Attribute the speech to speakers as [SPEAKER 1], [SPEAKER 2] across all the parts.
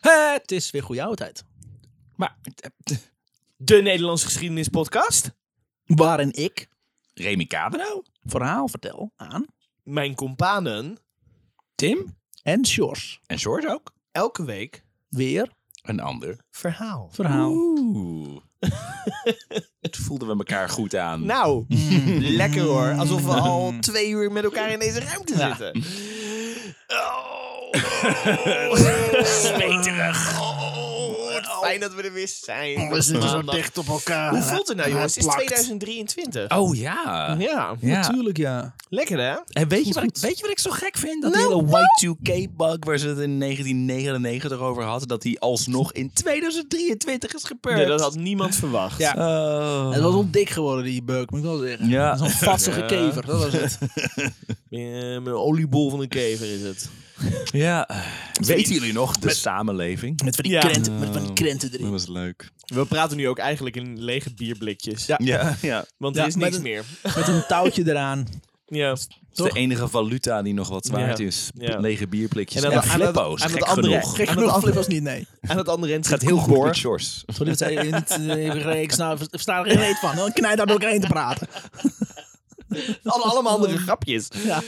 [SPEAKER 1] Het is weer goede oudheid. Maar
[SPEAKER 2] De Nederlandse geschiedenis podcast.
[SPEAKER 1] waarin ik, Remy Kaveno, verhaal vertel aan
[SPEAKER 2] Mijn companen.
[SPEAKER 1] Tim en Sjors. En Sjors ook.
[SPEAKER 2] Elke week
[SPEAKER 1] Weer
[SPEAKER 3] Een ander.
[SPEAKER 2] verhaal.
[SPEAKER 1] verhaal.
[SPEAKER 3] Oeh. Het voelden we elkaar goed aan.
[SPEAKER 2] Nou,
[SPEAKER 3] Mm.
[SPEAKER 2] lekker hoor. Alsof we al twee uur met elkaar in deze ruimte zitten. Oh,
[SPEAKER 3] Zweterig.
[SPEAKER 2] Oh, wat fijn dat we er weer
[SPEAKER 1] Oh,
[SPEAKER 2] zijn.
[SPEAKER 4] We zitten zo
[SPEAKER 2] Maandag.
[SPEAKER 4] dicht op elkaar.
[SPEAKER 2] Hoe voelt het nou, jongens? Het is
[SPEAKER 4] plakt.
[SPEAKER 2] 2023.
[SPEAKER 3] Oh ja.
[SPEAKER 2] Ja,
[SPEAKER 1] Natuurlijk, ja.
[SPEAKER 2] lekker hè?
[SPEAKER 3] En weet je, wat ik, weet je wat ik zo gek vind? Dat
[SPEAKER 2] Nou,
[SPEAKER 3] hele Y2K-bug waar ze het in 1999 over hadden, dat die alsnog in 2023 is gebeurd.
[SPEAKER 2] Nee, dat had niemand verwacht.
[SPEAKER 1] Ja.
[SPEAKER 3] Oh.
[SPEAKER 1] Het was al dik geworden, die beuk, moet ik wel zeggen.
[SPEAKER 3] Ja.
[SPEAKER 1] Zo'n vatsige
[SPEAKER 2] Ja.
[SPEAKER 1] kever, dat was het.
[SPEAKER 2] Eh, Met een oliebol van een kever is het.
[SPEAKER 3] ja. Weten jullie nog de samenleving?
[SPEAKER 1] Met van die,
[SPEAKER 2] Ja.
[SPEAKER 1] krenten, met van die krenten erin.
[SPEAKER 3] was leuk.
[SPEAKER 2] We praten nu ook eigenlijk in lege bierblikjes.
[SPEAKER 1] Ja.
[SPEAKER 3] Ja, ja.
[SPEAKER 2] Want
[SPEAKER 1] Ja,
[SPEAKER 2] er is
[SPEAKER 1] maar
[SPEAKER 2] niks
[SPEAKER 1] dat-
[SPEAKER 2] meer.
[SPEAKER 1] Met een touwtje eraan.
[SPEAKER 2] Ja.
[SPEAKER 3] Het is de enige valuta die nog wat waard
[SPEAKER 2] Ja.
[SPEAKER 3] is.
[SPEAKER 2] Ja.
[SPEAKER 3] Lege bierplikjes en,
[SPEAKER 2] En aan de- aan de-
[SPEAKER 3] flippo's.
[SPEAKER 2] aan de
[SPEAKER 3] gek
[SPEAKER 2] andere-
[SPEAKER 3] genoeg.
[SPEAKER 2] gek
[SPEAKER 1] Gek genoeg,
[SPEAKER 2] genoeg.
[SPEAKER 1] Flip was niet, nee.
[SPEAKER 2] Aan het andere eind
[SPEAKER 3] Het gaat heel goed
[SPEAKER 2] Koekboer.
[SPEAKER 3] met Shores.
[SPEAKER 1] Sorry, dat zei je niet. eh, even gelijk, Ik snap- ik versta er geen reet van. Dan knijt daar door elkaar heen te praten.
[SPEAKER 2] Alle, allemaal andere grapjes.
[SPEAKER 1] Ja.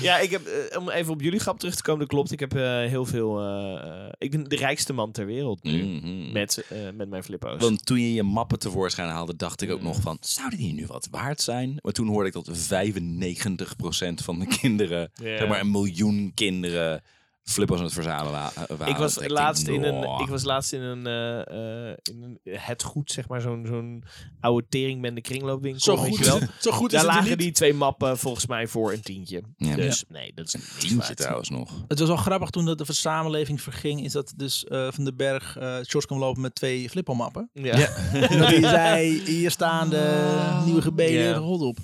[SPEAKER 2] Ja, ik heb, eh, om even op jullie grap terug te komen, dat klopt. Ik heb eh, heel veel... eh, eh, ik ben de rijkste man ter wereld nu.
[SPEAKER 3] Mhm.
[SPEAKER 2] Met, eh, met mijn flippo's.
[SPEAKER 3] Want toen je je mappen tevoorschijn haalde, dacht ik ook nog van, zou dit hier nu wat waard zijn? Maar toen hoorde ik dat 95% van de kinderen,
[SPEAKER 2] Ja.
[SPEAKER 3] zeg maar een miljoen kinderen, flippers aan het verzamelen wa- eh, waren.
[SPEAKER 2] ik was,
[SPEAKER 3] Dat ik
[SPEAKER 2] laatst
[SPEAKER 3] denk,
[SPEAKER 2] in een,
[SPEAKER 3] "Noah."
[SPEAKER 2] ik was laatst in een, eh, eh, in een het goed, zeg maar, zo'n zo'n oude tering met de kringloopwinkel.
[SPEAKER 1] Zo
[SPEAKER 2] weet
[SPEAKER 1] goed,
[SPEAKER 2] je wel.
[SPEAKER 1] zo goed is
[SPEAKER 2] Daar
[SPEAKER 1] het er
[SPEAKER 2] lagen
[SPEAKER 1] niet.
[SPEAKER 2] die twee mappen volgens mij voor een tientje.
[SPEAKER 3] Ja, maar
[SPEAKER 2] dus nee, dat is niet
[SPEAKER 3] Tientje
[SPEAKER 2] waard.
[SPEAKER 3] trouwens nog.
[SPEAKER 1] Het was wel grappig toen dat de samenleving verging, is dat dus eh, Van den Berg eh shorts kwam lopen met twee flippomappen.
[SPEAKER 2] Ja.
[SPEAKER 1] En dat hij zei, hier staan de nieuwe gebeden,
[SPEAKER 2] Ja.
[SPEAKER 1] rot op.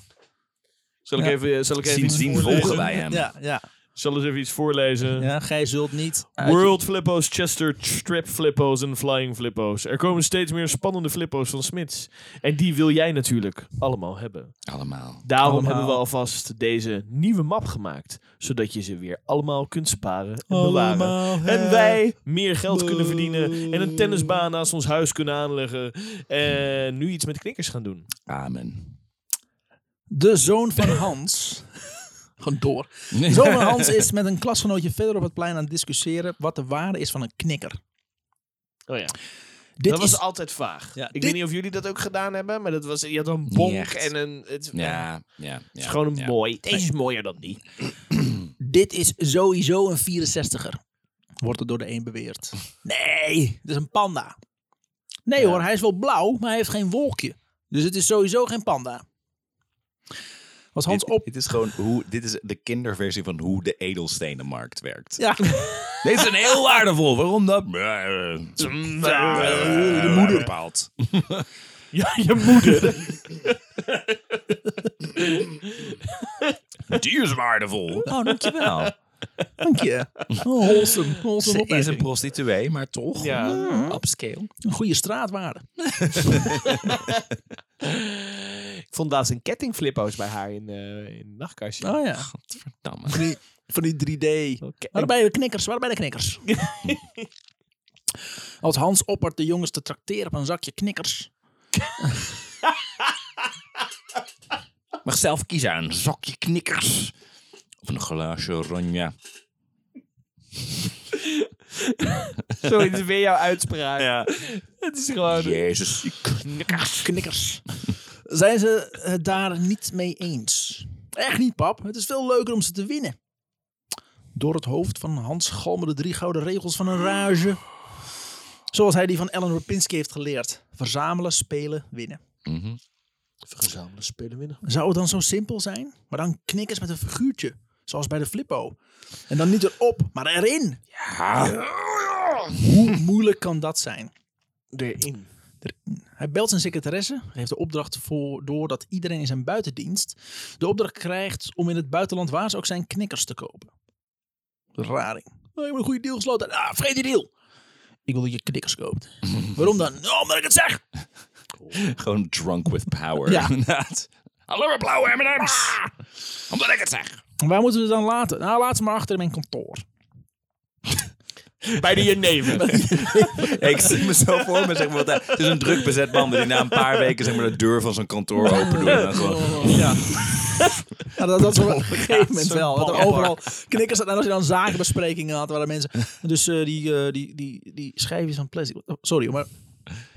[SPEAKER 2] Zal ik
[SPEAKER 1] Ja.
[SPEAKER 2] even, zal ik even iets
[SPEAKER 3] Sindsdien
[SPEAKER 2] voorlezen?
[SPEAKER 3] volgen wij hem.
[SPEAKER 1] Ja, ja,
[SPEAKER 2] Zal eens even iets voorlezen.
[SPEAKER 1] ja, gij zult niet. uit-
[SPEAKER 2] World Flippo's, Chester Strip Flippo's en Flying Flippo's. Er komen steeds meer spannende Flippo's van Smits. En die wil jij natuurlijk allemaal hebben.
[SPEAKER 3] Allemaal.
[SPEAKER 2] Daarom
[SPEAKER 1] Allemaal.
[SPEAKER 2] hebben we alvast deze nieuwe map gemaakt. Zodat je ze weer allemaal kunt sparen en bewaren.
[SPEAKER 1] Allemaal
[SPEAKER 2] En
[SPEAKER 1] het-
[SPEAKER 2] wij meer geld kunnen verdienen. En een tennisbaan naast ons huis kunnen aanleggen. En nu iets met knikkers gaan doen.
[SPEAKER 3] Amen.
[SPEAKER 1] De zoon van Hans. Gewoon door. De zoon van Hans is met een klasgenootje verder op het plein aan het discussiëren wat de waarde is van een knikker.
[SPEAKER 2] Oh ja.
[SPEAKER 1] Dit
[SPEAKER 2] dat
[SPEAKER 1] is
[SPEAKER 2] was altijd vaag.
[SPEAKER 1] Ja,
[SPEAKER 2] ik
[SPEAKER 1] dit-
[SPEAKER 2] weet niet of jullie dat ook gedaan hebben, maar dat was, je had een
[SPEAKER 3] Niet
[SPEAKER 2] bonk
[SPEAKER 3] echt.
[SPEAKER 2] en een... Het,
[SPEAKER 3] Ja, ja. ja
[SPEAKER 2] het is gewoon een
[SPEAKER 3] ja.
[SPEAKER 2] mooi. Deze is mooier dan die.
[SPEAKER 1] Dit is sowieso een 64er. Wordt er door de een beweerd. Nee, dit is een panda. Nee hoor, hij is wel blauw, maar hij heeft geen wolkje. Dus het is sowieso geen panda. Was Hans
[SPEAKER 3] Dit,
[SPEAKER 1] op.
[SPEAKER 3] dit is gewoon hoe, dit is de kinderversie van hoe de edelstenenmarkt werkt.
[SPEAKER 1] Ja,
[SPEAKER 3] Deze zijn heel waardevol. Waarom dat? De moeder bepaalt.
[SPEAKER 2] Ja, je moeder.
[SPEAKER 3] Die is waardevol. Oh, dankjewel.
[SPEAKER 1] dank je. Wholesome. wholesome
[SPEAKER 3] Ze is een
[SPEAKER 1] Oh, opmerking.
[SPEAKER 3] prostituee, maar toch.
[SPEAKER 2] ja.
[SPEAKER 3] Upscale.
[SPEAKER 1] een goede straatwaarde.
[SPEAKER 2] Ik vond laatst een kettingflippo's bij haar in, eh in het nachtkastje.
[SPEAKER 1] Oh ja.
[SPEAKER 3] Godverdamme.
[SPEAKER 1] Van die, van die 3D.
[SPEAKER 2] Oké.
[SPEAKER 1] Waarbij de knikkers, waarbij de knikkers. Als Hans oppert de jongens te trakteren op een zakje knikkers.
[SPEAKER 3] Mag zelf kiezen aan een zakje knikkers. Of een glaasje oranje.
[SPEAKER 2] Zo, dit is weer jouw uitspraak.
[SPEAKER 3] Ja.
[SPEAKER 2] Het is gewoon...
[SPEAKER 3] Jezus.
[SPEAKER 1] Knikkers. Knikkers. Zijn ze het daar niet mee eens? Echt niet, pap. Het is veel leuker om ze te winnen. Door het hoofd van Hans galmen de drie gouden regels van een rage. Zoals hij die van Ellen Rapinski heeft geleerd. Verzamelen, spelen, winnen.
[SPEAKER 3] Mhm.
[SPEAKER 2] Verzamelen, spelen, winnen.
[SPEAKER 1] Zou het dan zo simpel zijn? Maar dan knikkers met een figuurtje. Zoals bij de Flippo. En dan niet erop, maar erin. Hoe moeilijk kan dat zijn?
[SPEAKER 2] Erin.
[SPEAKER 1] Hij belt zijn secretaresse, heeft de opdracht voor, door dat iedereen in zijn buitendienst de opdracht krijgt om in het buitenland waar ze ook zijn knikkers te kopen. Raring. Oh, ik heb een goede deal gesloten. Ah, vergeet die deal. Ik wil dat je knikkers koopt. Waarom dan? Nou, omdat ik het zeg.
[SPEAKER 3] Gewoon drunk with power.
[SPEAKER 1] Ja.
[SPEAKER 3] Inderdaad. Hallo, blauwe M&M's. Omdat ik het zeg.
[SPEAKER 1] Waar moeten we het dan laten? Nou, laat ze maar achter in mijn kantoor.
[SPEAKER 2] Bij de jenever.
[SPEAKER 3] Ja, ik zie mezelf voor me, zeg maar. Wat, het is een druk bezet man die na een paar weken zeg maar, de deur van zijn kantoor open doet. En dan gewoon,
[SPEAKER 1] Oh, Ja. ja, dat, dat was op een gegeven moment
[SPEAKER 3] zo'n
[SPEAKER 1] wel. Dat er
[SPEAKER 3] ballenbak.
[SPEAKER 1] overal knikkers en als je dan zakenbesprekingen had, waren mensen... Dus eh, die, eh, die, die, die schijfjes van plastic... oh, Sorry, maar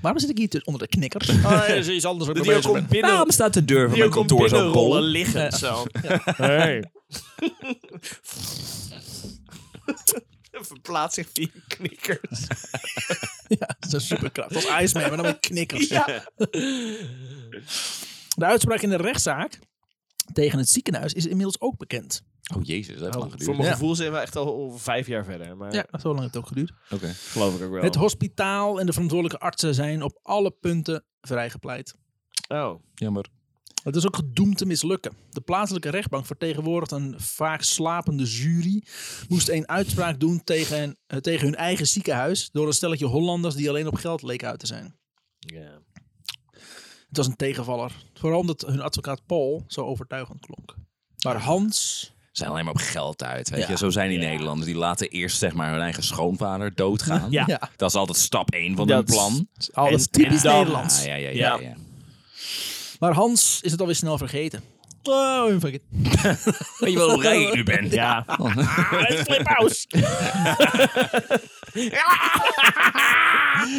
[SPEAKER 1] waarom zit ik hier tussen- onder de knikkers?
[SPEAKER 2] Ah, dat is iets anders waar ik mee
[SPEAKER 3] Die
[SPEAKER 2] bezig
[SPEAKER 3] komt
[SPEAKER 2] ben.
[SPEAKER 3] binnen. Waarom staat de deur van
[SPEAKER 2] Nou, Die
[SPEAKER 3] mijn
[SPEAKER 2] komt
[SPEAKER 3] kantoor zo
[SPEAKER 2] binnenrollen
[SPEAKER 3] bol?
[SPEAKER 2] liggend zo. Hey. Verplaatst zich via knikkers.
[SPEAKER 1] Ja, dat is een superkracht. Dat was IJsman, maar dan met knikkers.
[SPEAKER 2] Ja.
[SPEAKER 1] De uitspraak in de rechtszaak tegen het ziekenhuis is inmiddels ook bekend.
[SPEAKER 3] Oh jezus, dat heeft lang
[SPEAKER 2] voor
[SPEAKER 3] geduurd.
[SPEAKER 2] mijn
[SPEAKER 1] Ja.
[SPEAKER 2] gevoel zijn we echt al, al vijf jaar verder. Maar
[SPEAKER 1] Ja, zo lang heeft het ook geduurd.
[SPEAKER 3] Oké.
[SPEAKER 2] geloof ik ook wel.
[SPEAKER 1] Het hospitaal en de verantwoordelijke artsen zijn op alle punten vrijgepleit.
[SPEAKER 2] oh.
[SPEAKER 3] Jammer.
[SPEAKER 1] Het is ook gedoemd te mislukken. De plaatselijke rechtbank vertegenwoordigt een vaak slapende jury. Moest een uitspraak doen tegen, eh, tegen hun eigen ziekenhuis. door een stelletje Hollanders die alleen op geld leek uit te zijn.
[SPEAKER 2] Ja.
[SPEAKER 1] Het was een tegenvaller. Vooral omdat hun advocaat Paul zo overtuigend klonk. Maar Hans.
[SPEAKER 3] Ze zijn alleen maar op geld uit, weet
[SPEAKER 1] Ja.
[SPEAKER 3] je. Zo zijn die
[SPEAKER 2] Ja.
[SPEAKER 3] Nederlanders. Die laten eerst zeg maar hun eigen schoonvader doodgaan.
[SPEAKER 2] Ja.
[SPEAKER 3] Dat is altijd stap 1 van
[SPEAKER 2] Dat
[SPEAKER 3] hun plan.
[SPEAKER 1] Alles
[SPEAKER 2] En- en
[SPEAKER 1] typisch
[SPEAKER 2] dan-
[SPEAKER 1] Nederlands.
[SPEAKER 3] Ah, ja, ja, ja,
[SPEAKER 2] Ja.
[SPEAKER 3] ja.
[SPEAKER 1] Maar Hans is het alweer snel vergeten. Oh, fuck it.
[SPEAKER 3] Weet je wel hoe rijk ik nu ben?
[SPEAKER 2] Ja.
[SPEAKER 1] Ah,
[SPEAKER 2] Het fliphouse.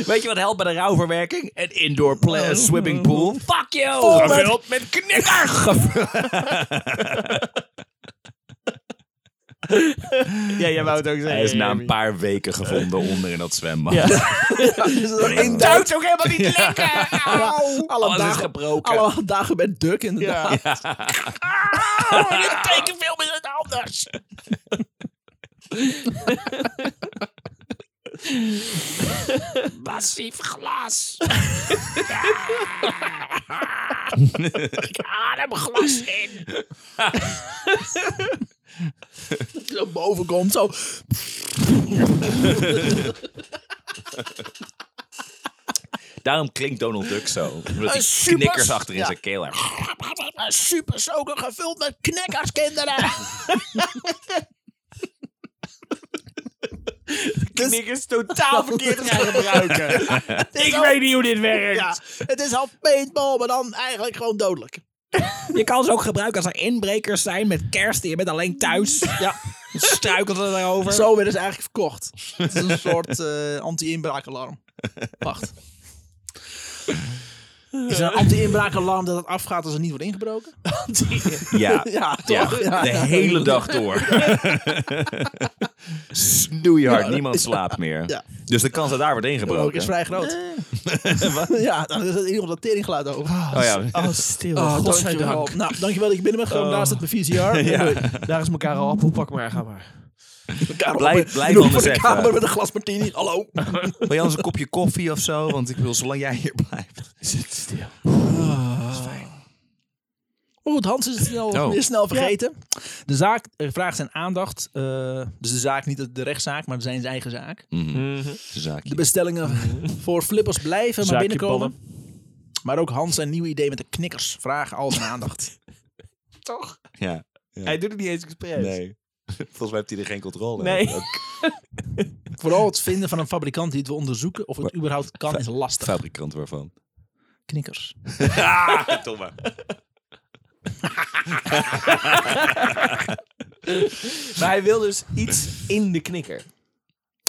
[SPEAKER 3] Weet je wat helpt bij de rouwverwerking? Een indoor pla- swimmingpool. Fuck you!
[SPEAKER 2] Gevuld met knikkers. ja, jij wou het ook zeggen.
[SPEAKER 3] Hij is na
[SPEAKER 2] Jamie.
[SPEAKER 3] een paar weken gevonden onder in dat zwembad.
[SPEAKER 2] Ja.
[SPEAKER 1] Eén dag.
[SPEAKER 3] duikt ook helemaal niet lekker.
[SPEAKER 1] Alle,
[SPEAKER 3] Alles is
[SPEAKER 1] dagen,
[SPEAKER 3] gebroken.
[SPEAKER 1] alle dagen met Duk inderdaad.
[SPEAKER 2] Ja.
[SPEAKER 3] Oh, in een tekenfilm is het anders. Massief glas. Ik adem glas in.
[SPEAKER 1] zo boven komt. Zo.
[SPEAKER 3] Daarom klinkt Donald Duck zo. Omdat hij
[SPEAKER 1] Een super-
[SPEAKER 3] knikkers achter in
[SPEAKER 1] Ja.
[SPEAKER 3] zijn keel heeft.
[SPEAKER 1] Super soken gevuld met knikkers, kinderen.
[SPEAKER 2] knikkers totaal verkeerd gaan gebruiken. Ik weet niet hoe dit werkt.
[SPEAKER 1] ja, het is half paintball, maar dan eigenlijk gewoon dodelijk.
[SPEAKER 3] Je kan ze ook gebruiken als er inbrekers zijn met kerst. En je bent alleen thuis. Ja. Struikelt er daarover.
[SPEAKER 1] Zo werden ze eigenlijk verkocht. Het is een soort eh, anti-inbraakalarm. Wacht. Is er een anti-inbraakalarm dat het afgaat als er niet wordt ingebroken?
[SPEAKER 3] Ja.
[SPEAKER 1] Ja, toch?
[SPEAKER 3] Ja,
[SPEAKER 1] Ja,
[SPEAKER 3] de
[SPEAKER 1] ja.
[SPEAKER 3] hele dag door. Snoeihard, niemand slaapt meer.
[SPEAKER 1] Ja.
[SPEAKER 3] Dus de kans dat daar wordt
[SPEAKER 1] Ook is
[SPEAKER 3] ingebroken.
[SPEAKER 1] vrij groot. ja, dan is het in ieder geval dat teringgeluid over.
[SPEAKER 3] Oh ja.
[SPEAKER 2] Oh, stil.
[SPEAKER 1] Oh,
[SPEAKER 2] godzijdank.
[SPEAKER 1] dankjewel. Nou, dankjewel dat je binnen bent. Gewoon
[SPEAKER 2] Oh.
[SPEAKER 1] naast het mijn VCR.
[SPEAKER 3] Ja.
[SPEAKER 2] Daar is elkaar al appel, pak maar, ga maar.
[SPEAKER 1] Elkaar op-
[SPEAKER 3] Blijf- blijf
[SPEAKER 1] in de hoek van
[SPEAKER 3] anders
[SPEAKER 1] de
[SPEAKER 3] zeggen.
[SPEAKER 2] eh.
[SPEAKER 1] kamer met een glas martini. Hallo.
[SPEAKER 3] Wil je anders een kopje koffie of zo? Want ik wil zolang jij hier blijft.
[SPEAKER 2] Zit stil. Ah.
[SPEAKER 1] Maar goed, Hans is het snel,
[SPEAKER 3] Oh.
[SPEAKER 1] weer snel vergeten. De zaak eh, vraagt zijn aandacht. eh, dus de zaak, niet de- de rechtszaak, maar zijn eigen zaak.
[SPEAKER 3] Mhm,
[SPEAKER 2] Hm. Mhm.
[SPEAKER 1] De bestellingen voor flippers blijven maar
[SPEAKER 2] Zaakje
[SPEAKER 1] binnenkomen. Maar ook Hans zijn nieuwe idee met de knikkers vragen al zijn aandacht.
[SPEAKER 2] Toch?
[SPEAKER 3] Ja.
[SPEAKER 2] Hij doet het niet eens expres.
[SPEAKER 3] Volgens mij heeft hij er geen controle
[SPEAKER 2] Nee.
[SPEAKER 1] Vooral het vinden van een fabrikant die het wil onderzoeken of het überhaupt kan is lastig.
[SPEAKER 3] Fabrikant waarvan.
[SPEAKER 1] Knikkers.
[SPEAKER 3] Ah, Tomme.
[SPEAKER 2] Maar hij wil dus iets in de knikker.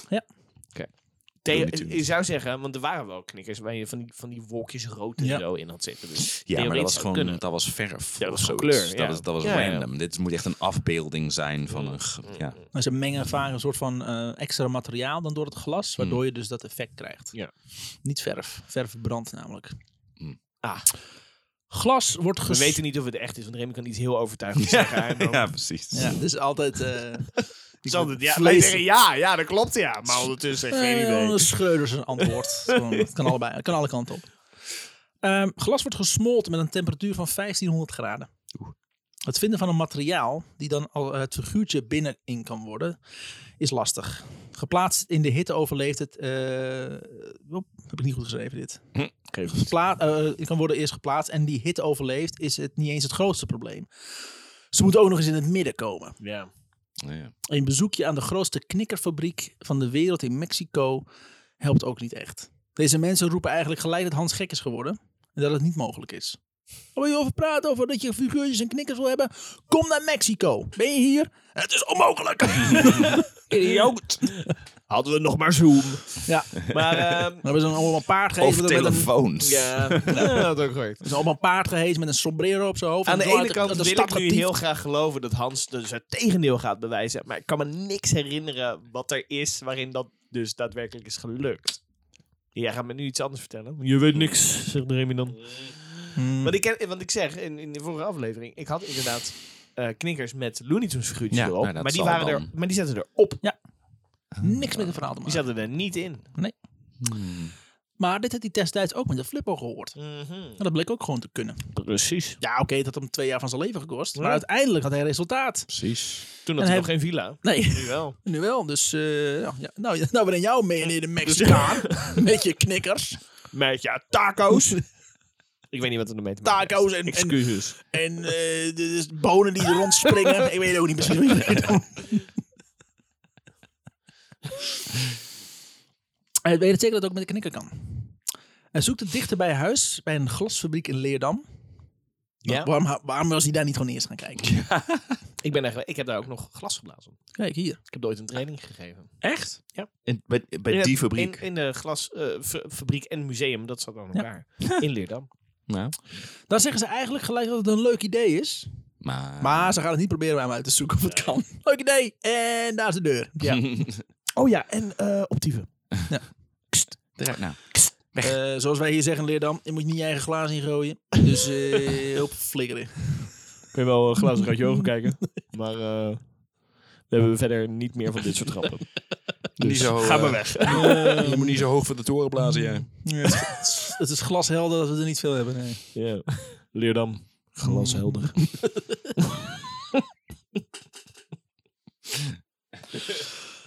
[SPEAKER 1] Ja.
[SPEAKER 2] Oké.
[SPEAKER 3] Looney
[SPEAKER 2] Theo-
[SPEAKER 3] Tunes.
[SPEAKER 2] Je zou zeggen, want er waren wel knikkers waar je van die, van die wolkjes rood en
[SPEAKER 1] Ja.
[SPEAKER 2] zo in had zitten. Dus
[SPEAKER 3] Ja, maar dat
[SPEAKER 2] theoretisch
[SPEAKER 3] was
[SPEAKER 2] zou
[SPEAKER 3] gewoon
[SPEAKER 2] kunnen.
[SPEAKER 3] dat was verf.
[SPEAKER 2] Ja, dat
[SPEAKER 3] of
[SPEAKER 2] was gewoon
[SPEAKER 3] zoiets.
[SPEAKER 2] kleur, ja.
[SPEAKER 3] Dat, is, dat was
[SPEAKER 2] Ja, ja.
[SPEAKER 3] random. Dit moet echt een afbeelding zijn van een... ge- Ja.
[SPEAKER 1] Maar ze mengen vaak een soort van eh, extra materiaal dan door het glas, waardoor je dus dat effect krijgt.
[SPEAKER 2] Hmm. Ja.
[SPEAKER 1] Niet verf. Verf brandt namelijk.
[SPEAKER 2] Ah,
[SPEAKER 1] Glas wordt
[SPEAKER 2] we
[SPEAKER 1] ges...
[SPEAKER 2] weten niet of het echt is, want Remy kan iets heel overtuigends zeggen. En dan-
[SPEAKER 3] precies.
[SPEAKER 1] Ja, dit is altijd... eh
[SPEAKER 2] Zal het- ja, wij
[SPEAKER 1] vlees-
[SPEAKER 2] zeggen ja, ja, dat klopt ja. Maar ondertussen echt geen
[SPEAKER 1] Eh,
[SPEAKER 2] idee.
[SPEAKER 1] dan schreuders een antwoord. Gewoon, het kan allebei, het kan alle kanten op. Ehm, glas wordt gesmolten met een temperatuur van 1500 graden. Het vinden van een materiaal die dan al eh, het figuurtje binnenin kan worden, is lastig. Geplaatst in de hitte overleeft het. eh, oep, heb ik niet goed geschreven dit.
[SPEAKER 2] Hm, Geef
[SPEAKER 1] Pla- eh, het kan worden eerst geplaatst en die hitte overleeft, is het niet eens het grootste probleem. Ze moeten ook nog eens in het midden komen.
[SPEAKER 2] Ja.
[SPEAKER 3] Ja.
[SPEAKER 1] Een bezoekje aan de grootste knikkerfabriek van de wereld in Mexico helpt ook niet echt. Deze mensen roepen eigenlijk gelijk dat Hans gek is geworden en dat het niet mogelijk is. Waar wil je over praten? Over dat je figuurtjes en knikkers wil hebben? Kom naar Mexico. Ben je hier? Het is onmogelijk. Idioot.
[SPEAKER 2] Hadden we nog maar Zoom.
[SPEAKER 1] Ja,
[SPEAKER 2] Maar, ehm,
[SPEAKER 1] we hebben ze allemaal een paard
[SPEAKER 3] Of
[SPEAKER 1] gegeven. met een,
[SPEAKER 3] telefoons.
[SPEAKER 2] ja, dat had ook gehoord.
[SPEAKER 1] ze allemaal een paard gehezen met een sombrero op zijn hoofd.
[SPEAKER 2] Aan de
[SPEAKER 1] en
[SPEAKER 2] ene
[SPEAKER 1] zwarte-
[SPEAKER 2] kant
[SPEAKER 1] de
[SPEAKER 2] wil
[SPEAKER 1] stad
[SPEAKER 2] ik nu
[SPEAKER 1] getiefd.
[SPEAKER 2] heel graag geloven dat Hans dus het tegendeel gaat bewijzen. Maar ik kan me niks herinneren wat er is waarin dat dus daadwerkelijk is gelukt. Jij gaat me nu iets anders vertellen. Je weet niks, zegt Remy dan.
[SPEAKER 1] Hmm.
[SPEAKER 2] Want ik, ken- want ik zeg, in, in de vorige aflevering, ik had inderdaad eh, knikkers met Looney Tunes figuurtjes
[SPEAKER 3] Ja,
[SPEAKER 2] erop.
[SPEAKER 3] nou, dat
[SPEAKER 2] maar, die
[SPEAKER 3] zal
[SPEAKER 2] waren er,
[SPEAKER 3] dan.
[SPEAKER 2] maar die zaten erop.
[SPEAKER 1] Niks met een verhaal te
[SPEAKER 2] Die
[SPEAKER 1] maken.
[SPEAKER 2] zaten er niet in.
[SPEAKER 3] Hmm.
[SPEAKER 1] Maar dit had hij destijds ook met de flippo gehoord.
[SPEAKER 2] Mhm.
[SPEAKER 1] En dat bleek ook gewoon te kunnen.
[SPEAKER 2] Precies.
[SPEAKER 1] Ja, oké, het had hem twee jaar van zijn leven gekost. Maar
[SPEAKER 2] Ja.
[SPEAKER 1] uiteindelijk had hij resultaat.
[SPEAKER 3] Precies.
[SPEAKER 2] Toen
[SPEAKER 1] En
[SPEAKER 2] had hij
[SPEAKER 1] hij-
[SPEAKER 2] nog geen villa.
[SPEAKER 1] Nee,
[SPEAKER 2] Nu wel.
[SPEAKER 1] nu wel. Dus eh, ja, ja, nou, ja, dus- nou ben ik jou mee in de Mexicaan. met je knikkers,
[SPEAKER 2] Met ja, taco's. ik weet niet wat er mee te maken heeft.
[SPEAKER 1] taco's en, en,
[SPEAKER 2] Excuses.
[SPEAKER 1] en eh, de, de bonen die er rondspringen. ik weet het ook niet misschien. Hij Eh, weet het zeker dat het ook met de knikker kan. Hij zoekt het dichter bij huis, bij een glasfabriek in Leerdam.
[SPEAKER 2] Ja.
[SPEAKER 1] Waarom, ha- waarom was hij daar niet gewoon eerst gaan kijken?
[SPEAKER 2] Ik, ben eigenlijk, ik heb daar ook nog glas geblazen.
[SPEAKER 1] Kijk hier.
[SPEAKER 2] Ik heb er ooit een training gegeven.
[SPEAKER 1] Echt?
[SPEAKER 3] En bij bij
[SPEAKER 2] In het-
[SPEAKER 3] die fabriek.
[SPEAKER 2] In, in de glasfabriek en museum, dat zat aan elkaar. In Leerdam.
[SPEAKER 3] Nou,
[SPEAKER 1] Dan zeggen ze eigenlijk gelijk dat het een leuk idee is.
[SPEAKER 3] maar...
[SPEAKER 1] Maar ze gaan het niet proberen bij hem uit te zoeken of het kan. Leuk idee. En daar is de deur.
[SPEAKER 2] Ja. Oh ja, en eh optieven.
[SPEAKER 3] Kst, eruit nou.
[SPEAKER 1] Eh, zoals wij hier zeggen, in Leerdam, je moet niet je eigen glazen ingooien. Dus eh hulp flikkeren.
[SPEAKER 2] Kun je wel een glazen uit je ogen kijken. Maar eh, we hebben verder niet meer van dit soort grappen.
[SPEAKER 1] Dus
[SPEAKER 3] Niet zo,
[SPEAKER 2] ga maar
[SPEAKER 3] eh,
[SPEAKER 2] weg.
[SPEAKER 3] Je moet niet zo hoog van de toren blazen, jij.
[SPEAKER 1] het is glashelder dat we er niet veel hebben. Nee.
[SPEAKER 2] Ja. Leerdam. Glashelder.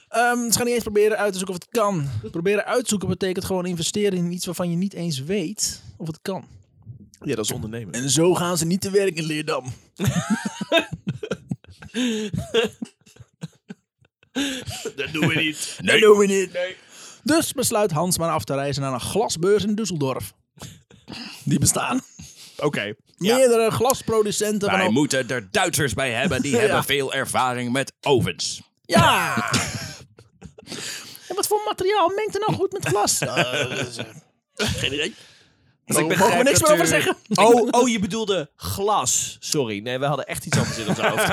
[SPEAKER 1] Ehm, ze gaan niet eens proberen uit te zoeken of het kan. Proberen uitzoeken betekent gewoon investeren in iets waarvan je niet eens weet of het kan.
[SPEAKER 2] Ja, dat is ondernemen.
[SPEAKER 1] En zo gaan ze niet te werk in Leerdam.
[SPEAKER 2] Dat doen we niet.
[SPEAKER 1] Nee, doen we niet.
[SPEAKER 2] Nee.
[SPEAKER 1] Dus besluit Hans maar af te reizen naar een glasbeurs in Düsseldorf. Die bestaan.
[SPEAKER 2] Oké.
[SPEAKER 1] Meerdere glasproducenten van
[SPEAKER 3] Wij
[SPEAKER 1] al-
[SPEAKER 3] moeten er Duitsers bij hebben. Die hebben veel ervaring met ovens.
[SPEAKER 1] Ja! en wat voor materiaal mengt er nou goed met glas? eh, geen idee. Dus
[SPEAKER 3] Oh,
[SPEAKER 1] ik mogen we niks meer over zeggen.
[SPEAKER 2] Oh, oh, je bedoelde glas. Sorry, nee, we hadden echt iets anders in ons hoofd.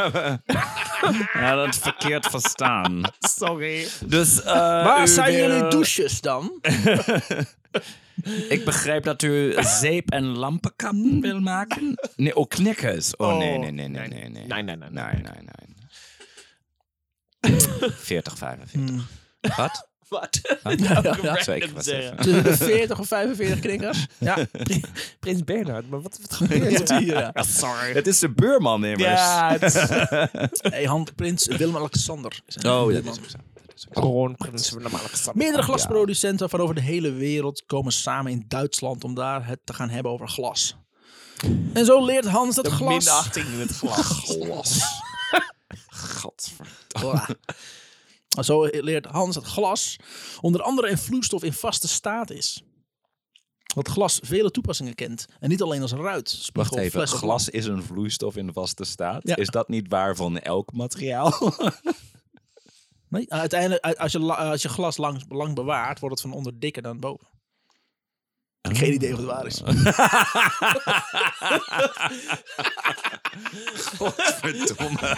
[SPEAKER 3] Ja, dat is verkeerd verstaan.
[SPEAKER 2] Sorry.
[SPEAKER 3] Dus, eh,
[SPEAKER 1] Waar
[SPEAKER 3] u
[SPEAKER 1] zijn
[SPEAKER 3] wil-
[SPEAKER 1] jullie douches dan?
[SPEAKER 3] eh, Ik begrijp dat u zeep en lampenkappen wil maken. Nee, oh, knikkers. Oh, nee, nee, nee, nee, nee. Nee,
[SPEAKER 2] Nee, nee, nee, nee.
[SPEAKER 3] nee, nee. nee. 40, 45. Wat?
[SPEAKER 2] Wat?
[SPEAKER 1] ja, ja.
[SPEAKER 3] Zou ik wat zeggen?
[SPEAKER 1] Tussen de 40 of 45 knikkers. Ja,
[SPEAKER 2] Prins Bernhard, maar wat, wat gebeurt
[SPEAKER 1] dat is hier. ja.
[SPEAKER 2] Sorry.
[SPEAKER 3] Het is de buurman immers.
[SPEAKER 1] Hey, handprins Willem-Alexander.
[SPEAKER 3] Oh, dat is ook zo. Dat is ook zo.
[SPEAKER 2] Kroonprins Willem-Alexander.
[SPEAKER 1] Meerdere glasproducenten van over de hele wereld komen samen in Duitsland om daar het te gaan hebben over glas. En zo leert Hans dat glas.
[SPEAKER 2] Minachting in het glas.
[SPEAKER 3] Glas. Gadver.
[SPEAKER 1] Blah. Zo leert Hans dat glas onder andere een vloeistof in vaste staat is. Dat glas vele toepassingen kent. En niet alleen als ruit,
[SPEAKER 3] Wacht
[SPEAKER 1] spiegel,
[SPEAKER 3] even,
[SPEAKER 1] fles of
[SPEAKER 3] glas is een vloeistof in vaste staat.
[SPEAKER 1] Ja.
[SPEAKER 3] Is dat niet waar van elk materiaal?
[SPEAKER 1] Nee, uiteindelijk, uit- als je, la- als je glas lang, lang bewaart, wordt het van onder dikker dan boven. Ik heb
[SPEAKER 3] Ah.
[SPEAKER 1] Geen idee of het waar is.
[SPEAKER 3] Verdomme.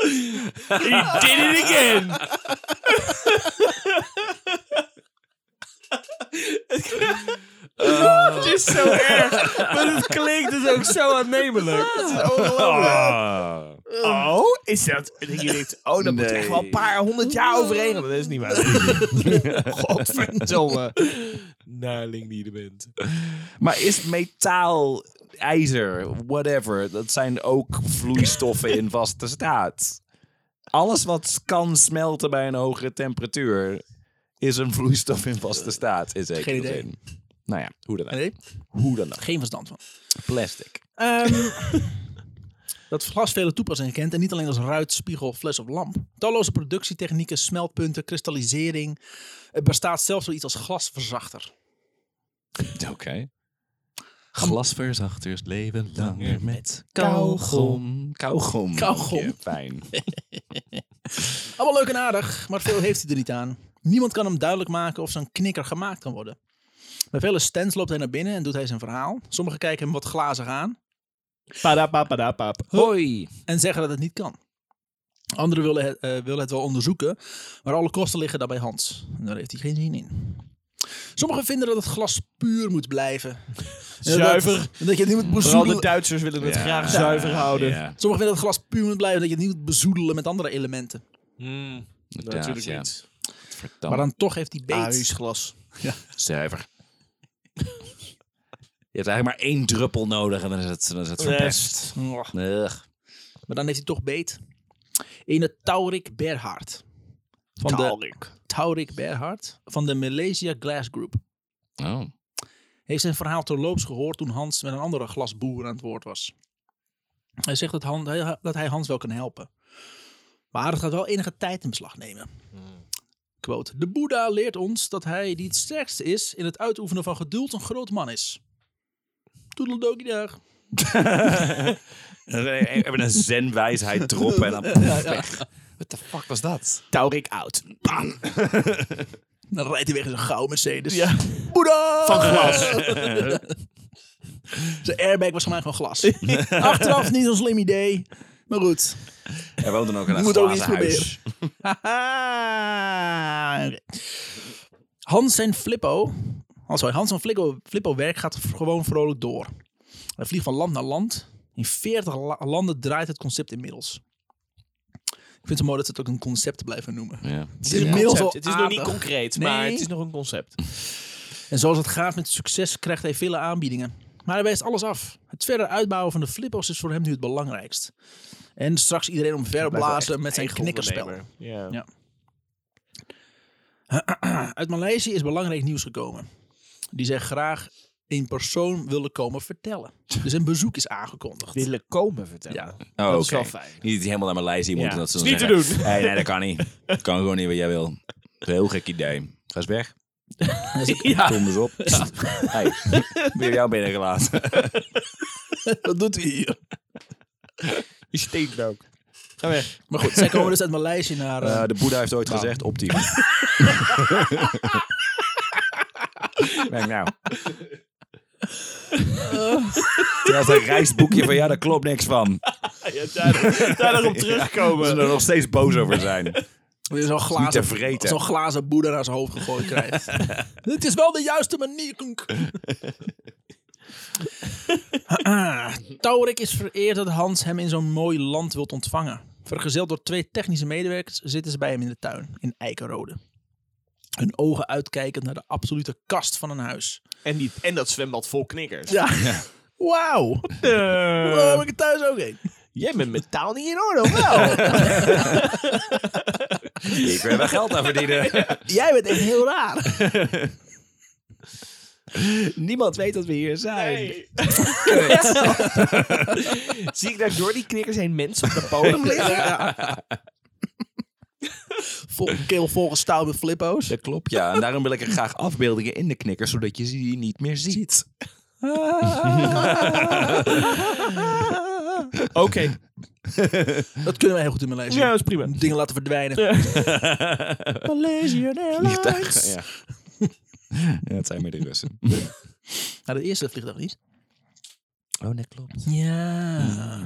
[SPEAKER 2] He did it again! Het is zo erg, maar het klinkt dus ook zo aannemelijk. Dat is ongelooflijk. Oh, is dat... dat je denkt, oh, dat moet
[SPEAKER 3] Ah, Nee.
[SPEAKER 2] echt wel een paar honderd jaar overheen. gaan. Dat is niet waar. Godverdomme. Naling die je bent.
[SPEAKER 3] Maar is metaal, ijzer, whatever, dat zijn ook vloeistoffen in vaste staat? Alles wat kan smelten bij een hogere temperatuur is een vloeistof in vaste staat. Is
[SPEAKER 1] Geen idee.
[SPEAKER 3] Nou ja, hoe dan ook.
[SPEAKER 1] Nee,
[SPEAKER 3] Hoe dan ook.
[SPEAKER 1] geen verstand van.
[SPEAKER 3] Plastic.
[SPEAKER 1] Ehm, dat glas vele toepassingen kent en niet alleen als ruit, spiegel, fles of lamp. Talloze productietechnieken, smeltpunten, kristallisering. Er bestaat zelfs zoiets als glasverzachter.
[SPEAKER 3] Oké. Glasverzachters leven langer met
[SPEAKER 1] kauwgom.
[SPEAKER 3] Kauwgom.
[SPEAKER 1] Kauwgom.
[SPEAKER 3] Ja, Fijn.
[SPEAKER 1] Allemaal leuk en aardig, maar veel heeft hij er niet aan. Niemand kan hem duidelijk maken of zo'n knikker gemaakt kan worden. Bij vele stands loopt hij naar binnen en doet hij zijn verhaal. Sommigen kijken hem wat glazig aan
[SPEAKER 2] Padapapadapap.
[SPEAKER 3] Hoi.
[SPEAKER 1] en zeggen dat het niet kan. Anderen willen het, eh, willen het wel onderzoeken, maar alle kosten liggen daar bij Hans. En daar heeft hij geen zin in. Sommigen vinden dat het glas puur moet blijven. En dat-
[SPEAKER 2] Zuiver.
[SPEAKER 1] en Dat je het niet moet
[SPEAKER 2] Vooral de
[SPEAKER 1] bezoedelen.
[SPEAKER 2] Duitsers willen het
[SPEAKER 3] Ja,
[SPEAKER 2] graag zuiver houden.
[SPEAKER 3] Ja,
[SPEAKER 1] Sommigen vinden dat het glas puur moet blijven, dat je het niet moet bezoedelen met andere elementen.
[SPEAKER 2] Hmm,
[SPEAKER 3] Inderdaad,
[SPEAKER 2] natuurlijk
[SPEAKER 3] ja.
[SPEAKER 2] niet.
[SPEAKER 3] Verdamme.
[SPEAKER 1] Maar dan toch heeft hij beet.
[SPEAKER 2] Huisglas.
[SPEAKER 3] Zuiver. Je hebt eigenlijk maar één druppel nodig en dan is het, dan is het
[SPEAKER 2] Rest.
[SPEAKER 3] verpest.
[SPEAKER 1] Mwah.
[SPEAKER 3] Ugh.
[SPEAKER 1] Maar dan heeft hij toch beet. Ene Taurik Berhard. Van de
[SPEAKER 2] Taalrik.
[SPEAKER 1] Taurik Berhard van de Malaysia Glass Group.
[SPEAKER 3] Oh.
[SPEAKER 1] Heeft zijn verhaal terloops gehoord toen Hans met een andere glasboer aan het woord was. Hij zegt dat, Han- dat hij Hans wel kan helpen. Maar het gaat wel enige tijd in beslag nemen.
[SPEAKER 2] Hmm.
[SPEAKER 1] Quote, de Boeddha leert ons dat hij die het sterkste is in het uitoefenen van geduld een groot man is. Toedeldokie dag.
[SPEAKER 3] Even een zenwijsheid droppen en dan poef, weg. What the fuck was dat?
[SPEAKER 2] Taurik oud.
[SPEAKER 1] Dan rijdt hij weg in zijn gouden Mercedes.
[SPEAKER 2] Ja.
[SPEAKER 1] Boeddha!
[SPEAKER 2] Van glas.
[SPEAKER 1] Zijn airbag was gemaakt van glas. Achteraf niet zo'n slim idee. Maar goed.
[SPEAKER 3] Er woont dan ook in
[SPEAKER 1] Je
[SPEAKER 3] een
[SPEAKER 1] moet ook iets
[SPEAKER 3] glazen huis.
[SPEAKER 2] Ah,
[SPEAKER 1] Haha. Hans en Flippo. Oh, sorry, Hans en Flippo, Flippo werk gaat v- gewoon vrolijk door. Hij vliegt van land naar land. In 40 la- landen draait het concept inmiddels. Ik vind het mooi dat ze het ook een concept blijven noemen.
[SPEAKER 3] Ja.
[SPEAKER 1] Het is inmiddels al
[SPEAKER 2] Het is nog niet
[SPEAKER 1] aardig.
[SPEAKER 2] concreet,
[SPEAKER 1] Nee.
[SPEAKER 2] maar het is nog een concept.
[SPEAKER 1] En zoals het gaat met succes krijgt hij vele aanbiedingen. Maar hij wijst alles af. Het verder uitbouwen van de flippo's is voor hem nu het belangrijkst. En straks iedereen omver blazen met zijn knikkerspel.
[SPEAKER 2] Ja.
[SPEAKER 1] Ja. Uit Maleisië is belangrijk nieuws gekomen. Die zij graag in persoon willen komen vertellen. Dus een bezoek is aangekondigd.
[SPEAKER 2] Willen komen vertellen.
[SPEAKER 1] Ja.
[SPEAKER 3] Oh,
[SPEAKER 2] Dat is
[SPEAKER 3] oké.
[SPEAKER 2] wel fijn.
[SPEAKER 3] Niet dat hij helemaal naar Maleisië moet
[SPEAKER 2] Ja.
[SPEAKER 3] en dat ze
[SPEAKER 2] Is
[SPEAKER 3] dan
[SPEAKER 2] niet te
[SPEAKER 3] zeggen,
[SPEAKER 2] doen.
[SPEAKER 3] "Hey, nee, dat kan niet. Dat kan gewoon niet wat jij wil. Dat is een heel gek idee. Ga eens weg.
[SPEAKER 2] Ja.
[SPEAKER 3] Kom eens op. Hey, weer jou binnengelaten.
[SPEAKER 1] Dat doet hij hier.
[SPEAKER 2] Die stinkt ook. Ga weg.
[SPEAKER 1] Maar goed, zij komen dus uit Maleisië naar... eh,
[SPEAKER 3] Eh, de Boeddha heeft ooit gezegd, optiem. Kijk nou. Terwijl zijn reisboekje van, ja, daar klopt niks van.
[SPEAKER 2] Ja, daar, daar nog op terugkomen.
[SPEAKER 3] Ze er nog steeds boos over zijn.
[SPEAKER 1] weer zo'n glazen,
[SPEAKER 3] te vreten.
[SPEAKER 1] zo'n glazen boeder naar zijn hoofd gegooid krijgt. Dit is wel de juiste manier. konk. Ah, Taurik is vereerd dat Hans hem in zo'n mooi land wilt ontvangen. Vergezeld door twee technische medewerkers zitten ze bij hem in de tuin in Eikenrode. Hun ogen uitkijkend naar de absolute kast van een huis.
[SPEAKER 2] En, die, en dat zwembad vol knikkers.
[SPEAKER 1] Ja. Wauw. Daar heb ik het thuis ook heen.
[SPEAKER 2] Jij bent met taal niet
[SPEAKER 1] Oh,
[SPEAKER 2] in orde, of wel?
[SPEAKER 3] Ik wil wel geld aan verdienen.
[SPEAKER 1] Jij bent echt heel raar.
[SPEAKER 2] Niemand weet dat we hier zijn. Zie ik daar door die knikkers heen mensen op de bodem liggen?
[SPEAKER 1] Vol, keel volgestouwd met flippo's.
[SPEAKER 3] Dat klopt, ja. En daarom wil ik er graag afbeeldingen in de knikkers, zodat je ze hier niet meer ziet.
[SPEAKER 2] Oké.
[SPEAKER 1] Dat kunnen wij heel goed in Maleisië.
[SPEAKER 2] Ja, dat is prima.
[SPEAKER 1] Dingen laten verdwijnen. Malaysian
[SPEAKER 3] Vliegtuigen,
[SPEAKER 1] Airlines.
[SPEAKER 3] ja. ja. Het zijn meer de Russen.
[SPEAKER 1] Nou, de eerste vliegtuig niet.
[SPEAKER 3] Oh, dat klopt.
[SPEAKER 1] Ja.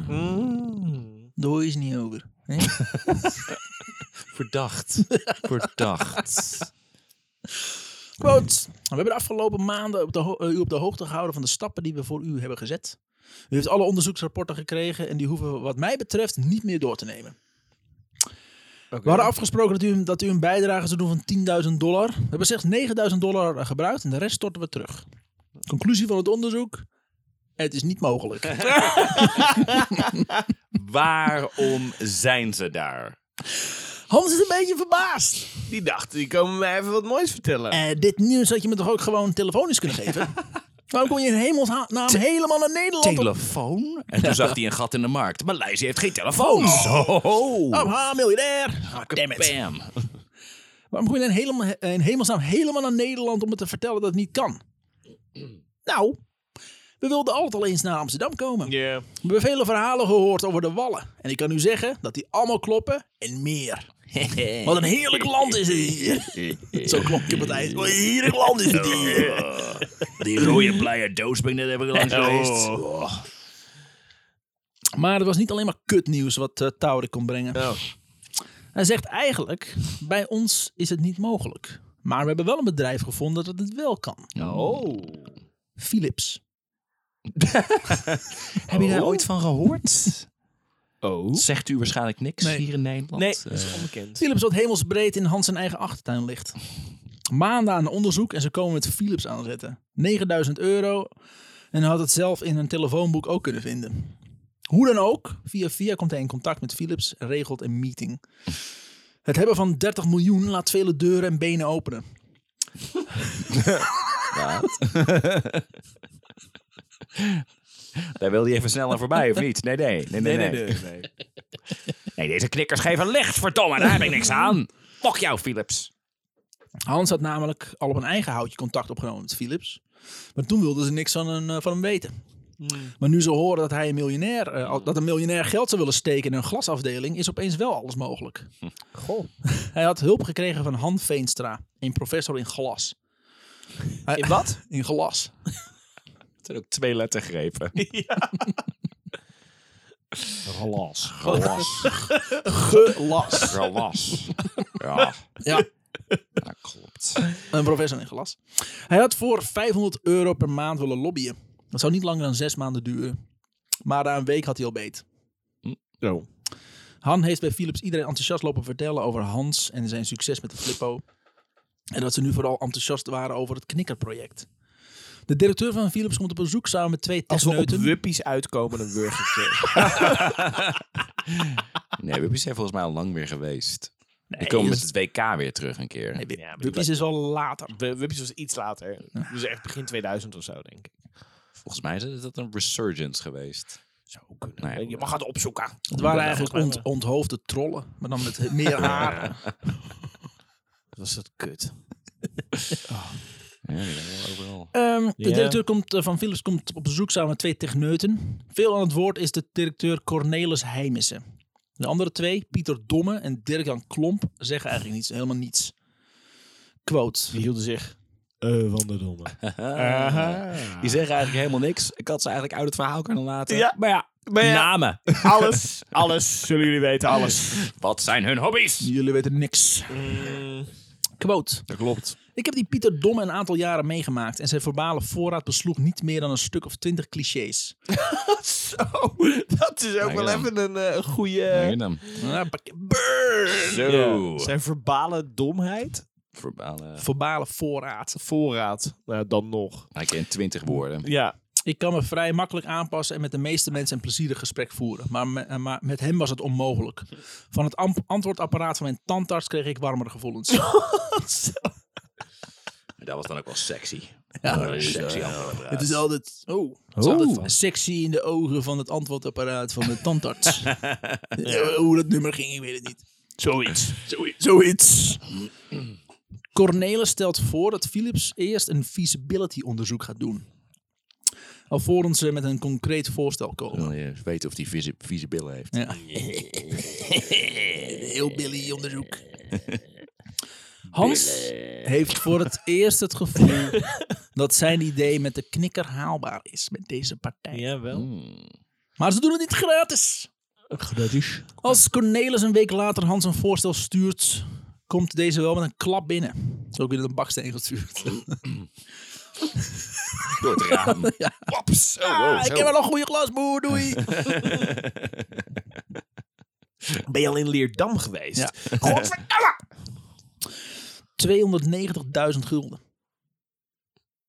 [SPEAKER 2] Mm.
[SPEAKER 1] Daar hoor je ze niet over. hè?
[SPEAKER 3] Verdacht. Verdacht.
[SPEAKER 1] Quote. We hebben de afgelopen maanden op de ho- eh, u op de hoogte gehouden van de stappen die we voor u hebben gezet. U heeft alle onderzoeksrapporten gekregen en die hoeven we wat mij betreft niet meer door te nemen. We hadden afgesproken dat u, dat u een bijdrage zou doen van 10.000 dollar. We hebben slechts 9.000 dollar eh, gebruikt en de rest storten we terug. Conclusie van het onderzoek? Het is niet mogelijk.
[SPEAKER 3] Waarom zijn ze daar?
[SPEAKER 1] Hans is een beetje verbaasd.
[SPEAKER 2] Die dachten, die komen mij even wat moois vertellen.
[SPEAKER 1] Eh, dit nieuws had je me toch ook gewoon telefonisch kunnen geven? Waarom kon je in hemelsnaam helemaal naar Nederland? op?
[SPEAKER 3] Telefoon? En toen zag hij een gat in de markt. Maleisië heeft geen telefoon. Zo.
[SPEAKER 1] Oh, ha, miljonair. Ah, damn it.
[SPEAKER 3] Bam.
[SPEAKER 1] Waarom kon je dan helemaal, in hemelsnaam helemaal naar Nederland om me te vertellen dat het niet kan? Nou, we wilden altijd al eens naar Amsterdam komen.
[SPEAKER 2] Ja.
[SPEAKER 1] We hebben vele verhalen gehoord over de Wallen. En ik kan u zeggen dat die allemaal kloppen en meer. Wat een heerlijk land is het hier. Zo klopt je op het eind. Wat een heerlijk land is het hier.
[SPEAKER 3] Die rode blije doos ben ik net even langs geweest. Oh.
[SPEAKER 1] Maar het was niet alleen maar kutnieuws wat eh Taure kon brengen.
[SPEAKER 2] Oh.
[SPEAKER 1] Hij zegt eigenlijk, bij ons is het niet mogelijk. Maar we hebben wel een bedrijf gevonden dat het wel kan.
[SPEAKER 3] Oh.
[SPEAKER 1] Philips. Oh.
[SPEAKER 3] Heb je daar ooit van gehoord?
[SPEAKER 2] Oh. eh,
[SPEAKER 3] Zegt u waarschijnlijk niks
[SPEAKER 1] Nee.
[SPEAKER 3] hier in Nederland? Eh.
[SPEAKER 2] Nee, dat is onbekend.
[SPEAKER 1] Philips wat hemelsbreed in Hans zijn eigen achtertuin ligt. Maanden aan onderzoek en ze komen het Philips aanzetten. 9000 euro en had het zelf in een telefoonboek ook kunnen vinden. Hoe dan ook, via via komt hij in contact met Philips en regelt een meeting. Het hebben van 30 miljoen laat vele deuren en benen openen.
[SPEAKER 3] Daar wil hij even snel aan voorbij, of niet? Nee, nee. Nee, nee, nee. Nee, deze knikkers geven licht, verdomme. Daar heb ik niks aan. Fuck jou, Philips.
[SPEAKER 1] Hans had namelijk al op een eigen houtje contact opgenomen met Philips. Maar toen wilden ze niks van, een, eh, van hem weten. Maar nu ze horen dat hij een miljonair, eh, al- dat een miljonair geld zou willen steken in een glasafdeling, is opeens wel alles mogelijk.
[SPEAKER 2] Goh.
[SPEAKER 1] Hij had hulp gekregen van Han Veenstra, een professor in glas. Hij-
[SPEAKER 2] In wat?
[SPEAKER 1] In glas.
[SPEAKER 3] Het zijn ook twee lettergrepen. Glas. Glas.
[SPEAKER 1] Gelas.
[SPEAKER 3] Glas. Ja,
[SPEAKER 1] Ja,
[SPEAKER 3] dat klopt.
[SPEAKER 1] een professor in glas. Hij had voor 500 euro per maand willen lobbyen. Dat zou niet langer dan zes maanden duren. Maar na een week had hij al beet.
[SPEAKER 2] Oh.
[SPEAKER 1] Han heeft bij Philips iedereen enthousiast lopen vertellen over Hans en zijn succes met de Flippo. En dat ze nu vooral enthousiast waren over het knikkerproject. De directeur van Philips komt op bezoek samen met twee
[SPEAKER 2] Als we op
[SPEAKER 1] techneuten.
[SPEAKER 2] wuppies uitkomen, dan wurg ik ze.
[SPEAKER 3] Nee, Wuppies zijn volgens mij al lang weer geweest. Die
[SPEAKER 1] Nee,
[SPEAKER 3] komen met
[SPEAKER 1] is-
[SPEAKER 3] het WK weer terug een keer.
[SPEAKER 1] Nee,
[SPEAKER 2] Ja, maar die
[SPEAKER 1] Wuppies is wel later.
[SPEAKER 2] W- Wuppies was iets later. Dus echt begin 2000 of zo, denk ik.
[SPEAKER 3] Volgens mij is dat een resurgence geweest.
[SPEAKER 2] Zou kunnen.
[SPEAKER 3] Nou ja,
[SPEAKER 2] je mag het opzoeken.
[SPEAKER 1] Het waren eigenlijk ont- onthoofde trollen, maar dan met meer haar.
[SPEAKER 2] Was dat kut.
[SPEAKER 3] Ja, die zijn wel overal.
[SPEAKER 1] Ehm, de
[SPEAKER 2] Ja.
[SPEAKER 1] directeur komt, eh, van Philips komt op bezoek samen met twee techneuten. Veel aan het woord is de directeur Cornelis Heimissen. De andere twee, Pieter Domme en Dirk-Jan Klomp, zeggen eigenlijk niets, helemaal niets. Quote.
[SPEAKER 2] Die hielden zich... eh van de domme. Eh,
[SPEAKER 3] Die zeggen eigenlijk helemaal niks. Ik had ze eigenlijk uit het verhaal kunnen laten.
[SPEAKER 2] Ja.
[SPEAKER 3] Maar ja,
[SPEAKER 2] Maar ja,
[SPEAKER 3] namen.
[SPEAKER 2] alles, alles. Zullen jullie weten, alles.
[SPEAKER 3] Wat zijn hun hobby's?
[SPEAKER 1] Jullie weten niks.
[SPEAKER 2] Mm.
[SPEAKER 1] Quote.
[SPEAKER 3] Dat klopt.
[SPEAKER 1] Ik heb die Pieter Domme een aantal jaren meegemaakt en zijn verbale voorraad besloeg niet meer dan een stuk of twintig clichés.
[SPEAKER 2] Zo, dat is ook
[SPEAKER 3] Kijk
[SPEAKER 2] wel
[SPEAKER 3] dan.
[SPEAKER 2] even een eh,
[SPEAKER 3] Denk
[SPEAKER 2] Oh. goede...
[SPEAKER 3] dan.
[SPEAKER 1] Ah, pak- Burn!
[SPEAKER 3] Zo.
[SPEAKER 2] Ja. Zijn verbale domheid.
[SPEAKER 3] Verbale.
[SPEAKER 1] Verbale voorraad.
[SPEAKER 2] Voorraad. Nou, dan nog.
[SPEAKER 3] Hij kent twintig woorden.
[SPEAKER 2] Ja.
[SPEAKER 1] Ik kan me vrij makkelijk aanpassen en met de meeste mensen een plezierig gesprek voeren. Maar, me- eh, maar met hem was het onmogelijk. Van het am- antwoordapparaat van mijn tandarts kreeg ik warmere gevoelens.
[SPEAKER 3] Dat was dan ook wel sexy. Ja, sexy
[SPEAKER 1] het is altijd, oh, het is
[SPEAKER 2] Oh.
[SPEAKER 1] altijd sexy in de ogen van het antwoordapparaat van mijn tandarts. Eh, Hoe dat nummer ging, ik weet het niet.
[SPEAKER 2] Zoiets.
[SPEAKER 1] Zoiets. Cornelis stelt voor dat Philips eerst een feasibility-onderzoek gaat doen. Alvorens ze met een concreet voorstel komen.
[SPEAKER 3] weten of die visi- vieze billen heeft.
[SPEAKER 1] Ja. Heel Billy onderzoek. Hans heeft voor het eerst het gevoel dat zijn idee met de knikker haalbaar is met deze partij.
[SPEAKER 2] Jawel.
[SPEAKER 3] Hmm,
[SPEAKER 1] Maar ze doen het niet gratis.
[SPEAKER 2] Gratis.
[SPEAKER 1] Als Cornelis een week later Hans een voorstel stuurt, komt deze wel met een klap binnen. Zo ook weer een baksteen gestuurd.
[SPEAKER 3] Door het raam.
[SPEAKER 1] Ja.
[SPEAKER 3] Paps. Oh, wow,
[SPEAKER 1] Ah, ik
[SPEAKER 3] zo.
[SPEAKER 1] heb wel een goede glasboer, doei.
[SPEAKER 2] Ben je al in Leerdam geweest?
[SPEAKER 1] Ja.
[SPEAKER 2] Godverdomme!
[SPEAKER 1] 290.000 gulden.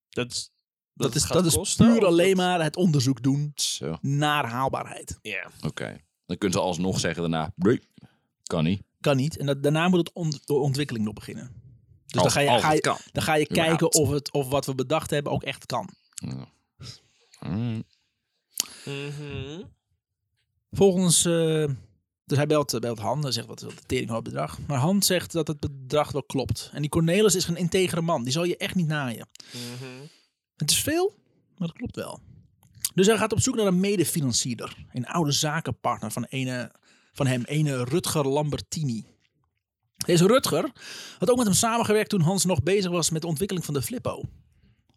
[SPEAKER 2] Dat, is-
[SPEAKER 1] Dat, is,
[SPEAKER 2] gaat
[SPEAKER 1] dat is
[SPEAKER 2] kosten,
[SPEAKER 1] puur
[SPEAKER 2] of
[SPEAKER 1] alleen
[SPEAKER 2] dat-
[SPEAKER 1] maar het onderzoek doen
[SPEAKER 3] Zo. Oké.
[SPEAKER 1] naar haalbaarheid.
[SPEAKER 2] Ja.
[SPEAKER 3] Dan kunnen ze alsnog zeggen daarna. Nee, kan niet.
[SPEAKER 1] Kan niet. En dat, daarna moet het ont- de ontwikkeling nog beginnen. Dus
[SPEAKER 3] Als-
[SPEAKER 1] dan ga je,
[SPEAKER 3] als
[SPEAKER 1] ga
[SPEAKER 3] het
[SPEAKER 1] je,
[SPEAKER 3] Oh, kan.
[SPEAKER 1] dan ga je kijken
[SPEAKER 3] Überhaupt.
[SPEAKER 1] of, het, of wat we bedacht hebben ook echt kan.
[SPEAKER 3] Hmm.
[SPEAKER 1] Volgens, eh, dus hij belt, eh, belt Han en zegt wat wat een teringhoop bedrag. Maar Han zegt dat het bedrag wel klopt. En die Cornelis is een integere man. Die zal je echt niet naaien. Het is veel, maar dat klopt wel. Dus hij gaat op zoek naar een medefinancierder. Een oude zakenpartner van, ene, van hem, ene Rutger Lambertini. Deze Rutger had ook met hem samengewerkt toen Hans nog bezig was met de ontwikkeling van de Flippo.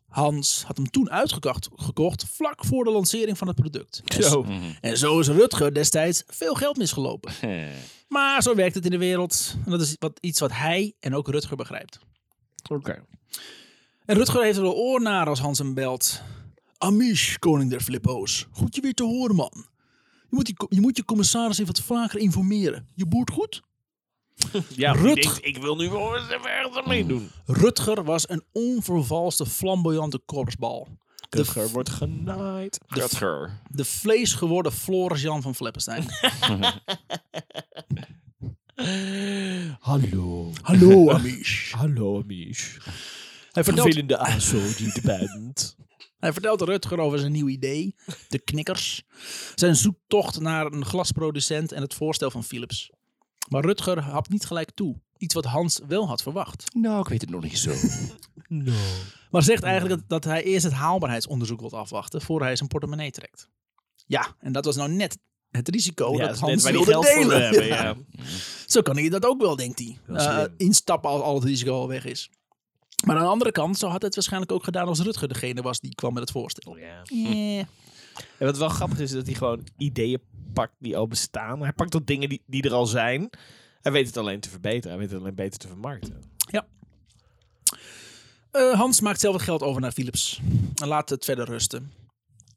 [SPEAKER 1] Hans had hem toen uitgekocht gekocht, vlak voor de lancering van het product. En
[SPEAKER 2] Zo.
[SPEAKER 1] en zo is Rutger destijds veel geld misgelopen. Maar zo werkt het in de wereld. En dat is wat, iets wat hij en ook Rutger begrijpt.
[SPEAKER 2] Oké.
[SPEAKER 1] En Rutger heeft er wel oor naar als Hans hem belt. Amish, koning der flippo's. Goed je weer te horen, man. Je moet, die, co- je, moet je commissaris even wat vaker informeren. Je boert goed?
[SPEAKER 2] Ja,
[SPEAKER 1] Rut-
[SPEAKER 2] Rut. ik wil nu wel eens even ergens aan meedoen.
[SPEAKER 1] Rutger was een onvervalste, flamboyante korpsbal. De,
[SPEAKER 2] Rutger wordt genaaid.
[SPEAKER 3] Rutger.
[SPEAKER 1] de vleesgeworden Floris Jan van Fleppenstein.
[SPEAKER 2] Hallo.
[SPEAKER 1] Hallo, Amish.
[SPEAKER 2] Hallo, Mies.
[SPEAKER 1] Hij vertelt,
[SPEAKER 2] Vervelende aso die je bent.
[SPEAKER 1] Hij vertelt Rutger over zijn nieuw idee, de knikkers. Zijn zoektocht naar een glasproducent en het voorstel van Philips. Maar Rutger hapt niet gelijk toe. Iets wat Hans wel had verwacht.
[SPEAKER 3] Nou, ik weet het nog niet zo.
[SPEAKER 2] No.
[SPEAKER 1] Maar zegt eigenlijk dat, dat hij eerst het haalbaarheidsonderzoek wilt afwachten voor hij zijn portemonnee trekt. Ja, en dat was nou net het risico
[SPEAKER 2] ja,
[SPEAKER 1] Oh, dat
[SPEAKER 2] dat is net
[SPEAKER 1] Hans
[SPEAKER 2] waar die
[SPEAKER 1] wilde
[SPEAKER 2] geld voor
[SPEAKER 1] delen.
[SPEAKER 2] hebben.
[SPEAKER 1] Ja.
[SPEAKER 2] Ja.
[SPEAKER 1] Zo kan hij dat ook wel, denkt hij. Eh, instappen als al het risico al weg is. Maar aan de andere kant, zo had hij het waarschijnlijk ook gedaan als Rutger degene was die kwam met het voorstel. Eh.
[SPEAKER 2] En wat wel grappig is, is dat hij gewoon ideeën pakt die al bestaan. Hij pakt ook dingen die, die er al zijn. Hij weet het alleen te verbeteren. Hij weet het alleen beter te vermarkten.
[SPEAKER 1] Eh, Hans maakt zelf het geld over naar Philips en laat het verder rusten.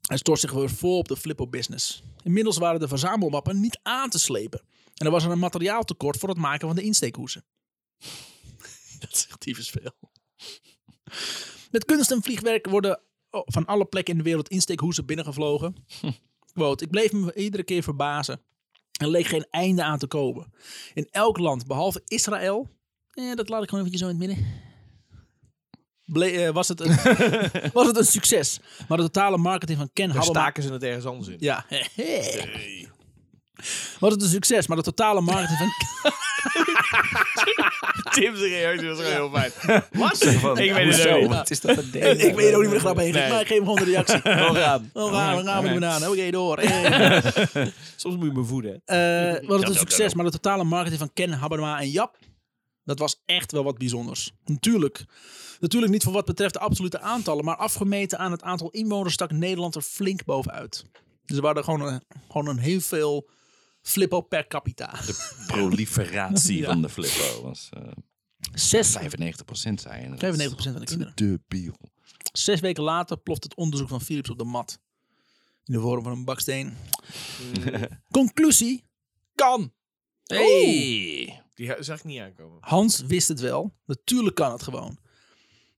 [SPEAKER 1] Hij stort zich weer vol op de flippo-business. Inmiddels waren de verzamelmappen niet aan te slepen. En er was er een materiaaltekort voor het maken van de insteekhoezen. Dat is echt tyfus veel. Met kunst en vliegwerk worden oh, van alle plekken in de wereld insteekhoezen binnengevlogen. Quote, ik bleef me iedere keer verbazen. Er leek geen einde aan te komen. In elk land, behalve Israël... Eh, dat laat ik gewoon eventjes zo in het midden ble- eh, was, het een, was het een succes. Maar de totale marketing van Ken
[SPEAKER 2] Daar
[SPEAKER 1] Habermas...
[SPEAKER 2] staken ze het ergens anders in.
[SPEAKER 1] Ja. Was het een succes, maar de totale marketing van...
[SPEAKER 2] Tim's reactie was gewoon heel fijn. Was het? Ik weet het
[SPEAKER 3] Hoezo?
[SPEAKER 2] ook niet.
[SPEAKER 3] Wat is dat een ding?
[SPEAKER 1] ik weet ook niet meer de grap heen ging,
[SPEAKER 2] Nee.
[SPEAKER 1] maar ik geef hem gewoon de reactie.
[SPEAKER 2] Gewoon gaan.
[SPEAKER 1] Oh, raar, een raar met die banaan. Oké, door. Eh.
[SPEAKER 2] Soms moet je me voeden. hè.
[SPEAKER 1] Eh, was het
[SPEAKER 2] dat
[SPEAKER 1] een
[SPEAKER 2] ook, dat
[SPEAKER 1] succes,
[SPEAKER 2] ook.
[SPEAKER 1] maar de totale marketing van Ken, Haberma en Jap, dat was echt wel wat bijzonders. Natuurlijk. Natuurlijk niet voor wat betreft de absolute aantallen, maar afgemeten aan het aantal inwoners stak Nederland er flink bovenuit. Dus er waren er gewoon een, gewoon een heel veel flippo per capita.
[SPEAKER 3] De proliferatie van de Flippo was eh,
[SPEAKER 1] 6, 95%
[SPEAKER 3] 95%
[SPEAKER 1] van
[SPEAKER 3] zijn.
[SPEAKER 1] de kinderen.
[SPEAKER 3] De biel.
[SPEAKER 1] Zes weken later ploft het onderzoek van Philips op de mat. In de vorm van een baksteen. Conclusie? Kan!
[SPEAKER 3] Hey!
[SPEAKER 2] Die zag ik niet aankomen.
[SPEAKER 1] Hans wist het wel. Natuurlijk kan het gewoon.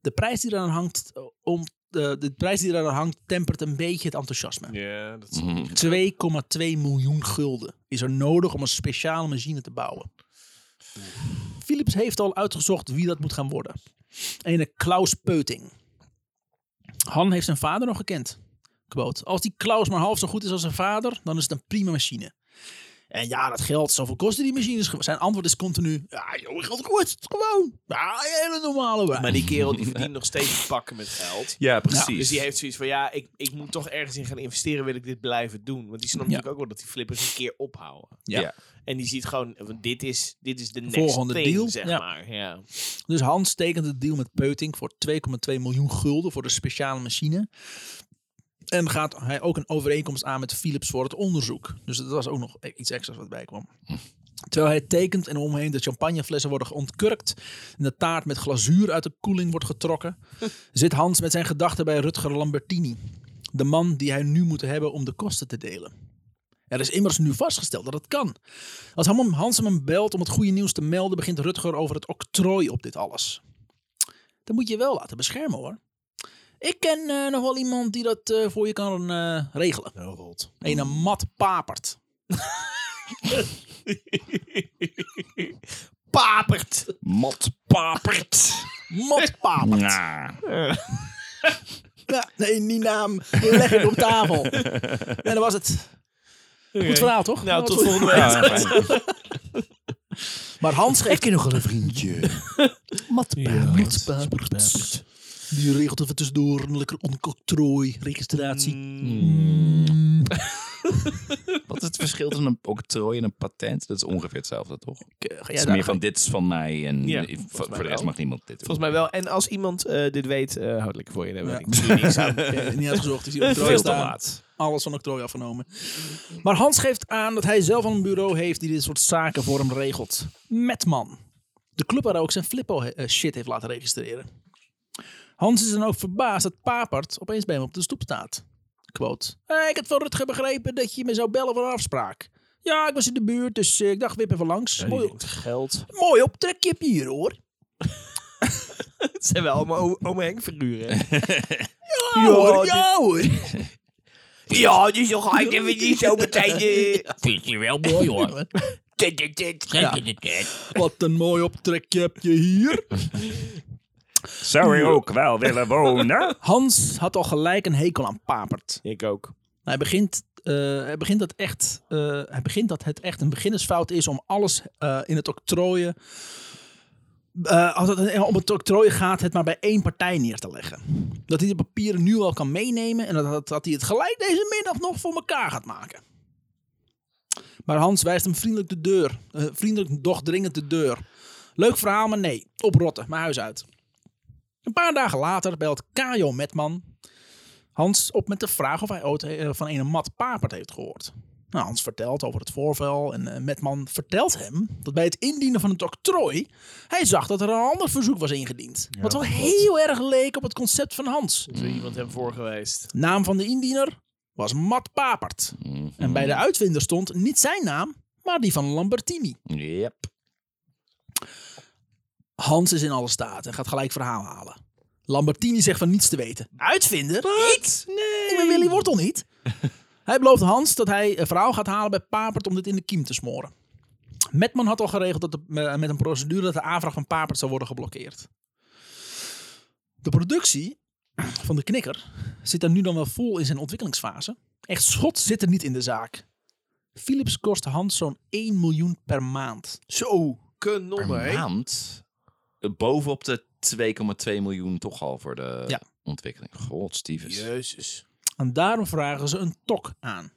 [SPEAKER 1] De prijs die eraan hangt, eh, om, eh, de prijs die eraan hangt tempert een beetje het enthousiasme.
[SPEAKER 2] Ja, dat is...
[SPEAKER 3] Mm.
[SPEAKER 1] 2,2 miljoen gulden is er nodig om een speciale machine te bouwen. Philips heeft al uitgezocht wie dat moet gaan worden. Ene Klaus Peuting. Han heeft zijn vader nog gekend. Quote, als die Klaus maar half zo goed is als zijn vader, dan is het een prima machine. En ja, dat geld, zoveel kosten die machines. ge- Zijn antwoord is continu, ja joh, geld kost het gewoon. Ja, hele normale wij.
[SPEAKER 2] Maar die kerel die verdient nog steeds pakken met geld.
[SPEAKER 3] Ja, precies.
[SPEAKER 2] Dus die heeft zoiets van, ja, ik, ik moet toch ergens in gaan investeren, wil ik dit blijven doen. Want die snapt
[SPEAKER 1] Ja.
[SPEAKER 2] natuurlijk ook wel dat die flippers een keer ophouden.
[SPEAKER 3] ja.
[SPEAKER 2] En die ziet gewoon, van, dit is, dit is de next
[SPEAKER 1] Volgende
[SPEAKER 2] thing,
[SPEAKER 1] deal,
[SPEAKER 2] zeg
[SPEAKER 1] ja.
[SPEAKER 2] maar. Ja.
[SPEAKER 1] Dus Hans tekent het deal met Peuting voor 2,2 miljoen gulden voor de speciale machine. En gaat hij ook een overeenkomst aan met Philips voor het onderzoek. Dus dat was ook nog e- iets extra's wat bijkwam. Terwijl hij tekent en omheen de champagneflessen worden ontkurkt. En de taart met glazuur uit de koeling wordt getrokken. zit Hans met zijn gedachten bij Rutger Lambertini. De man die hij nu moet hebben om de kosten te delen. Er is immers nu vastgesteld dat het kan. Als Ham- Hans hem belt om het goede nieuws te melden, begint Rutger over het octrooi op dit alles. Dat moet je wel laten beschermen hoor. Ik ken eh, nog wel iemand die dat eh, voor je kan eh, regelen.
[SPEAKER 2] Oh, rot.
[SPEAKER 1] Een eh, mat papert.
[SPEAKER 2] Papert!
[SPEAKER 3] Matpapert.
[SPEAKER 1] Mat papert.
[SPEAKER 3] Ja.
[SPEAKER 1] Ja, nee, die naam. Leg het op tafel. En dat was het. Goed verhaal, toch?
[SPEAKER 2] Nou,
[SPEAKER 1] Dat
[SPEAKER 2] tot
[SPEAKER 1] was
[SPEAKER 2] volgende week.
[SPEAKER 3] Ja, fijn.
[SPEAKER 1] goed. Maar Hans geeft...
[SPEAKER 2] nog wel een vriendje.
[SPEAKER 1] Matpaard. Die regelt even tussendoor een lekker oncontrooi registratie. Mm.
[SPEAKER 2] Mm.
[SPEAKER 3] Wat is het verschil tussen een octrooi en een patent? Dat is ongeveer hetzelfde, toch?
[SPEAKER 1] Ik, eh, ga
[SPEAKER 3] het
[SPEAKER 1] jij
[SPEAKER 3] is
[SPEAKER 1] daar-
[SPEAKER 3] meer van dit is van mij en
[SPEAKER 2] Ja,
[SPEAKER 3] ik-
[SPEAKER 2] volgens
[SPEAKER 3] voor
[SPEAKER 2] mij
[SPEAKER 3] voor de rest
[SPEAKER 2] wel.
[SPEAKER 3] mag niemand dit doen.
[SPEAKER 2] Volgens mij wel. En als iemand eh, dit weet, eh houd lekker voor je. Daar
[SPEAKER 1] Ja.
[SPEAKER 2] weet ik misschien niks aan.
[SPEAKER 1] Eh, niet uitgezocht. Is die octrooi
[SPEAKER 2] Veel te
[SPEAKER 1] staan.
[SPEAKER 2] laat.
[SPEAKER 1] Alles van octrooi afgenomen. Maar Hans geeft aan dat hij zelf al een bureau heeft die dit soort zaken voor hem regelt. Metman. De club waar hij ook zijn flippo eh, shit heeft laten registreren. Hans is dan ook verbaasd dat Papert opeens bij hem op de stoep staat. Quote. "Hey, ik had van Rutger begrepen dat je me zou bellen voor een afspraak. Ja, ik was in de buurt, dus eh, ik dacht wip even langs. mooi,
[SPEAKER 2] geld.
[SPEAKER 1] mooi optrekje heb je hier hoor.
[SPEAKER 2] Het zijn wel allemaal o- oma Henk figuren.
[SPEAKER 1] Ja, Oh, hoor, ja hoor.
[SPEAKER 2] Ja, dus dan ga ik even niet zo meteen... eh.
[SPEAKER 4] Vind je wel mooi hoor.
[SPEAKER 1] Ja. Wat een mooi optrekje heb je hier.
[SPEAKER 3] Zou je ook wel willen wonen?
[SPEAKER 1] Hans had al gelijk een hekel aan Papert.
[SPEAKER 2] Ik ook.
[SPEAKER 1] Hij begint, eh, hij begint, dat, echt, eh, hij begint dat het echt een beginnersfout is om alles eh, in het octrooien. eh, als het om het octrooi gaat, het maar bij één partij neer te leggen. Dat hij de papieren nu al kan meenemen en dat, dat, dat hij het gelijk deze middag nog voor elkaar gaat maken. Maar Hans wijst hem vriendelijk de deur. eh, vriendelijk, doch dringend de deur. Leuk verhaal, maar nee. Oprotten, mijn huis uit. Een paar dagen later belt Kajo Metman, Hans op met de vraag of hij ooit eh, van een Mat Papert heeft gehoord. Nou, Hans vertelt over het voorval en eh, Metman vertelt hem dat bij het indienen van het octrooi hij zag dat er een ander verzoek was ingediend. wat wel heel erg leek op het concept van Hans.
[SPEAKER 2] Is er iemand hem voor geweest?
[SPEAKER 1] Naam van de indiener was Mat Papert.
[SPEAKER 3] Mhm.
[SPEAKER 1] En bij de uitvinder stond niet zijn naam, maar die van Lambertini.
[SPEAKER 3] Yep.
[SPEAKER 1] Hans is in alle staat en gaat gelijk verhaal halen. Lambertini zegt van niets te weten. Uitvinder? Niet? Nee. Ik ben Willy Wortel niet. hij belooft Hans dat hij een verhaal gaat halen bij Papert om dit in de kiem te smoren. Metman had al geregeld dat de- eh, met een procedure dat de aanvraag van Papert zou worden geblokkeerd. De productie van de knikker zit daar nu dan wel vol in zijn ontwikkelingsfase. Echt schot zit er niet in de zaak. Philips kost Hans zo'n 1 miljoen per maand.
[SPEAKER 2] Zo,
[SPEAKER 3] Per
[SPEAKER 2] kanon, hè?
[SPEAKER 3] maand? Eh, Bovenop de 2,2 miljoen toch al voor de
[SPEAKER 1] Ja.
[SPEAKER 3] ontwikkeling. God, Stevens.
[SPEAKER 2] Jezus.
[SPEAKER 1] En daarom vragen ze een TOC aan.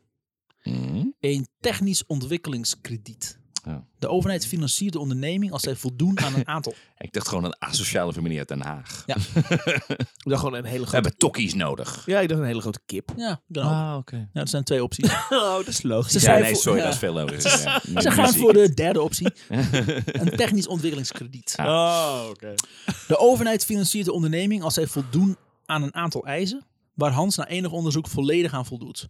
[SPEAKER 3] Mhm.
[SPEAKER 1] een technisch ontwikkelingskrediet.
[SPEAKER 3] Ja.
[SPEAKER 1] De overheid financiert de onderneming als zij voldoen aan een aantal.
[SPEAKER 3] Ik dacht gewoon een asociale familie uit Den Haag.
[SPEAKER 1] Ja.
[SPEAKER 2] Ik dacht gewoon een hele
[SPEAKER 3] We
[SPEAKER 2] grote...
[SPEAKER 3] hebben tokkies nodig.
[SPEAKER 2] Ja, ik dacht een hele grote kip.
[SPEAKER 1] Ja, dan ook. ja
[SPEAKER 3] Ah, oké.
[SPEAKER 1] dat zijn twee opties.
[SPEAKER 2] Oh, dat is logisch.
[SPEAKER 1] Ze
[SPEAKER 3] Ja,
[SPEAKER 1] zijn
[SPEAKER 3] nee,
[SPEAKER 1] voor-
[SPEAKER 3] sorry,
[SPEAKER 1] ja.
[SPEAKER 3] dat is veel logischer. Ja.
[SPEAKER 1] Ze gaan
[SPEAKER 3] Muziek.
[SPEAKER 1] voor de derde optie: een technisch ontwikkelingskrediet.
[SPEAKER 2] Oh, oké.
[SPEAKER 1] De overheid financiert de onderneming als zij voldoen aan een aantal eisen, waar Hans na enig onderzoek volledig aan voldoet.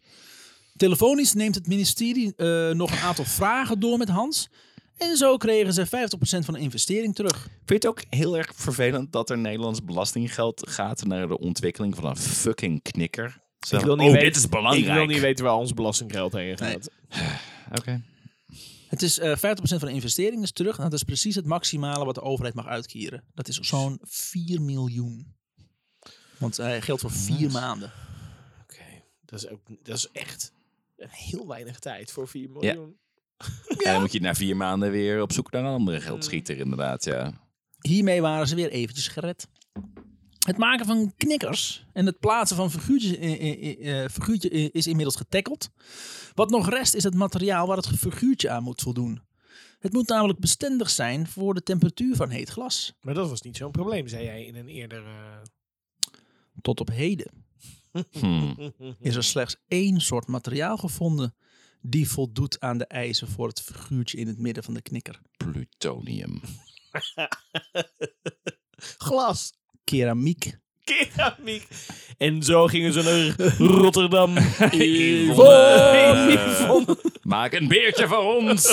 [SPEAKER 1] Telefonisch neemt het ministerie eh, nog een aantal vragen door met Hans. En zo kregen ze 50% van de investering terug.
[SPEAKER 3] Vind je het ook heel erg vervelend dat er Nederlands belastinggeld gaat naar de ontwikkeling van een fucking knikker? Zo,
[SPEAKER 2] Ik wil niet
[SPEAKER 3] oh,
[SPEAKER 2] weten-
[SPEAKER 3] dit is belangrijk.
[SPEAKER 2] Ik wil niet weten waar ons belastinggeld heen gaat.
[SPEAKER 3] Oké.
[SPEAKER 1] Het is eh 50% van de investering is terug. En dat is precies het maximale wat de overheid mag uitkeren. Dat is zo'n 4 miljoen. Want eh, hij geldt voor vier maanden.
[SPEAKER 2] Oké, dat is ook dat is echt heel weinig tijd voor 4 miljoen.
[SPEAKER 3] miljoen. En dan moet je na vier maanden weer op zoek naar een andere
[SPEAKER 2] Mm.
[SPEAKER 3] geldschieter, inderdaad. Ja.
[SPEAKER 1] Hiermee waren ze weer eventjes gered. Het maken van knikkers en het plaatsen van figuurtjes, eh, eh, eh, figuurtje eh, is inmiddels getackeld. Wat nog rest is het materiaal waar het figuurtje aan moet voldoen. Het moet namelijk bestendig zijn voor de temperatuur van heet glas.
[SPEAKER 2] Maar dat was niet zo'n probleem, zei jij in een eerder. eh,
[SPEAKER 1] Tot op heden
[SPEAKER 3] Hmm.
[SPEAKER 1] is er slechts één soort materiaal gevonden die voldoet aan de eisen voor het figuurtje in het midden van de knikker.
[SPEAKER 3] Plutonium.
[SPEAKER 2] Glas.
[SPEAKER 1] Keramiek.
[SPEAKER 2] Keramiek. En zo gingen ze naar Rotterdam.
[SPEAKER 3] Yvonne. Maak een beertje voor ons.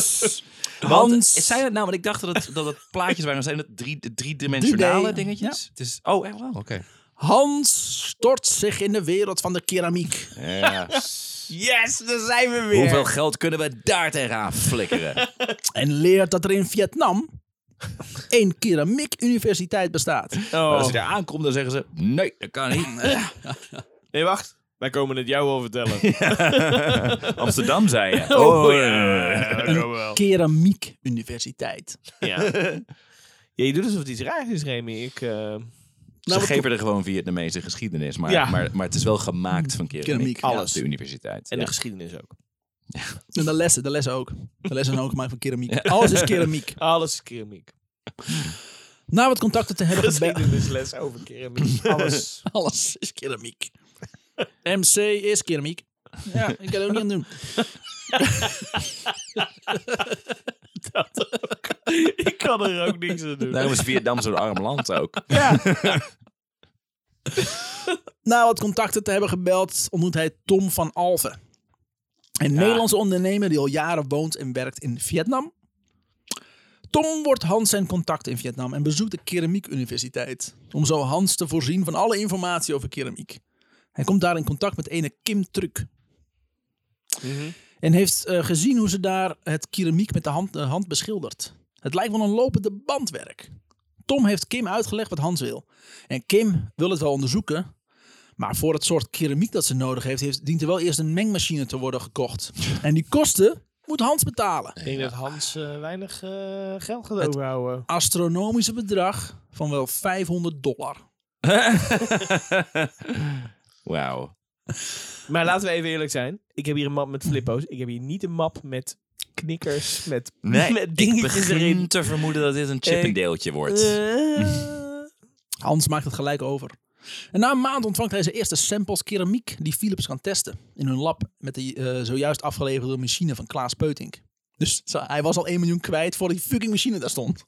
[SPEAKER 3] Want
[SPEAKER 1] Hans.
[SPEAKER 3] zijn het nou, want ik dacht dat het, dat het plaatjes waren, zijn het drie, driedimensionale
[SPEAKER 1] 3D,
[SPEAKER 3] dingetjes? Het is, oh, echt wel? Oké.
[SPEAKER 1] Hans stort zich in de wereld van de keramiek.
[SPEAKER 3] Ja.
[SPEAKER 2] Yes, daar zijn we weer.
[SPEAKER 3] Hoeveel geld kunnen we daar tegenaan flikkeren?
[SPEAKER 1] En leert dat er in Vietnam één keramiek universiteit bestaat.
[SPEAKER 3] Als je daar aankomt, dan zeggen ze... Nee, dat kan niet.
[SPEAKER 2] Nee, wacht. Wij komen het jou wel vertellen.
[SPEAKER 3] Amsterdam, zei je.
[SPEAKER 2] Oh,
[SPEAKER 3] Oh,
[SPEAKER 2] ja,
[SPEAKER 3] ja.
[SPEAKER 2] dat kan wel.
[SPEAKER 1] Keramiek universiteit.
[SPEAKER 2] Ja. Ja, je doet alsof het iets raars is, Remy. Ik, eh,
[SPEAKER 3] Ze geven er gewoon Vietnamese geschiedenis. Maar,
[SPEAKER 2] Ja.
[SPEAKER 3] maar, maar het is wel gemaakt van keramiek.
[SPEAKER 1] Keramiek, ja.
[SPEAKER 3] Alles. De universiteit.
[SPEAKER 2] en
[SPEAKER 3] Ja.
[SPEAKER 2] de geschiedenis ook.
[SPEAKER 1] En de lessen, de lessen ook. De lessen zijn ook gemaakt van keramiek. Alles is keramiek.
[SPEAKER 2] Alles is keramiek.
[SPEAKER 1] Na wat contacten te hebben gezocht.
[SPEAKER 2] Geschiedenisles over keramiek. Alles.
[SPEAKER 1] Alles is keramiek. MC is keramiek. Ja, ik kan er ook niet aan doen.
[SPEAKER 2] ik kan er ook niks aan doen.
[SPEAKER 3] Daarom is Nou, Vietnam zo'n arm land ook.
[SPEAKER 1] Na wat contacten te hebben gebeld, ontmoet hij Tom van Alve. Een Nederlandse ondernemer die al jaren woont en werkt in Vietnam. Tom wordt Hans zijn contact in Vietnam en bezoekt de Keramiek Universiteit. Om zo Hans te voorzien van alle informatie over keramiek. Hij komt daar in contact met ene Kim Truk.
[SPEAKER 2] Mhm.
[SPEAKER 1] En heeft eh, gezien hoe ze daar het keramiek met de hand, de hand beschildert. Het lijkt wel een lopende bandwerk. Tom heeft Kim uitgelegd wat Hans wil. En Kim wil het wel onderzoeken, maar voor het soort keramiek dat ze nodig heeft, heeft dient er wel eerst een mengmachine te worden gekocht. En die kosten moet Hans betalen.
[SPEAKER 2] Ik denk dat Hans eh, weinig eh, geld gaat overhouden.
[SPEAKER 1] Astronomische bedrag van wel 500 dollar.
[SPEAKER 3] Wauw.
[SPEAKER 2] Maar laten we even eerlijk zijn. Ik heb hier een map met flippo's. Ik heb hier niet een map met knikkers, met, met dingetjes erin.
[SPEAKER 3] te vermoeden dat dit een chippendeeltje wordt.
[SPEAKER 2] Eh,
[SPEAKER 1] Hans maakt het gelijk over. En na een maand ontvangt hij zijn eerste samples keramiek die Philips kan testen in hun lab met de eh, zojuist afgeleverde machine van Klaas Peutink. Dus zo- hij was al 1 miljoen kwijt voor die fucking machine daar stond.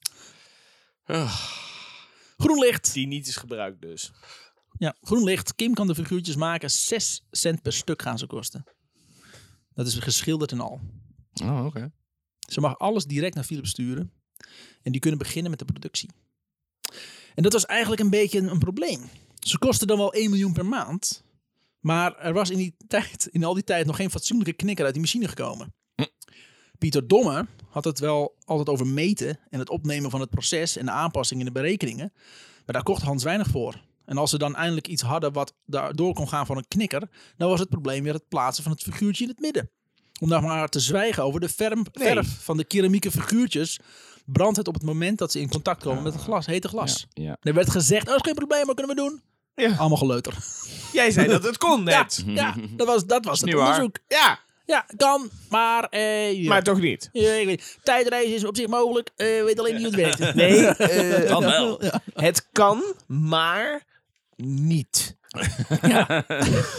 [SPEAKER 1] Groen licht.
[SPEAKER 2] die niet is gebruikt dus.
[SPEAKER 1] Ja, groen licht. Kim kan de figuurtjes maken. 6 cent per stuk gaan ze kosten. Dat is geschilderd en al.
[SPEAKER 3] Oh, oké.
[SPEAKER 1] Ze mag alles direct naar Philips sturen. En die kunnen beginnen met de productie. En dat was eigenlijk een beetje een, een probleem. Ze kosten dan wel 1 miljoen per maand. Maar er was in, die tijd, in al die tijd nog geen fatsoenlijke knikker uit die machine gekomen. Pieter Domme had het wel altijd over meten en het opnemen van het proces en de aanpassing in de berekeningen. Maar daar kocht Hans weinig voor. En als ze dan eindelijk iets hadden wat daardoor kon gaan van een knikker, dan was het probleem weer het plaatsen van het figuurtje in het midden. Om daar maar te zwijgen over de verm- verf van de keramieke figuurtjes, brandt het op het moment dat ze in contact komen met het glas, hete glas.
[SPEAKER 3] Ja.
[SPEAKER 1] Er werd gezegd, oh, is geen probleem, wat kunnen we doen?
[SPEAKER 2] Ja.
[SPEAKER 1] Allemaal geleuter.
[SPEAKER 2] Jij zei dat het kon
[SPEAKER 1] Ja,
[SPEAKER 2] net.
[SPEAKER 1] ja dat was, dat was het
[SPEAKER 3] niet waar.
[SPEAKER 1] onderzoek.
[SPEAKER 2] Ja,
[SPEAKER 1] Ja, kan, maar... eh, ja.
[SPEAKER 2] maar toch niet.
[SPEAKER 1] Ja, ik weet- tijdreizen is op zich mogelijk, eh, weet alleen niet hoe het werkt.
[SPEAKER 2] Nee, eh,
[SPEAKER 3] Kan wel.
[SPEAKER 2] het kan, maar niet.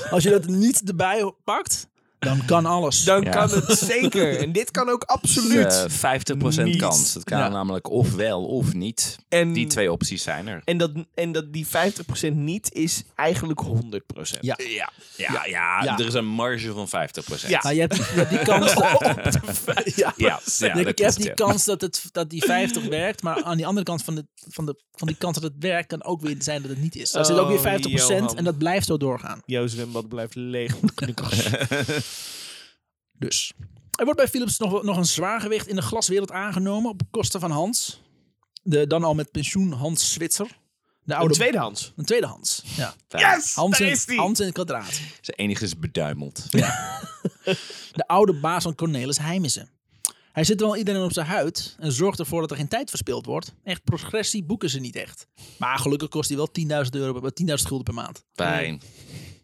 [SPEAKER 1] Als je dat niet erbij pakt, dan kan alles.
[SPEAKER 2] Dan
[SPEAKER 3] Ja.
[SPEAKER 2] kan het zeker. En dit kan ook absoluut.
[SPEAKER 3] Dus, eh, 50%
[SPEAKER 2] Niet.
[SPEAKER 3] kans. Het kan
[SPEAKER 1] Ja.
[SPEAKER 3] namelijk of wel of niet.
[SPEAKER 2] En-
[SPEAKER 3] Die twee opties zijn er.
[SPEAKER 2] En, dat, en dat die 50% niet is eigenlijk 100%.
[SPEAKER 1] Ja.
[SPEAKER 3] Ja, ja, ja,
[SPEAKER 1] Ja.
[SPEAKER 3] er is een marge van 50%.
[SPEAKER 2] Ja.
[SPEAKER 1] Maar je hebt, je hebt die kans... ja,
[SPEAKER 3] ja, ja,
[SPEAKER 1] je
[SPEAKER 3] dat
[SPEAKER 1] hebt
[SPEAKER 3] klopt,
[SPEAKER 1] die
[SPEAKER 3] ja.
[SPEAKER 1] kans dat, het, dat die 50 werkt, maar aan die andere kant van, de, van, de, van die kans dat het werkt, kan ook weer zijn dat het niet is. Daar zit ook
[SPEAKER 2] Oh,
[SPEAKER 1] weer 50%
[SPEAKER 2] Johan.
[SPEAKER 1] en dat blijft zo doorgaan.
[SPEAKER 2] Jouw zwembad blijft leeg.
[SPEAKER 1] Dus. Er wordt bij Philips nog, wel- nog een zwaargewicht in de glaswereld aangenomen op kosten van Hans. De dan al met pensioen Hans Zwitser. De
[SPEAKER 2] Oh,
[SPEAKER 1] oude,
[SPEAKER 2] tweedehands.
[SPEAKER 1] een tweede Hans. Ja.
[SPEAKER 2] Yes,
[SPEAKER 1] Hans,
[SPEAKER 2] daar
[SPEAKER 1] in,
[SPEAKER 2] is die.
[SPEAKER 1] Hans in het kwadraat.
[SPEAKER 3] Zijn enige is beduimeld.
[SPEAKER 1] De oude baas van Cornelis Heimissen. Hij zit wel iedereen op zijn huid en zorgt ervoor dat er geen tijd verspild wordt. Echt progressie boeken ze niet echt. Maar gelukkig kost hij wel 10.000 euro, per- 10.000 gulden per maand.
[SPEAKER 3] Fijn.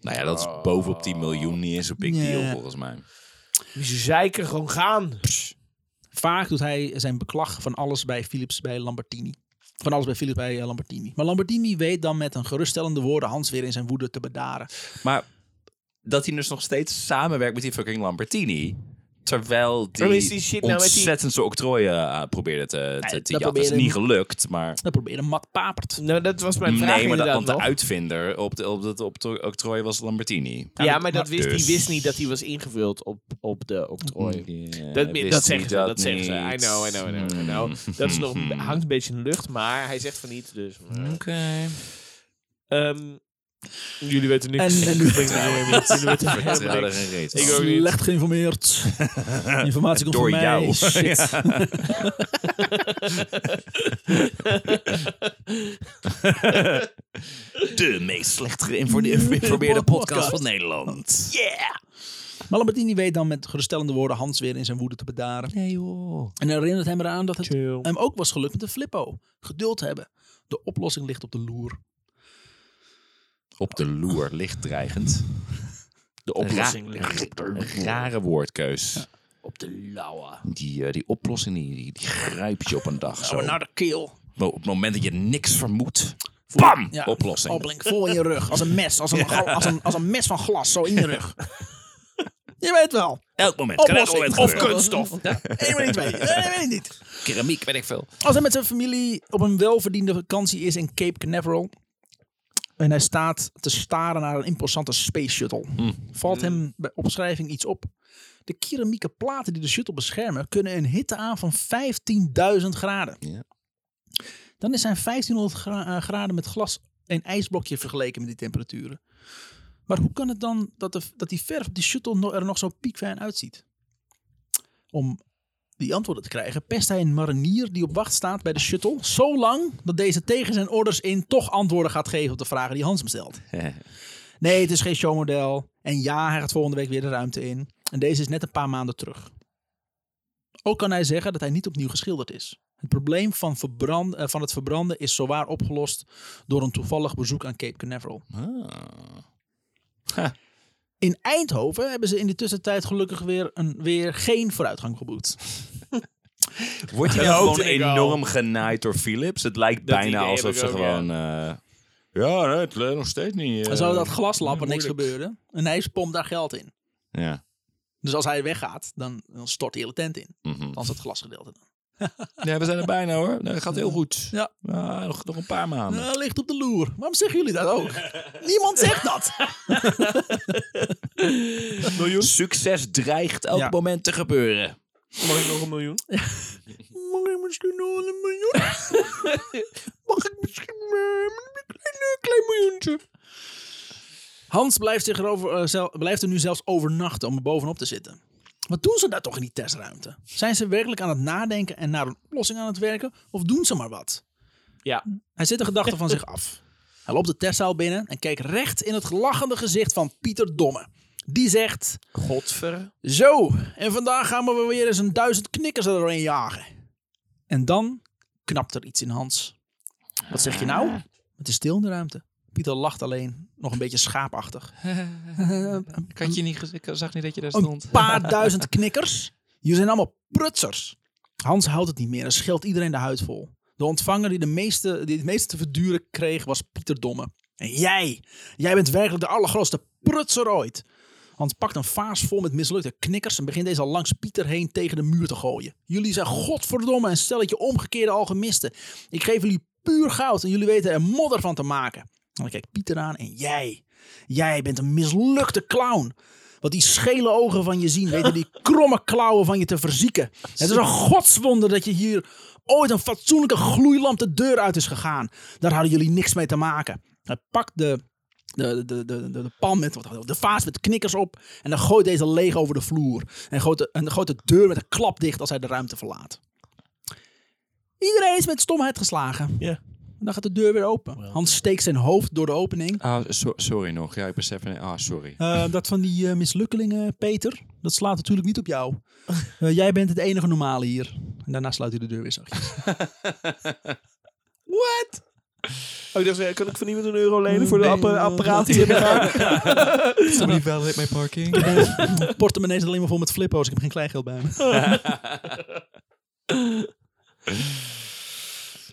[SPEAKER 3] Nou ja, dat is bovenop die miljoen niet eens een big
[SPEAKER 1] Ja.
[SPEAKER 3] deal volgens mij.
[SPEAKER 2] Ze zeiken gewoon gaan.
[SPEAKER 1] Vaak doet hij zijn beklag van alles bij Philips bij Lambertini. Van alles bij Philips bij eh, Lambertini. Maar Lambertini weet dan met een geruststellende woorden Hans weer in zijn woede te bedaren.
[SPEAKER 3] Maar dat hij dus nog steeds samenwerkt met die fucking Lambertini. Terwijl die,
[SPEAKER 2] Waarom is die shit nou met die-
[SPEAKER 3] ontzettend zijn octrooien eh, probeerde te, te, te
[SPEAKER 1] dat
[SPEAKER 3] jatten. Dat is
[SPEAKER 1] probeerde-
[SPEAKER 3] niet gelukt, maar...
[SPEAKER 1] Dat probeerde Matt Papert.
[SPEAKER 2] Nou, dat was mijn vraag
[SPEAKER 3] Nee, maar dat,
[SPEAKER 2] inderdaad
[SPEAKER 3] want de
[SPEAKER 2] nog.
[SPEAKER 3] uitvinder op, de, op dat op octrooi was Lambertini.
[SPEAKER 2] Ja, maar dat wist,
[SPEAKER 3] dus-
[SPEAKER 2] die wist niet dat hij was ingevuld op, op de octrooi.
[SPEAKER 3] Ja,
[SPEAKER 2] Dat,
[SPEAKER 3] wist
[SPEAKER 2] dat
[SPEAKER 3] hij
[SPEAKER 2] zeggen ze, dat, zeggen ze. I
[SPEAKER 3] niet? Hmm.
[SPEAKER 2] know, I know, I know. I know. Dat is nog,
[SPEAKER 3] Hmm.
[SPEAKER 2] hangt een beetje in de lucht, maar hij zegt van niet. Dus,
[SPEAKER 3] Oké.
[SPEAKER 2] Ehm, Jullie weten niks.
[SPEAKER 1] En- en-
[SPEAKER 2] Ik denk dat jullie weten- jullie weten helemaal
[SPEAKER 3] Vertrouwde
[SPEAKER 2] niks.
[SPEAKER 3] geen reet.
[SPEAKER 2] Ik ook niet.
[SPEAKER 1] Slecht geïnformeerd. Informatie komt
[SPEAKER 3] Door
[SPEAKER 1] van mij.
[SPEAKER 3] jou.
[SPEAKER 1] Shit.
[SPEAKER 3] De meest slecht geïnformeerde podcast van Nederland.
[SPEAKER 1] Maar Lambertini weet dan met geruststellende woorden Hans weer in zijn woede te bedaren.
[SPEAKER 3] Nee joh.
[SPEAKER 1] En herinnert hem eraan dat het
[SPEAKER 2] Chill.
[SPEAKER 1] hem ook was gelukt met de flippo. Geduld hebben. De oplossing ligt op de loer.
[SPEAKER 3] Op de loer, licht dreigend.
[SPEAKER 2] De oplossing ligt op de
[SPEAKER 3] Een rare woordkeus.
[SPEAKER 1] Op de lauwe.
[SPEAKER 3] Die, eh, die oplossing die, die, die grijp je op een
[SPEAKER 2] Nou,
[SPEAKER 3] dag. Zo.
[SPEAKER 1] Zo naar de keel.
[SPEAKER 3] Maar Op het moment dat je niks vermoedt.
[SPEAKER 1] Voel-
[SPEAKER 3] Bam!
[SPEAKER 1] Ja.
[SPEAKER 3] Oplossing.
[SPEAKER 1] Oplink, vol in je rug. Als een mes. Als een, als, een, als een mes van glas. Zo in je rug. Je weet wel.
[SPEAKER 3] elk moment. kan elk
[SPEAKER 1] Oplossing.
[SPEAKER 3] moment
[SPEAKER 1] Of
[SPEAKER 3] gebeuren.
[SPEAKER 1] kunststof. Eén van die twee. Nee, ik weet het niet.
[SPEAKER 3] Keramiek, weet ik veel.
[SPEAKER 1] Als hij met zijn familie op een welverdiende vakantie is in Cape Canaveral. En hij staat te staren naar een imposante space shuttle. Valt hem bij opschrijving iets op. De keramieke platen die de shuttle beschermen kunnen een hitte aan van 15.000 graden.
[SPEAKER 3] Ja.
[SPEAKER 1] Dan is zijn 1500 gra- eh, graden met glas een ijsblokje vergeleken met die temperaturen. Maar hoe kan het dan dat, de, dat die verf op die shuttle no- er nog zo piekfijn uitziet? Om die antwoorden te krijgen, pest hij een marinier die op wacht staat bij de shuttle. Zo lang dat deze tegen zijn orders in toch antwoorden gaat geven op de vragen die Hans hem stelt. Nee, het is geen showmodel. En ja, hij gaat volgende week weer de ruimte in. En deze is net een paar maanden terug. Ook kan hij zeggen dat hij niet opnieuw geschilderd is. Het probleem van, verbrand, eh, van het verbranden is zowaar opgelost door een toevallig bezoek aan Cape Canaveral.
[SPEAKER 3] Ah.
[SPEAKER 1] In Eindhoven hebben ze in de tussentijd gelukkig weer, een, weer geen vooruitgang geboekt.
[SPEAKER 3] Wordt je
[SPEAKER 2] Dat
[SPEAKER 3] nou gewoon
[SPEAKER 2] hoopte ik al.
[SPEAKER 3] enorm genaaid door Philips? Het lijkt
[SPEAKER 2] Dat
[SPEAKER 3] bijna
[SPEAKER 2] idee heb
[SPEAKER 3] alsof
[SPEAKER 2] ik
[SPEAKER 3] ze
[SPEAKER 2] ook, ja.
[SPEAKER 3] gewoon... eh, Ja, nee, het leert nog steeds niet. eh,
[SPEAKER 1] Dan zou dat glaslappen niks
[SPEAKER 3] moeilijk.
[SPEAKER 1] gebeuren. En hij pompt daar geld in.
[SPEAKER 3] Ja.
[SPEAKER 1] Dus als hij weggaat, dan, dan stort de hele tent in.
[SPEAKER 3] Mhm.
[SPEAKER 1] Althans, het glasgedeelte dan.
[SPEAKER 3] Ja, we zijn er bijna hoor. Nee, dat gaat heel goed.
[SPEAKER 1] Ja.
[SPEAKER 3] Ah, nog, nog een paar maanden.
[SPEAKER 1] Nou, ligt op de loer. Waarom zeggen jullie dat ook? Niemand zegt dat.
[SPEAKER 2] Miljoen?
[SPEAKER 3] Succes dreigt elk
[SPEAKER 1] Ja.
[SPEAKER 3] moment te gebeuren.
[SPEAKER 2] Mag ik nog een miljoen?
[SPEAKER 1] Mag ik misschien nog een miljoen? Mag ik misschien eh, een klein, eh, klein miljoentje? Hans blijft, zich erover, eh, zel- blijft er nu zelfs overnachten om er bovenop te zitten. Wat doen ze daar toch in die testruimte? Zijn ze werkelijk aan het nadenken en naar een oplossing aan het werken? Of doen ze maar wat?
[SPEAKER 2] Ja.
[SPEAKER 1] Hij zit de gedachten van zich af. Hij loopt de testzaal binnen en kijkt recht in het lachende gezicht van Pieter Domme. Die zegt...
[SPEAKER 2] Godver.
[SPEAKER 1] Zo, en vandaag gaan we weer eens een duizend knikkers er doorheen jagen. En dan knapt er iets in Hans. Wat zeg je nou? Het is stil in de ruimte. Pieter lacht alleen, nog een beetje schaapachtig.
[SPEAKER 5] Ik, had je niet gez- ik zag niet dat je daar
[SPEAKER 1] Een
[SPEAKER 5] stond.
[SPEAKER 1] paar duizend knikkers? Jullie zijn allemaal prutsers. Hans houdt het niet meer en scheelt iedereen de huid vol. De ontvanger die, de meeste, die het meeste te verduren kreeg was Pieter Domme. En jij, jij bent werkelijk de allergrootste prutser ooit. Hans pakt een vaas vol met mislukte knikkers en begint deze al langs Pieter heen tegen de muur te gooien. Jullie zijn godverdomme een stelletje omgekeerde alchemisten. Ik geef jullie puur goud en jullie weten er modder van te maken. En dan kijkt Pieter aan en jij, jij bent een mislukte clown. Wat die schele ogen van je zien, weten die kromme klauwen van je te verzieken. Het is een godswonder dat je hier ooit een fatsoenlijke gloeilamp de deur uit is gegaan. Daar hadden jullie niks mee te maken. Hij pakt de, de, de, de, de, de pan met, de vaas met knikkers op en dan gooit deze leeg over de vloer. En gooit de, en gooit de deur met een klap dicht als hij de ruimte verlaat. Iedereen is met stomheid geslagen.
[SPEAKER 2] Ja.
[SPEAKER 1] En dan gaat de deur weer open. Hans steekt zijn hoofd door de opening.
[SPEAKER 3] Ah, so- sorry nog. Ja, ik besef... Ah, sorry.
[SPEAKER 1] Eh, dat van die eh, mislukkelingen, Peter, dat slaat natuurlijk niet op jou. Eh, jij bent het enige normale hier. En daarna sluit hij de deur weer zachtjes.
[SPEAKER 2] What? Oh, ik dacht, eh, kan ik van iemand een euro lenen voor de
[SPEAKER 5] Nee,
[SPEAKER 2] app apparaat die
[SPEAKER 5] Somebody validate my parking.
[SPEAKER 1] Mijn Portemonnee is alleen maar vol met flippo's. Ik heb geen kleingeld bij me.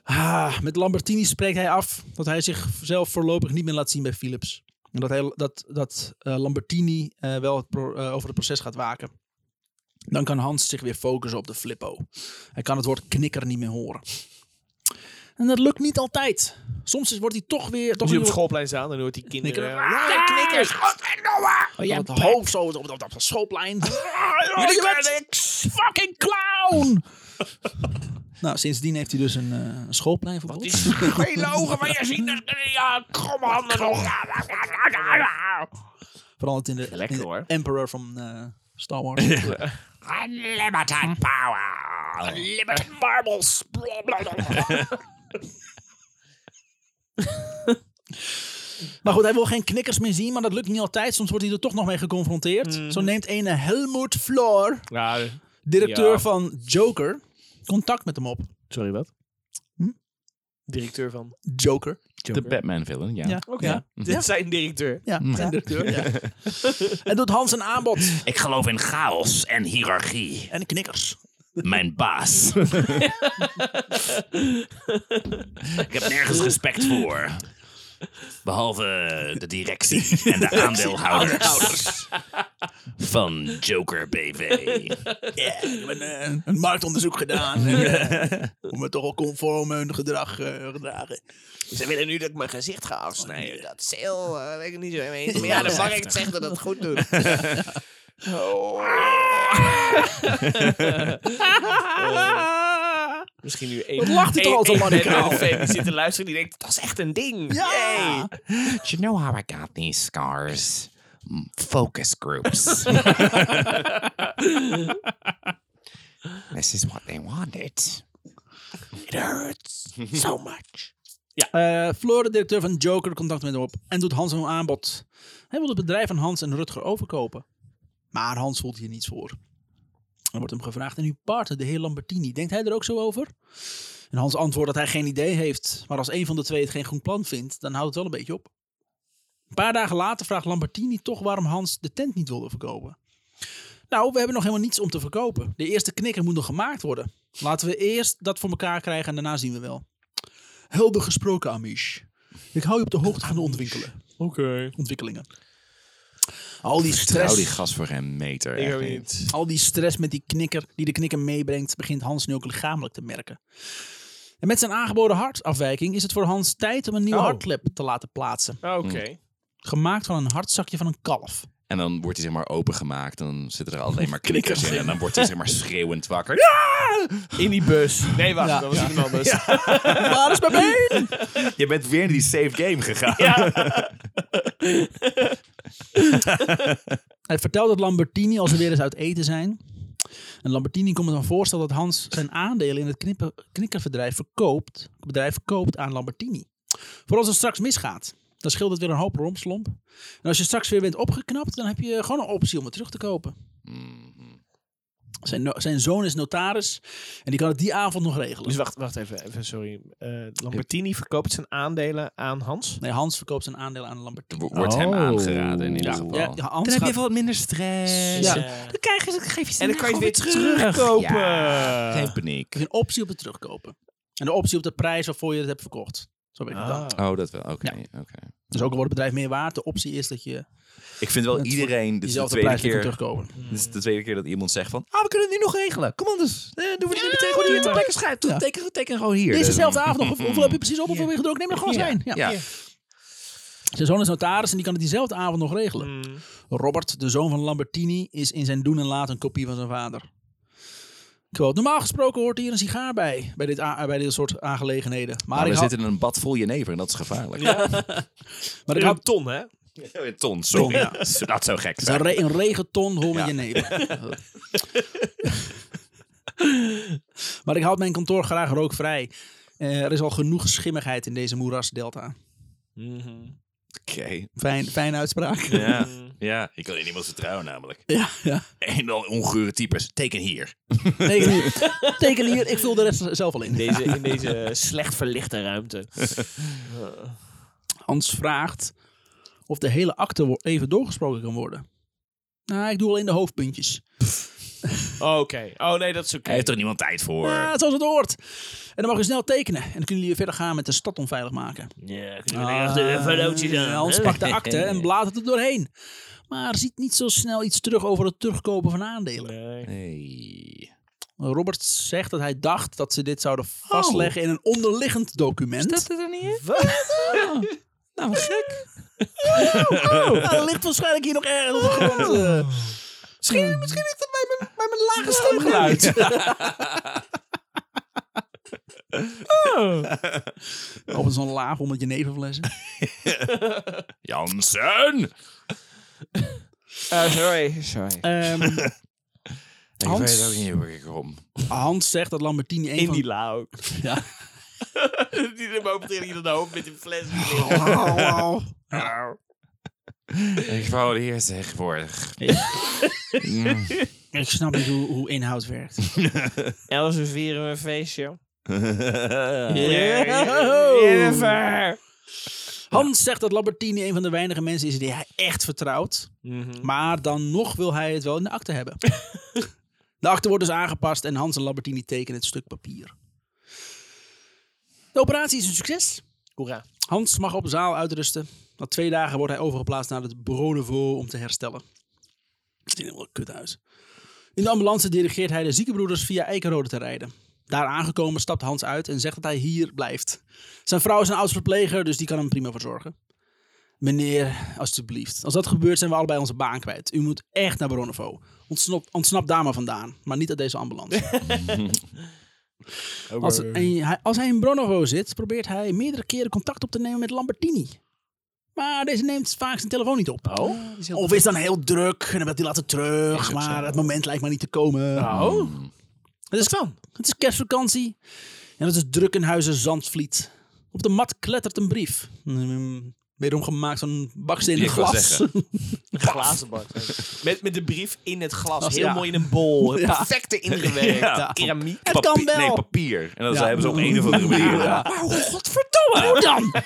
[SPEAKER 1] Ah, met Lambertini spreekt hij af dat hij zichzelf voorlopig niet meer laat zien bij Philips. En dat, hij, dat, dat eh, Lambertini eh, wel het pro- eh, over het proces gaat waken. Dan kan Hans zich weer focussen op de flippo. Hij kan het woord knikker niet meer horen. En dat lukt niet altijd. Soms is- wordt hij toch weer... Toch
[SPEAKER 2] Als je
[SPEAKER 1] weer
[SPEAKER 2] op het schoolplein staat, dan hoort die kinderen...
[SPEAKER 1] Knikker. Ah, knikkers. Oh, jij hebt het hoofd zo op, op, op, op de schooplijn. Jullie bent niks. Fucking clown. Nou, sindsdien heeft hij dus een, eh, een schoolplein verbod.
[SPEAKER 2] Gele ogen waar je ziet dat... Ja, kromme handen nog.
[SPEAKER 1] Veranderd in de,
[SPEAKER 2] Lekker,
[SPEAKER 1] in de
[SPEAKER 2] hoor.
[SPEAKER 1] Emperor van eh, Star Wars. Hm.
[SPEAKER 4] Unlimited power. Unlimited marbles.
[SPEAKER 1] Maar goed, hij wil geen knikkers meer zien, maar dat lukt niet altijd. Soms wordt hij er toch nog mee geconfronteerd.
[SPEAKER 2] Hmm.
[SPEAKER 1] Zo neemt ene Helmut Floor,
[SPEAKER 2] Ja,
[SPEAKER 1] directeur
[SPEAKER 2] Ja.
[SPEAKER 1] van Joker, contact met hem op.
[SPEAKER 2] sorry, wat?
[SPEAKER 1] Hm?
[SPEAKER 2] Directeur van...
[SPEAKER 1] Joker.
[SPEAKER 3] De Batman villain, ja.
[SPEAKER 1] Ja,
[SPEAKER 2] Oké.
[SPEAKER 1] ja,
[SPEAKER 2] Dit zijn directeur.
[SPEAKER 1] ja, zijn directeur. Ja. En doet Hans een aanbod.
[SPEAKER 4] Ik geloof in chaos en hiërarchie.
[SPEAKER 1] En knikkers.
[SPEAKER 4] Mijn baas. Ik heb nergens respect voor. Behalve de directie en de aandeelhouders van Joker BV.
[SPEAKER 1] Ja, ik heb een, eh, een marktonderzoek gedaan. En, eh, om me toch al conform hun gedrag eh, gedragen.
[SPEAKER 2] Ze willen nu dat ik mijn gezicht ga afsnijden. Dat is heel... eh, weet ik niet zo mee eens. Maar
[SPEAKER 1] Ja,
[SPEAKER 2] ja, de
[SPEAKER 1] dat is
[SPEAKER 2] markt zegt dat het goed doet. Eh, Misschien nu één.
[SPEAKER 1] Wat lacht hij toch
[SPEAKER 2] één-
[SPEAKER 1] altijd,
[SPEAKER 2] één
[SPEAKER 1] Marikaal?
[SPEAKER 2] fan- fan die zit te luisteren die denkt, dat is echt een ding.
[SPEAKER 1] Ja!
[SPEAKER 2] Yay.
[SPEAKER 4] You know how I got these scars? Focus groups. This is what they wanted.
[SPEAKER 1] It hurts so much. Ja. Eh, Floor, de directeur van Joker, contact met hem op en doet Hans een aanbod. Hij wil het bedrijf van Hans en Rutger overkopen. Maar Hans voelt hier niets voor. Er wordt hem gevraagd, en uw partner, de heer Lambertini, denkt hij er ook zo over? En Hans antwoordt dat hij geen idee heeft, maar als een van de twee het geen goed plan vindt, dan houdt het wel een beetje op. Een paar dagen later vraagt Lambertini toch waarom Hans de tent niet wilde verkopen. Nou, we hebben nog helemaal niets om te verkopen. De eerste knikker moet nog gemaakt worden. Laten we eerst dat voor elkaar krijgen en daarna zien we wel. Helder gesproken, Amish. Ik hou je op de hoogte van de ontwikkelen,
[SPEAKER 2] Oké.
[SPEAKER 1] ontwikkelingen. Al die
[SPEAKER 3] Trouw die
[SPEAKER 1] stress,
[SPEAKER 3] gas voor geen meter.
[SPEAKER 2] Ik
[SPEAKER 3] echt
[SPEAKER 2] weet
[SPEAKER 3] niet.
[SPEAKER 2] niet.
[SPEAKER 1] al die stress met die knikker die de knikker meebrengt, begint Hans nu ook lichamelijk te merken. En met zijn aangeboden hartafwijking is het voor Hans tijd om een nieuwe
[SPEAKER 2] Oh.
[SPEAKER 1] hartklep te laten plaatsen.
[SPEAKER 2] Oké.
[SPEAKER 1] Gemaakt van een hartzakje van een kalf.
[SPEAKER 3] En dan wordt hij zeg maar opengemaakt. Dan zitten er alleen maar knikkers in. En dan wordt hij zeg maar schreeuwend wakker.
[SPEAKER 2] In die bus. Nee, wacht.
[SPEAKER 1] Ja.
[SPEAKER 2] Dat was iemand anders.
[SPEAKER 1] Waar is mijn been?
[SPEAKER 3] Je bent weer in die safe game gegaan.
[SPEAKER 1] Hij vertelt dat Lambertini als ze weer eens uit eten zijn. En Lambertini komt met een voorstel dat Hans zijn aandelen in het knippen- knikkerbedrijf verkoopt, het bedrijf verkoopt aan Lambertini. Voor als het straks misgaat, dan scheelt het weer een hoop romslomp. En als je straks weer bent opgeknapt, dan heb je gewoon een optie om het terug te kopen. Zijn, no- zijn zoon is notaris en die kan het die avond nog regelen.
[SPEAKER 2] Dus wacht, wacht even, even sorry. Eh, Lambertini verkoopt zijn aandelen aan Hans.
[SPEAKER 1] Nee, Hans verkoopt zijn aandelen aan Lambertini.
[SPEAKER 3] Wo- Wordt hem
[SPEAKER 2] Oh.
[SPEAKER 3] aangeraden in ieder geval.
[SPEAKER 1] Ja, Hans gaat-
[SPEAKER 3] wat minder stress.
[SPEAKER 1] Ja.
[SPEAKER 2] En
[SPEAKER 4] Krijg eens, geef je ze
[SPEAKER 2] dan kan je het weer
[SPEAKER 4] terug.
[SPEAKER 2] terugkopen.
[SPEAKER 3] Geen paniek.
[SPEAKER 1] een optie op het terugkopen. En de optie op de prijs waarvoor je het hebt verkocht. Zo weet ik het dan.
[SPEAKER 2] Ah.
[SPEAKER 3] Oh, dat wel. Oké. oké.
[SPEAKER 1] Dus ook al wordt het bedrijf meer waard, de optie is dat je
[SPEAKER 3] Ik vind wel
[SPEAKER 1] Het
[SPEAKER 3] iedereen. Dit is, de
[SPEAKER 1] diezelfde
[SPEAKER 3] tweede
[SPEAKER 1] prijs weer
[SPEAKER 3] keer,
[SPEAKER 1] kan terugkomen.
[SPEAKER 3] dit is de tweede keer dat iemand zegt van. Ah, we kunnen het nu nog regelen. Kom anders. dus. Eh, doen we het niet meteen gewoon hier ter plekke schrijven. Doe-
[SPEAKER 1] Ja.
[SPEAKER 3] Teken, teken gewoon hier.
[SPEAKER 1] Dezezelfde avond nog. Hoeveel heb je precies op? Hoeveel heb je gedronken? Neem nog gewoon wijn. Ja.
[SPEAKER 3] Ja.
[SPEAKER 1] Zijn zoon is notaris en die kan het diezelfde avond nog regelen.
[SPEAKER 2] Mm.
[SPEAKER 1] Robert, de zoon van Lambertini, is in zijn doen en laten een kopie van zijn vader. Quote, normaal gesproken hoort hier een sigaar bij, bij dit, a- bij dit soort aangelegenheden. Maar,
[SPEAKER 3] Maar Nou, we
[SPEAKER 1] ik, had,
[SPEAKER 3] zitten in een bad vol jenever en dat is gevaarlijk.
[SPEAKER 1] maar ik
[SPEAKER 2] In een
[SPEAKER 1] had
[SPEAKER 2] ton, hè?
[SPEAKER 3] Een Ton, sorry.
[SPEAKER 1] Ton,
[SPEAKER 3] Dat zou gek
[SPEAKER 1] een,
[SPEAKER 3] zijn.
[SPEAKER 1] re- een regenton vol met
[SPEAKER 3] Ja.
[SPEAKER 1] je neven. maar ik houd mijn kantoor graag rookvrij. Eh, er is al genoeg schimmigheid in deze moerasdelta.
[SPEAKER 3] Oké.
[SPEAKER 1] Fijn, fijne uitspraak.
[SPEAKER 3] Ja. ja, ik kan in niemand vertrouwen namelijk.
[SPEAKER 1] Ja, ja.
[SPEAKER 3] En dan ongure types. Teken hier.
[SPEAKER 1] Teken hier. Teken hier. Ik vul de rest zelf al in.
[SPEAKER 2] Deze, in deze slecht verlichte ruimte.
[SPEAKER 1] Hans vraagt of de hele akte wo- even doorgesproken kan worden. Nou, ik doe alleen de hoofdpuntjes.
[SPEAKER 2] Oké. Oh nee, dat is oké.
[SPEAKER 3] Hij heeft er niemand tijd voor.
[SPEAKER 1] Ja, Ah, zoals het hoort. En dan mag je snel tekenen. En dan kunnen jullie verder gaan met de stad onveilig maken.
[SPEAKER 2] Ja,
[SPEAKER 1] Ah, Hans pakt de akte en bladert er doorheen. Maar ziet niet zo snel iets terug over het terugkopen van aandelen.
[SPEAKER 3] Nee.
[SPEAKER 1] Robert zegt dat hij dacht dat ze dit zouden vastleggen in een onderliggend document.
[SPEAKER 5] het er niet in?
[SPEAKER 1] Nou, wat gek. Nou, dat ligt waarschijnlijk hier nog ergens op de grond. eh. Misschien, misschien ligt het bij mijn, bij mijn lage stemgeluid. Oh. Opent zo'n laag onder je nevenflessen.
[SPEAKER 3] Jansen!
[SPEAKER 1] Eh,
[SPEAKER 2] sorry, sorry.
[SPEAKER 1] Ehm
[SPEAKER 3] Ik
[SPEAKER 1] Hans,
[SPEAKER 3] weet ook niet hoe ik kom.
[SPEAKER 1] Hans zegt dat Lambertini een
[SPEAKER 2] In
[SPEAKER 1] van...
[SPEAKER 2] die la ook.
[SPEAKER 1] Ja.
[SPEAKER 2] die er boven tegen ieder de hoofd met die fles.
[SPEAKER 3] Ik wou hier tegenwoordig. Mm.
[SPEAKER 1] Ik snap niet hoe, hoe inhoud werkt.
[SPEAKER 2] Ellis, we vieren een feestje.
[SPEAKER 1] Jennifer! Hans zegt dat Lambertini een van de weinige mensen is die hij echt vertrouwt. Maar dan nog wil hij het wel in de akte hebben. de akte wordt dus aangepast en Hans en Lambertini tekenen het stuk papier. De operatie is een succes.
[SPEAKER 2] Hoera.
[SPEAKER 1] Hans mag op zaal uitrusten. Na twee dagen wordt hij overgeplaatst naar het Bureau Nouveau om te herstellen. Het ziet er helemaal kut uit. In de ambulance dirigeert hij de ziekenbroeders via Eikenrode te rijden. Daar aangekomen stapt Hans uit en zegt dat hij hier blijft. Zijn vrouw is een oud verpleger, dus die kan hem prima verzorgen. Meneer, alstublieft. Als dat gebeurt zijn we allebei onze baan kwijt. U moet echt naar Bureau Nouveau. Ontsnap, ontsnap daar maar vandaan. Maar niet uit deze ambulance. Als, en hij, als hij in Bronovo zit, probeert hij meerdere keren contact op te nemen met Lambertini. Maar deze neemt vaak zijn telefoon niet op.
[SPEAKER 2] Oh.
[SPEAKER 1] of is dan heel druk en dan werd hij later terug. Maar het moment lijkt maar niet te komen.
[SPEAKER 2] Oh.
[SPEAKER 1] Het is, het is kerstvakantie. En het is druk in huizen Zandvliet. Op de mat klettert een brief. Mm, Wederom gemaakt van bakstenen
[SPEAKER 3] Ik wou
[SPEAKER 1] glas.
[SPEAKER 3] zeggen.
[SPEAKER 2] Een glazen bak. Met, met de brief in het glas.
[SPEAKER 1] Glas,
[SPEAKER 2] Heel
[SPEAKER 1] ja.
[SPEAKER 2] mooi in een bol.
[SPEAKER 1] Ja.
[SPEAKER 2] Perfect erin ingewerkt.
[SPEAKER 1] Ja.
[SPEAKER 2] Keramiek.
[SPEAKER 1] Het kan
[SPEAKER 3] Papier-
[SPEAKER 1] wel.
[SPEAKER 3] Nee, papier. En dat
[SPEAKER 1] Ja.
[SPEAKER 3] hebben ze op een of andere manier.
[SPEAKER 1] Ja.
[SPEAKER 3] gedaan.
[SPEAKER 1] Maar hoe godverdomme, hoe dan?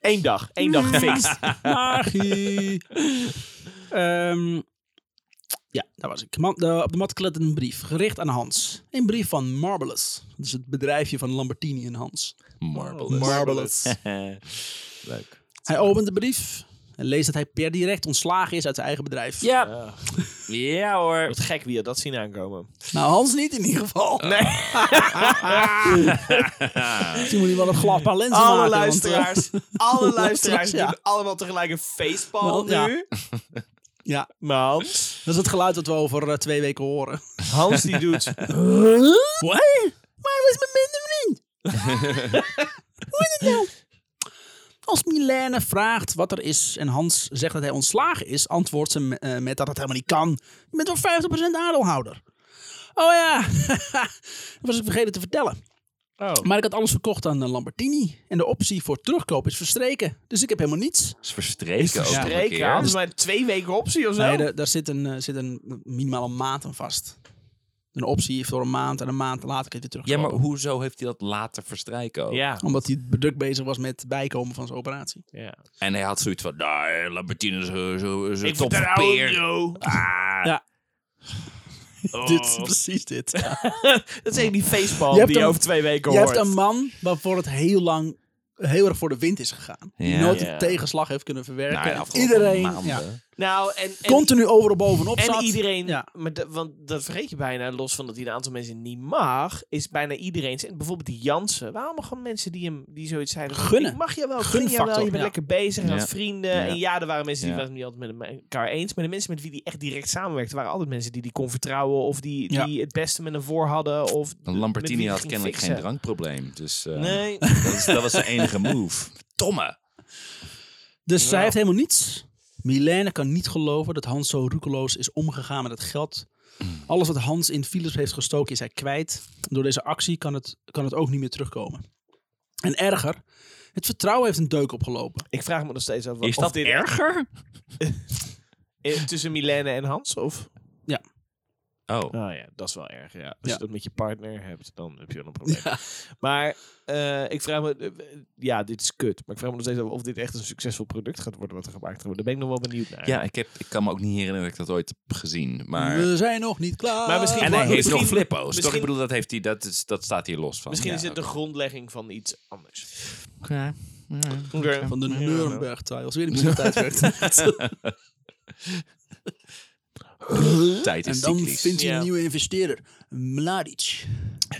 [SPEAKER 2] Eén dag. Eén dag gefixt.
[SPEAKER 1] Magie. Ehm, ja, daar was ik. Man- de- op de mat klettert een brief, gericht aan Hans. Een brief van Marvelous. Dat is het bedrijfje van Lambertini en Hans.
[SPEAKER 3] Marvelous. Leuk.
[SPEAKER 1] Hij opent de brief en leest dat hij per direct ontslagen is uit zijn eigen bedrijf.
[SPEAKER 3] Ja.
[SPEAKER 2] Ja.
[SPEAKER 3] Ja hoor.
[SPEAKER 2] Wat gek wie had dat zien aankomen.
[SPEAKER 1] Nou, Hans niet in ieder geval.
[SPEAKER 2] Nee.
[SPEAKER 1] Misschien moet hij wel een glad paar lenzen maken.
[SPEAKER 2] Alle
[SPEAKER 1] want, eh,
[SPEAKER 2] luisteraars, alle luisteraars
[SPEAKER 1] Ja.
[SPEAKER 2] doen allemaal tegelijk een facepalm
[SPEAKER 1] Wel, ja.
[SPEAKER 2] nu.
[SPEAKER 1] ja,
[SPEAKER 2] Maar Hans,
[SPEAKER 1] dat is het geluid dat we over eh, twee weken horen.
[SPEAKER 2] Hans die doet...
[SPEAKER 1] Wat? Waar was mijn minderling? Hoe is het nou? Als Milène vraagt wat er is en Hans zegt dat hij ontslagen is, antwoordt ze me- eh, met dat dat helemaal niet kan. Je bent toch 50% aandeelhouder? Oh ja, dat was ik vergeten te vertellen. Maar ik had alles verkocht aan eh, Lambertini. En de optie voor terugkoop is verstreken. Dus ik heb helemaal niets.
[SPEAKER 3] is verstreken ook nog een
[SPEAKER 2] Spreken, Hans,
[SPEAKER 3] keer.
[SPEAKER 2] maar twee weken optie of zo.
[SPEAKER 1] Nee, daar- daar zit een, eh, zit een minimale maand aan vast. Een optie heeft voor een maand en een maand later kun je het weer
[SPEAKER 3] Ja,
[SPEAKER 1] terugkopen.
[SPEAKER 3] maar hoezo heeft hij dat later verstrijken ook?
[SPEAKER 2] ja.
[SPEAKER 1] Omdat hij druk bezig was met bijkomen van zijn operatie.
[SPEAKER 2] ja.
[SPEAKER 3] En hij had zoiets van, nou, Lambertine is eh, zo, zo
[SPEAKER 2] Ik
[SPEAKER 3] top
[SPEAKER 2] vertrouw hem,
[SPEAKER 3] peer.
[SPEAKER 2] joh.
[SPEAKER 3] Ah.
[SPEAKER 1] Ja.
[SPEAKER 2] Oh.
[SPEAKER 1] Dit is precies dit.
[SPEAKER 2] Dat is echt die facepalm
[SPEAKER 1] Je hebt
[SPEAKER 2] die je
[SPEAKER 1] een-
[SPEAKER 2] over twee weken
[SPEAKER 1] Je
[SPEAKER 2] hoort.
[SPEAKER 1] hebt een man waarvoor het heel lang heel erg voor de wind is gegaan. Die
[SPEAKER 3] Ja.
[SPEAKER 1] nooit
[SPEAKER 2] Ja.
[SPEAKER 1] een tegenslag heeft kunnen verwerken.
[SPEAKER 3] Nou, de
[SPEAKER 1] En
[SPEAKER 3] afgelopen
[SPEAKER 1] iedereen
[SPEAKER 3] maanden.
[SPEAKER 1] ja,
[SPEAKER 2] Nou, en, en,
[SPEAKER 1] continu over de bovenop
[SPEAKER 2] en
[SPEAKER 1] zat.
[SPEAKER 2] iedereen...
[SPEAKER 1] Ja.
[SPEAKER 2] Maar dat- want dat vergeet je bijna, los van dat hij een aantal mensen niet mag, is bijna iedereen... En bijvoorbeeld die Jansen. Waren allemaal gewoon mensen die hem die zoiets zeiden? van,
[SPEAKER 1] Gunnen.
[SPEAKER 2] ik Mag je wel, gun je wel.
[SPEAKER 1] Gunfactor,
[SPEAKER 2] Je bent
[SPEAKER 1] ja.
[SPEAKER 2] lekker bezig, je
[SPEAKER 3] Ja.
[SPEAKER 2] had vrienden.
[SPEAKER 3] Ja.
[SPEAKER 2] En ja, er waren mensen die
[SPEAKER 3] Ja.
[SPEAKER 2] waren het niet altijd met elkaar eens. Maar de mensen met wie die echt direct samenwerkte, waren altijd mensen die die kon vertrouwen. Of die,
[SPEAKER 1] Ja.
[SPEAKER 2] die het beste met hem voor hadden. Of
[SPEAKER 3] Want
[SPEAKER 2] met
[SPEAKER 3] Lambertini
[SPEAKER 2] wie
[SPEAKER 3] had
[SPEAKER 2] ging
[SPEAKER 3] kennelijk geen
[SPEAKER 2] fixen.
[SPEAKER 3] drankprobleem. Dus eh,
[SPEAKER 2] Nee.
[SPEAKER 3] dat, is- dat was zijn enige move. Tomme.
[SPEAKER 1] Dus zij heeft helemaal niets. Milène kan niet geloven dat Hans zo roekeloos is omgegaan met het geld. Alles wat Hans in Philips heeft gestoken is hij kwijt. Door deze actie kan het, kan het ook niet meer terugkomen. En erger, het vertrouwen heeft een deuk opgelopen.
[SPEAKER 2] Ik vraag me nog steeds af. wat-
[SPEAKER 3] Is
[SPEAKER 2] of
[SPEAKER 3] dat
[SPEAKER 2] dit
[SPEAKER 3] erger?
[SPEAKER 2] eh, tussen Milène en Hans? Of?
[SPEAKER 3] Oh.
[SPEAKER 2] Nou ja, dat is wel erg. Ja. Als
[SPEAKER 1] Ja.
[SPEAKER 2] je dat met je partner hebt, dan heb je wel een probleem. Maar eh, ik vraag me. eh, eh, ja, dit is kut. Maar ik vraag me nog steeds af of dit echt een succesvol product gaat worden wat er gemaakt gaat worden. Daar ben ik nog wel benieuwd naar.
[SPEAKER 3] Ja, ik, heb, ik kan me ook niet herinneren dat ik dat ooit heb gezien. Maar...
[SPEAKER 1] We zijn nog niet klaar.
[SPEAKER 2] Maar misschien-
[SPEAKER 3] En hij heeft
[SPEAKER 2] Misschien-
[SPEAKER 3] nog flippo's. Toch?
[SPEAKER 2] misschien-
[SPEAKER 3] Ik bedoel, dat, heeft hij, dat, is, dat staat hier los van.
[SPEAKER 2] Misschien
[SPEAKER 3] Ja,
[SPEAKER 2] is het de
[SPEAKER 3] oké.
[SPEAKER 2] grondlegging van iets anders.
[SPEAKER 4] Ja.
[SPEAKER 2] Oké.
[SPEAKER 1] Van de
[SPEAKER 2] Ja.
[SPEAKER 1] Nuremberg trials. Weer die muziek tijdperk.
[SPEAKER 3] tijd
[SPEAKER 1] En
[SPEAKER 3] is
[SPEAKER 1] dan
[SPEAKER 3] cyclisch.
[SPEAKER 1] vindt hij
[SPEAKER 2] Ja.
[SPEAKER 1] een nieuwe investeerder. Mladic.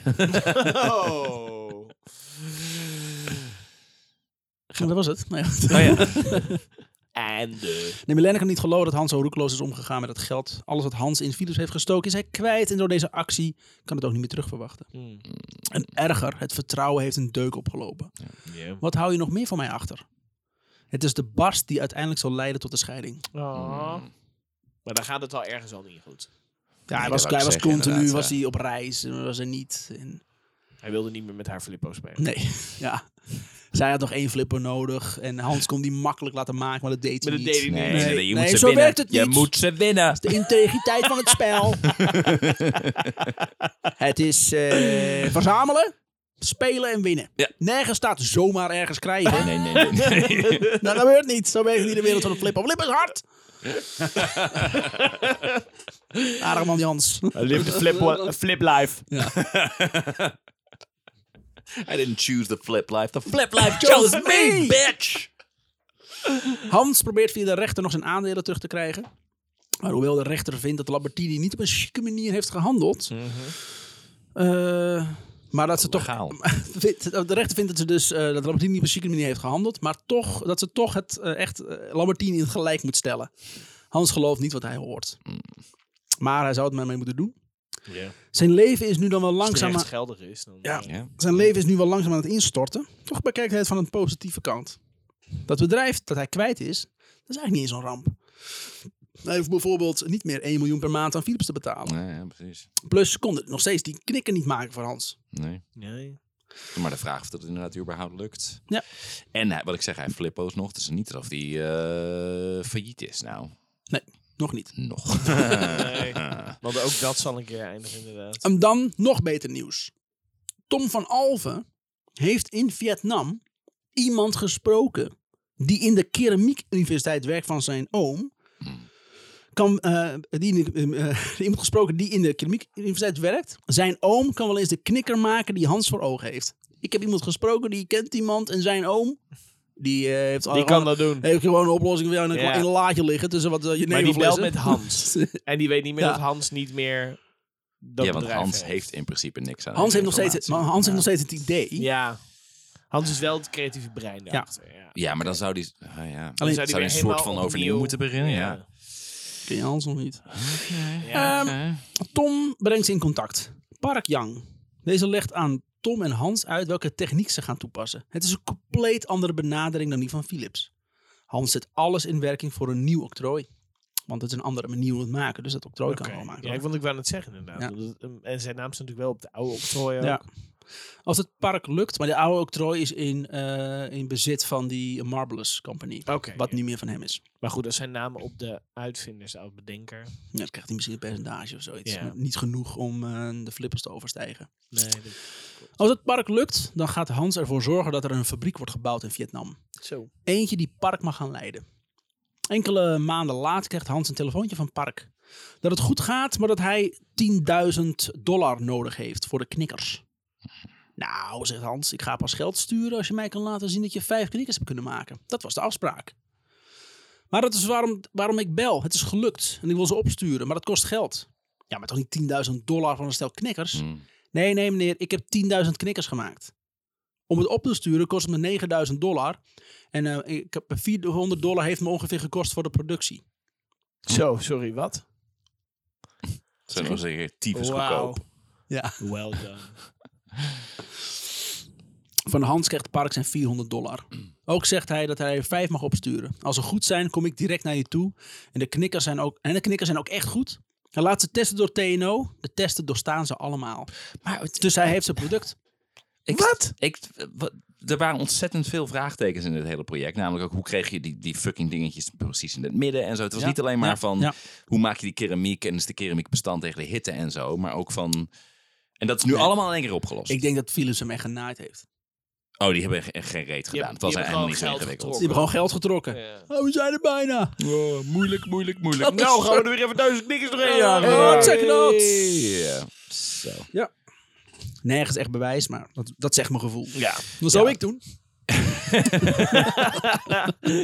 [SPEAKER 2] Oh.
[SPEAKER 1] Dat was het. Nee.
[SPEAKER 3] Oh ja.
[SPEAKER 2] En ellende.
[SPEAKER 1] Nee, Milena kan niet geloven dat Hans zo roekeloos is omgegaan met het geld. Alles wat Hans in Philips heeft gestoken is hij kwijt. En door deze actie kan het ook niet meer terugverwachten.
[SPEAKER 2] Hmm.
[SPEAKER 1] En erger, het vertrouwen heeft een deuk opgelopen. Wat hou je nog meer van mij achter? Het is de barst die uiteindelijk zal leiden tot de scheiding.
[SPEAKER 3] Hmm.
[SPEAKER 2] Ah. Maar dan gaat het wel ergens al niet goed.
[SPEAKER 1] Ja,
[SPEAKER 4] dat
[SPEAKER 1] hij was,
[SPEAKER 4] wou ik
[SPEAKER 1] hij was
[SPEAKER 4] zeggen,
[SPEAKER 1] continu,
[SPEAKER 4] inderdaad,
[SPEAKER 1] was
[SPEAKER 4] ja.
[SPEAKER 1] hij op reis, en was hij niet. En
[SPEAKER 2] Hij wilde niet meer met haar Filippo spelen.
[SPEAKER 1] nee, ja. Zij had nog één flipper nodig. En Hans kon die makkelijk laten maken, maar dat deed hij
[SPEAKER 2] Maar dat
[SPEAKER 1] niet.
[SPEAKER 2] deed hij
[SPEAKER 3] Nee,
[SPEAKER 2] niet.
[SPEAKER 1] Nee,
[SPEAKER 3] nee, je
[SPEAKER 1] nee,
[SPEAKER 3] moet ze
[SPEAKER 1] zo
[SPEAKER 3] winnen.
[SPEAKER 1] werkt het
[SPEAKER 3] Je
[SPEAKER 1] niet.
[SPEAKER 3] moet ze winnen.
[SPEAKER 1] De integriteit van het spel. het is eh, verzamelen, spelen en winnen.
[SPEAKER 3] Ja.
[SPEAKER 1] Nergens staat zomaar ergens krijgen. Nou,
[SPEAKER 3] Nee, nee, nee. nee.
[SPEAKER 1] dat gebeurt niet. Zo werkt niet de wereld van de flip. Flip is hard. Aardig man Jans.
[SPEAKER 2] Live the flip, flip life.
[SPEAKER 3] I didn't choose the flip life. The flip life chose me, bitch.
[SPEAKER 1] Hans probeert via de rechter nog zijn aandelen terug te krijgen. Maar hoewel de rechter vindt dat Lambertini niet op een chique manier heeft gehandeld. eh, maar dat ze toch.
[SPEAKER 3] Legaal.
[SPEAKER 1] vindt- De rechter vindt dat ze dus eh, dat Lambertini niet op een chique manier heeft gehandeld. Maar toch dat ze toch het eh, echt eh, Lambertini in het gelijk moet stellen. Hans gelooft niet wat hij hoort. Maar hij zou het maar mee moeten doen.
[SPEAKER 2] Ja.
[SPEAKER 1] Zijn leven is nu dan wel
[SPEAKER 2] Als
[SPEAKER 1] langzaam.
[SPEAKER 2] het
[SPEAKER 1] aan-
[SPEAKER 2] geldig is, dan...
[SPEAKER 1] Ja.
[SPEAKER 4] Ja.
[SPEAKER 1] Zijn leven is nu wel langzaam aan het instorten. Toch bekijkt hij het van een positieve kant. Dat bedrijf dat hij kwijt is, dat is eigenlijk niet eens zo'n ramp. Hij hoeft bijvoorbeeld niet meer 1 miljoen per maand aan Philips te betalen.
[SPEAKER 4] Nee, ja, precies.
[SPEAKER 1] Plus, ze konden nog steeds die knikken niet maken voor Hans.
[SPEAKER 4] Nee.
[SPEAKER 2] Nee.
[SPEAKER 4] Maar de vraag of dat inderdaad überhaupt lukt.
[SPEAKER 1] Ja.
[SPEAKER 4] En hij- wat ik zeg, hij heeft flippo's nog. Dus niet of die eh, failliet is nou.
[SPEAKER 1] Nog niet.
[SPEAKER 4] Nog.
[SPEAKER 2] Want ook dat zal een keer eindigen, inderdaad.
[SPEAKER 1] En dan nog beter nieuws. Tom van Alve heeft in Vietnam iemand gesproken die in de keramiekuniversiteit werkt van zijn oom.
[SPEAKER 2] Hmm.
[SPEAKER 1] Kan, eh, die, in de- eh, eh, iemand gesproken die in de keramiekuniversiteit werkt. Zijn oom kan wel eens de knikker maken die Hans voor ogen heeft. Ik heb iemand gesproken die kent iemand en zijn oom die eh, heeft,
[SPEAKER 2] Die kan dat doen.
[SPEAKER 1] heeft gewoon een oplossing voor jou in een,
[SPEAKER 2] Ja.
[SPEAKER 1] in een laadje liggen tussen wat eh, je
[SPEAKER 2] Maar die belt
[SPEAKER 1] nevelflessen.
[SPEAKER 2] met Hans. En die weet niet meer
[SPEAKER 1] Ja.
[SPEAKER 2] dat Hans niet meer dat
[SPEAKER 4] ja, want
[SPEAKER 2] bedrijf
[SPEAKER 4] Hans heeft in principe niks aan
[SPEAKER 1] Hans,
[SPEAKER 4] die
[SPEAKER 1] heeft nog steeds, het- maar
[SPEAKER 4] informatie.
[SPEAKER 1] Hans heeft nog steeds het idee.
[SPEAKER 2] Ja. Hans is wel het creatieve brein daarachter. Ja.
[SPEAKER 4] Ja, maar dan zou die... Ah, ja.
[SPEAKER 1] Alleen-
[SPEAKER 4] zou die
[SPEAKER 2] weer
[SPEAKER 4] een soort
[SPEAKER 2] helemaal
[SPEAKER 4] van overnieuw moeten beginnen. Ja.
[SPEAKER 1] Ken je Hans nog niet?
[SPEAKER 2] Ja.
[SPEAKER 1] Ehm, Tom brengt ze in contact. Park Yang. Deze legt aan Tom en Hans uit welke techniek ze gaan toepassen. Het is een compleet andere benadering dan die van Philips. Hans zet alles in werking voor een nieuw octrooi. Want het is een andere manier om het maken, dus dat octrooi
[SPEAKER 2] Oké.
[SPEAKER 1] kan wel maken.
[SPEAKER 2] Ja, ik vond ik wel aan het zeggen inderdaad.
[SPEAKER 1] Ja.
[SPEAKER 2] Dat het- ehm, en zijn naam is natuurlijk wel op de oude octrooi ook.
[SPEAKER 1] Ja. Als het park lukt, maar de oude octrooi is in, eh, in bezit van die Marvelous Company.
[SPEAKER 2] Oké.
[SPEAKER 1] Wat niet meer van hem is.
[SPEAKER 2] Maar goed, dat zijn namen op de uitvinder, de oude bedenker.
[SPEAKER 1] Ja, dan krijgt hij misschien een percentage of zoiets.
[SPEAKER 2] Ja.
[SPEAKER 1] Maar niet genoeg om eh, de flippers te overstijgen.
[SPEAKER 2] Nee, dat-
[SPEAKER 1] Als het park lukt, dan gaat Hans ervoor zorgen dat er een fabriek wordt gebouwd in Vietnam.
[SPEAKER 2] zo.
[SPEAKER 1] Eentje die Park mag gaan leiden. Enkele maanden later krijgt Hans een telefoontje van Park. Dat het goed gaat, maar dat hij 10.000 dollar nodig heeft voor de knikkers. Nou, zegt Hans, ik ga pas geld sturen als je mij kan laten zien dat je vijf knikkers hebt kunnen maken. Dat was de afspraak. Maar dat is waarom, waarom ik bel. Het is gelukt en ik wil ze opsturen, maar dat kost geld. Ja, maar toch niet 10.000 dollar van een stel knikkers?
[SPEAKER 4] Hm.
[SPEAKER 1] Nee, nee meneer, ik heb 10.000 knikkers gemaakt. Om het op te sturen kost het me 9.000 dollar. En eh, ik heb 400 dollar heeft me ongeveer gekost voor de productie.
[SPEAKER 2] Zo, sorry, wat?
[SPEAKER 4] Zullen we zeggen, tyfus
[SPEAKER 2] Wauw.
[SPEAKER 4] goedkoop.
[SPEAKER 1] Ja.
[SPEAKER 2] Well done.
[SPEAKER 1] Van Hans krijgt Park zijn 400 dollar.
[SPEAKER 4] Mm.
[SPEAKER 1] Ook zegt hij dat hij er vijf mag opsturen. Als ze goed zijn, kom ik direct naar je toe. En de knikkers zijn ook, en de knikkers zijn ook echt goed. Hij laat ze testen door TNO. De testen doorstaan ze allemaal.
[SPEAKER 4] Maar het,
[SPEAKER 1] Dus hij heeft zijn product.
[SPEAKER 4] Ik, wat? Ik, wat? Er waren ontzettend veel vraagtekens in dit hele project. Namelijk ook hoe kreeg je die, die fucking dingetjes precies in het midden en zo. Het was
[SPEAKER 1] Ja,
[SPEAKER 4] niet alleen maar
[SPEAKER 1] ja,
[SPEAKER 4] van
[SPEAKER 1] ja.
[SPEAKER 4] hoe maak je die keramiek en is de keramiek bestand tegen de hitte en zo. Maar ook van. En dat is nu allemaal in één keer opgelost.
[SPEAKER 1] Ik denk dat Philips hem echt genaaid heeft.
[SPEAKER 4] oh, die hebben echt geen reet gedaan.
[SPEAKER 2] hebt-
[SPEAKER 4] het was
[SPEAKER 2] die hebben
[SPEAKER 4] eigenlijk niet zo
[SPEAKER 2] gewoon
[SPEAKER 4] ingewikkeld.
[SPEAKER 1] Die hebben gewoon geld getrokken. Oh, we zijn er bijna.
[SPEAKER 4] Oh, moeilijk, moeilijk, moeilijk.
[SPEAKER 2] nou, gaan we er weer even duizend niks doorheen jagen.
[SPEAKER 1] Hey, wat zeg je nou?
[SPEAKER 4] Ja. Zo.
[SPEAKER 1] Nergens echt bewijs, maar dat, dat zegt mijn gevoel.
[SPEAKER 2] Ja.
[SPEAKER 1] Dat zou ik doen. De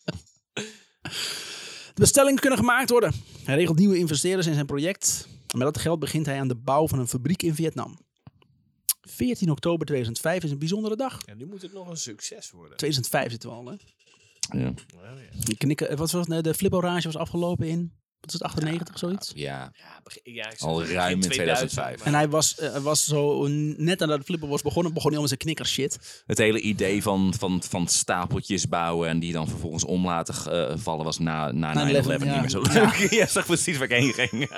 [SPEAKER 1] bestellingen kunnen gemaakt worden. Hij regelt nieuwe investeerders in zijn project. En Met dat geld begint hij aan de bouw van een fabriek in Vietnam. 14 oktober 2005 is een bijzondere dag.
[SPEAKER 2] En nu moet het nog een succes worden.
[SPEAKER 1] 2005 zitten we al, hè?
[SPEAKER 4] Ja.
[SPEAKER 1] Die knikken, eh, wat was het? Nee, De fliporage was afgelopen in, wat is het, 98 zoiets?
[SPEAKER 4] ja.
[SPEAKER 2] Ja, beg- ja, ik-
[SPEAKER 4] Al
[SPEAKER 2] begin
[SPEAKER 4] ruim in 2005.
[SPEAKER 1] En hij was, eh, hij was zo, net nadat de flipper was begonnen, begon hij al met zijn knikker shit.
[SPEAKER 4] Het hele idee van, van, van stapeltjes bouwen en die dan vervolgens om laten eh, vallen was na, na 9-11
[SPEAKER 1] ja.
[SPEAKER 4] niet meer zo leuk. Ja, zag precies waar ik heen ging.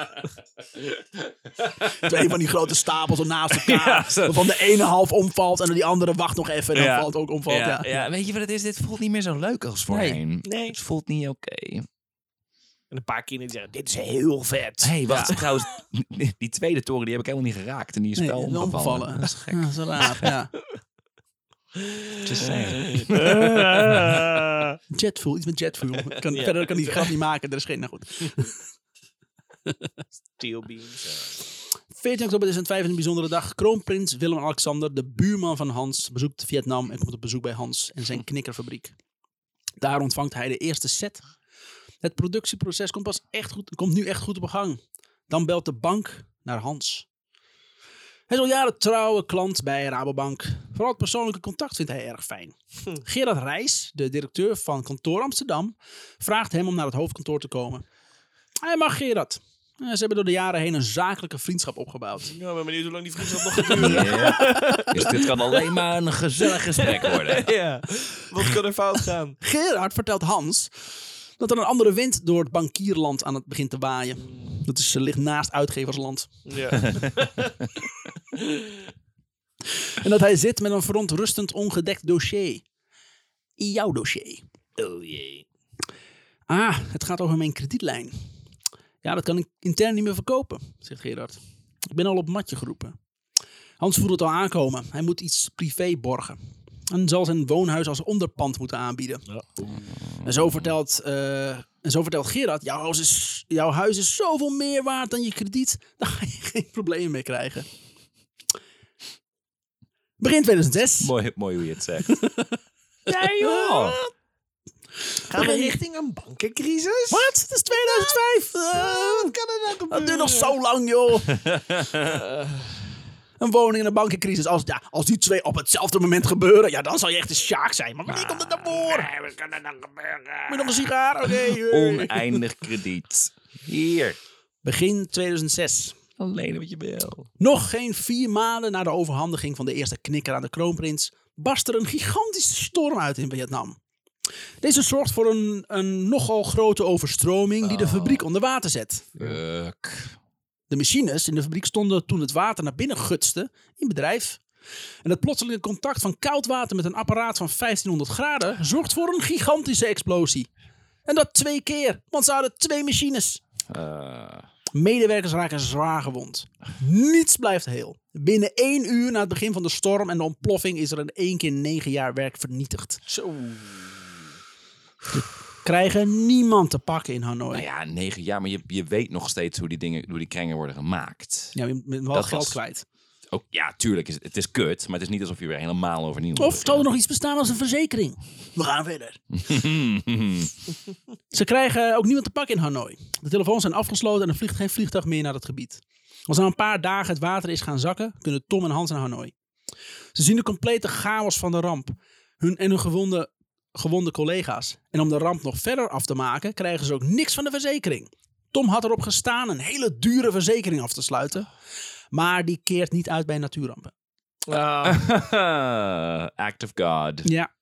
[SPEAKER 1] Twee van die grote stapels er naast elkaar.
[SPEAKER 4] Ja, zo.
[SPEAKER 1] Waarvan de ene half omvalt en die andere wacht nog even. En dan
[SPEAKER 4] Ja.
[SPEAKER 1] valt ook omvalt. Ja.
[SPEAKER 4] ja, ja, weet je wat het is? Dit voelt niet meer zo leuk als voorheen. Het voelt niet oké.
[SPEAKER 2] En een paar kinderen die zeggen, dit is heel vet.
[SPEAKER 4] hey, wacht. Trouwens, die tweede toren die heb ik helemaal niet geraakt. En die is
[SPEAKER 1] Nee,
[SPEAKER 4] wel omgevallen.
[SPEAKER 1] omgevallen.
[SPEAKER 4] Dat is gek.
[SPEAKER 1] Ja, dat is raar. Ja.
[SPEAKER 4] Just saying.
[SPEAKER 1] Jetfuel, iets met jetfuel. Ik Kan, Verder kan die grap niet maken, er is geen, nou goed.
[SPEAKER 2] Steel beams.
[SPEAKER 1] 14 oktober 2005 is een bijzondere dag. Kroonprins Willem-Alexander, de buurman van Hans, bezoekt Vietnam en komt op bezoek bij Hans en zijn knikkerfabriek. Daar ontvangt hij de eerste set. Het productieproces komt, pas echt goed, komt nu echt goed op gang. Dan belt de bank naar Hans. Hij is al jaren trouwe klant bij Rabobank. Vooral het persoonlijke contact vindt hij erg fijn. Gerard Rijs, de directeur van kantoor Amsterdam, vraagt hem om naar het hoofdkantoor te komen. Hij mag Gerard. Eh, Ze hebben door de jaren heen een zakelijke vriendschap opgebouwd.
[SPEAKER 2] Ja, ik ben benieuwd hoe lang die vriendschap nog gaat duren.
[SPEAKER 4] Ja. Dus dit kan alleen maar een gezellig gesprek worden.
[SPEAKER 2] ja. Wat kan er fout gaan?
[SPEAKER 1] Gerard vertelt Hans dat er een andere wind door het bankierland aan het begint te waaien. Dat is, eh, ligt naast uitgeversland.
[SPEAKER 2] Ja.
[SPEAKER 1] En dat hij zit met een verontrustend ongedekt dossier. In jouw dossier.
[SPEAKER 2] Oh jee.
[SPEAKER 1] Ah, het gaat over mijn kredietlijn. Ja, dat kan ik intern niet meer verkopen, zegt Gerard. Ik ben al op het matje geroepen. Hans voelt het al aankomen. Hij moet iets privé borgen. En zal zijn woonhuis als onderpand moeten aanbieden. En, zo vertelt, eh, en zo vertelt Gerard, jouw huis, is, jouw huis is zoveel meer waard dan je krediet. Daar ga je geen problemen mee krijgen. Begin 2006.
[SPEAKER 3] Mooi, mooi hoe je het zegt.
[SPEAKER 2] Ja, joh. Gaan we richting een bankencrisis?
[SPEAKER 1] Wat? Het is 2005! Eh,
[SPEAKER 2] Wat kan er nou gebeuren?
[SPEAKER 1] Dat duurt nog zo lang, joh. een woning en een bankencrisis. Als, ja, als die twee op hetzelfde moment gebeuren, ja, dan zal je echt een sjaak zijn. Maar
[SPEAKER 2] Ah,
[SPEAKER 1] wanneer komt het dan voor?
[SPEAKER 2] Wat kan er dan gebeuren?
[SPEAKER 1] Moet je nog een sigaar? Oké. eh.
[SPEAKER 4] Oneindig krediet. Hier.
[SPEAKER 1] Begin 2006.
[SPEAKER 4] Alleen wat je wil.
[SPEAKER 1] Nog geen vier maanden na de overhandiging van de eerste knikker aan de kroonprins, barst er een gigantische storm uit in Vietnam. Deze zorgt voor een, een nogal grote overstroming die de
[SPEAKER 2] Oh.
[SPEAKER 1] fabriek onder water zet.
[SPEAKER 4] Fuck.
[SPEAKER 1] De machines in de fabriek stonden toen het water naar binnen gutste in bedrijf. En het plotselinge contact van koud water met een apparaat van 1500 graden zorgt voor een gigantische explosie. En dat twee keer, want ze hadden twee machines.
[SPEAKER 4] Eh,
[SPEAKER 1] Medewerkers raken zwaar gewond. Niets blijft heel. Binnen één uur na het begin van de storm en de ontploffing is er in één keer negen jaar werk vernietigd. Zo. Krijgen niemand te pakken in Hanoi.
[SPEAKER 4] nou ja, negen jaar. Maar je, je weet nog steeds hoe die dingen, hoe die kringen worden gemaakt.
[SPEAKER 1] ja, je bent wel
[SPEAKER 4] Dat
[SPEAKER 1] geld
[SPEAKER 4] was-
[SPEAKER 1] kwijt.
[SPEAKER 4] Ook, ja, tuurlijk. Is, het is kut. Maar het is niet alsof je weer helemaal overnieuw
[SPEAKER 1] Of zal er nog iets bestaan als een verzekering? We gaan verder. Ze krijgen ook niemand te pakken in Hanoi. De telefoons zijn afgesloten en er vliegt geen vliegtuig meer naar het gebied. Als na een paar dagen het water is gaan zakken, kunnen Tom en Hans naar Hanoi. Ze zien de complete chaos van de ramp hun en hun gewonde, gewonde collega's. En om de ramp nog verder af te maken, krijgen ze ook niks van de verzekering. Tom had erop gestaan een hele dure verzekering af te sluiten, maar die keert niet uit bij natuurrampen.
[SPEAKER 4] Act of God.
[SPEAKER 1] Ja,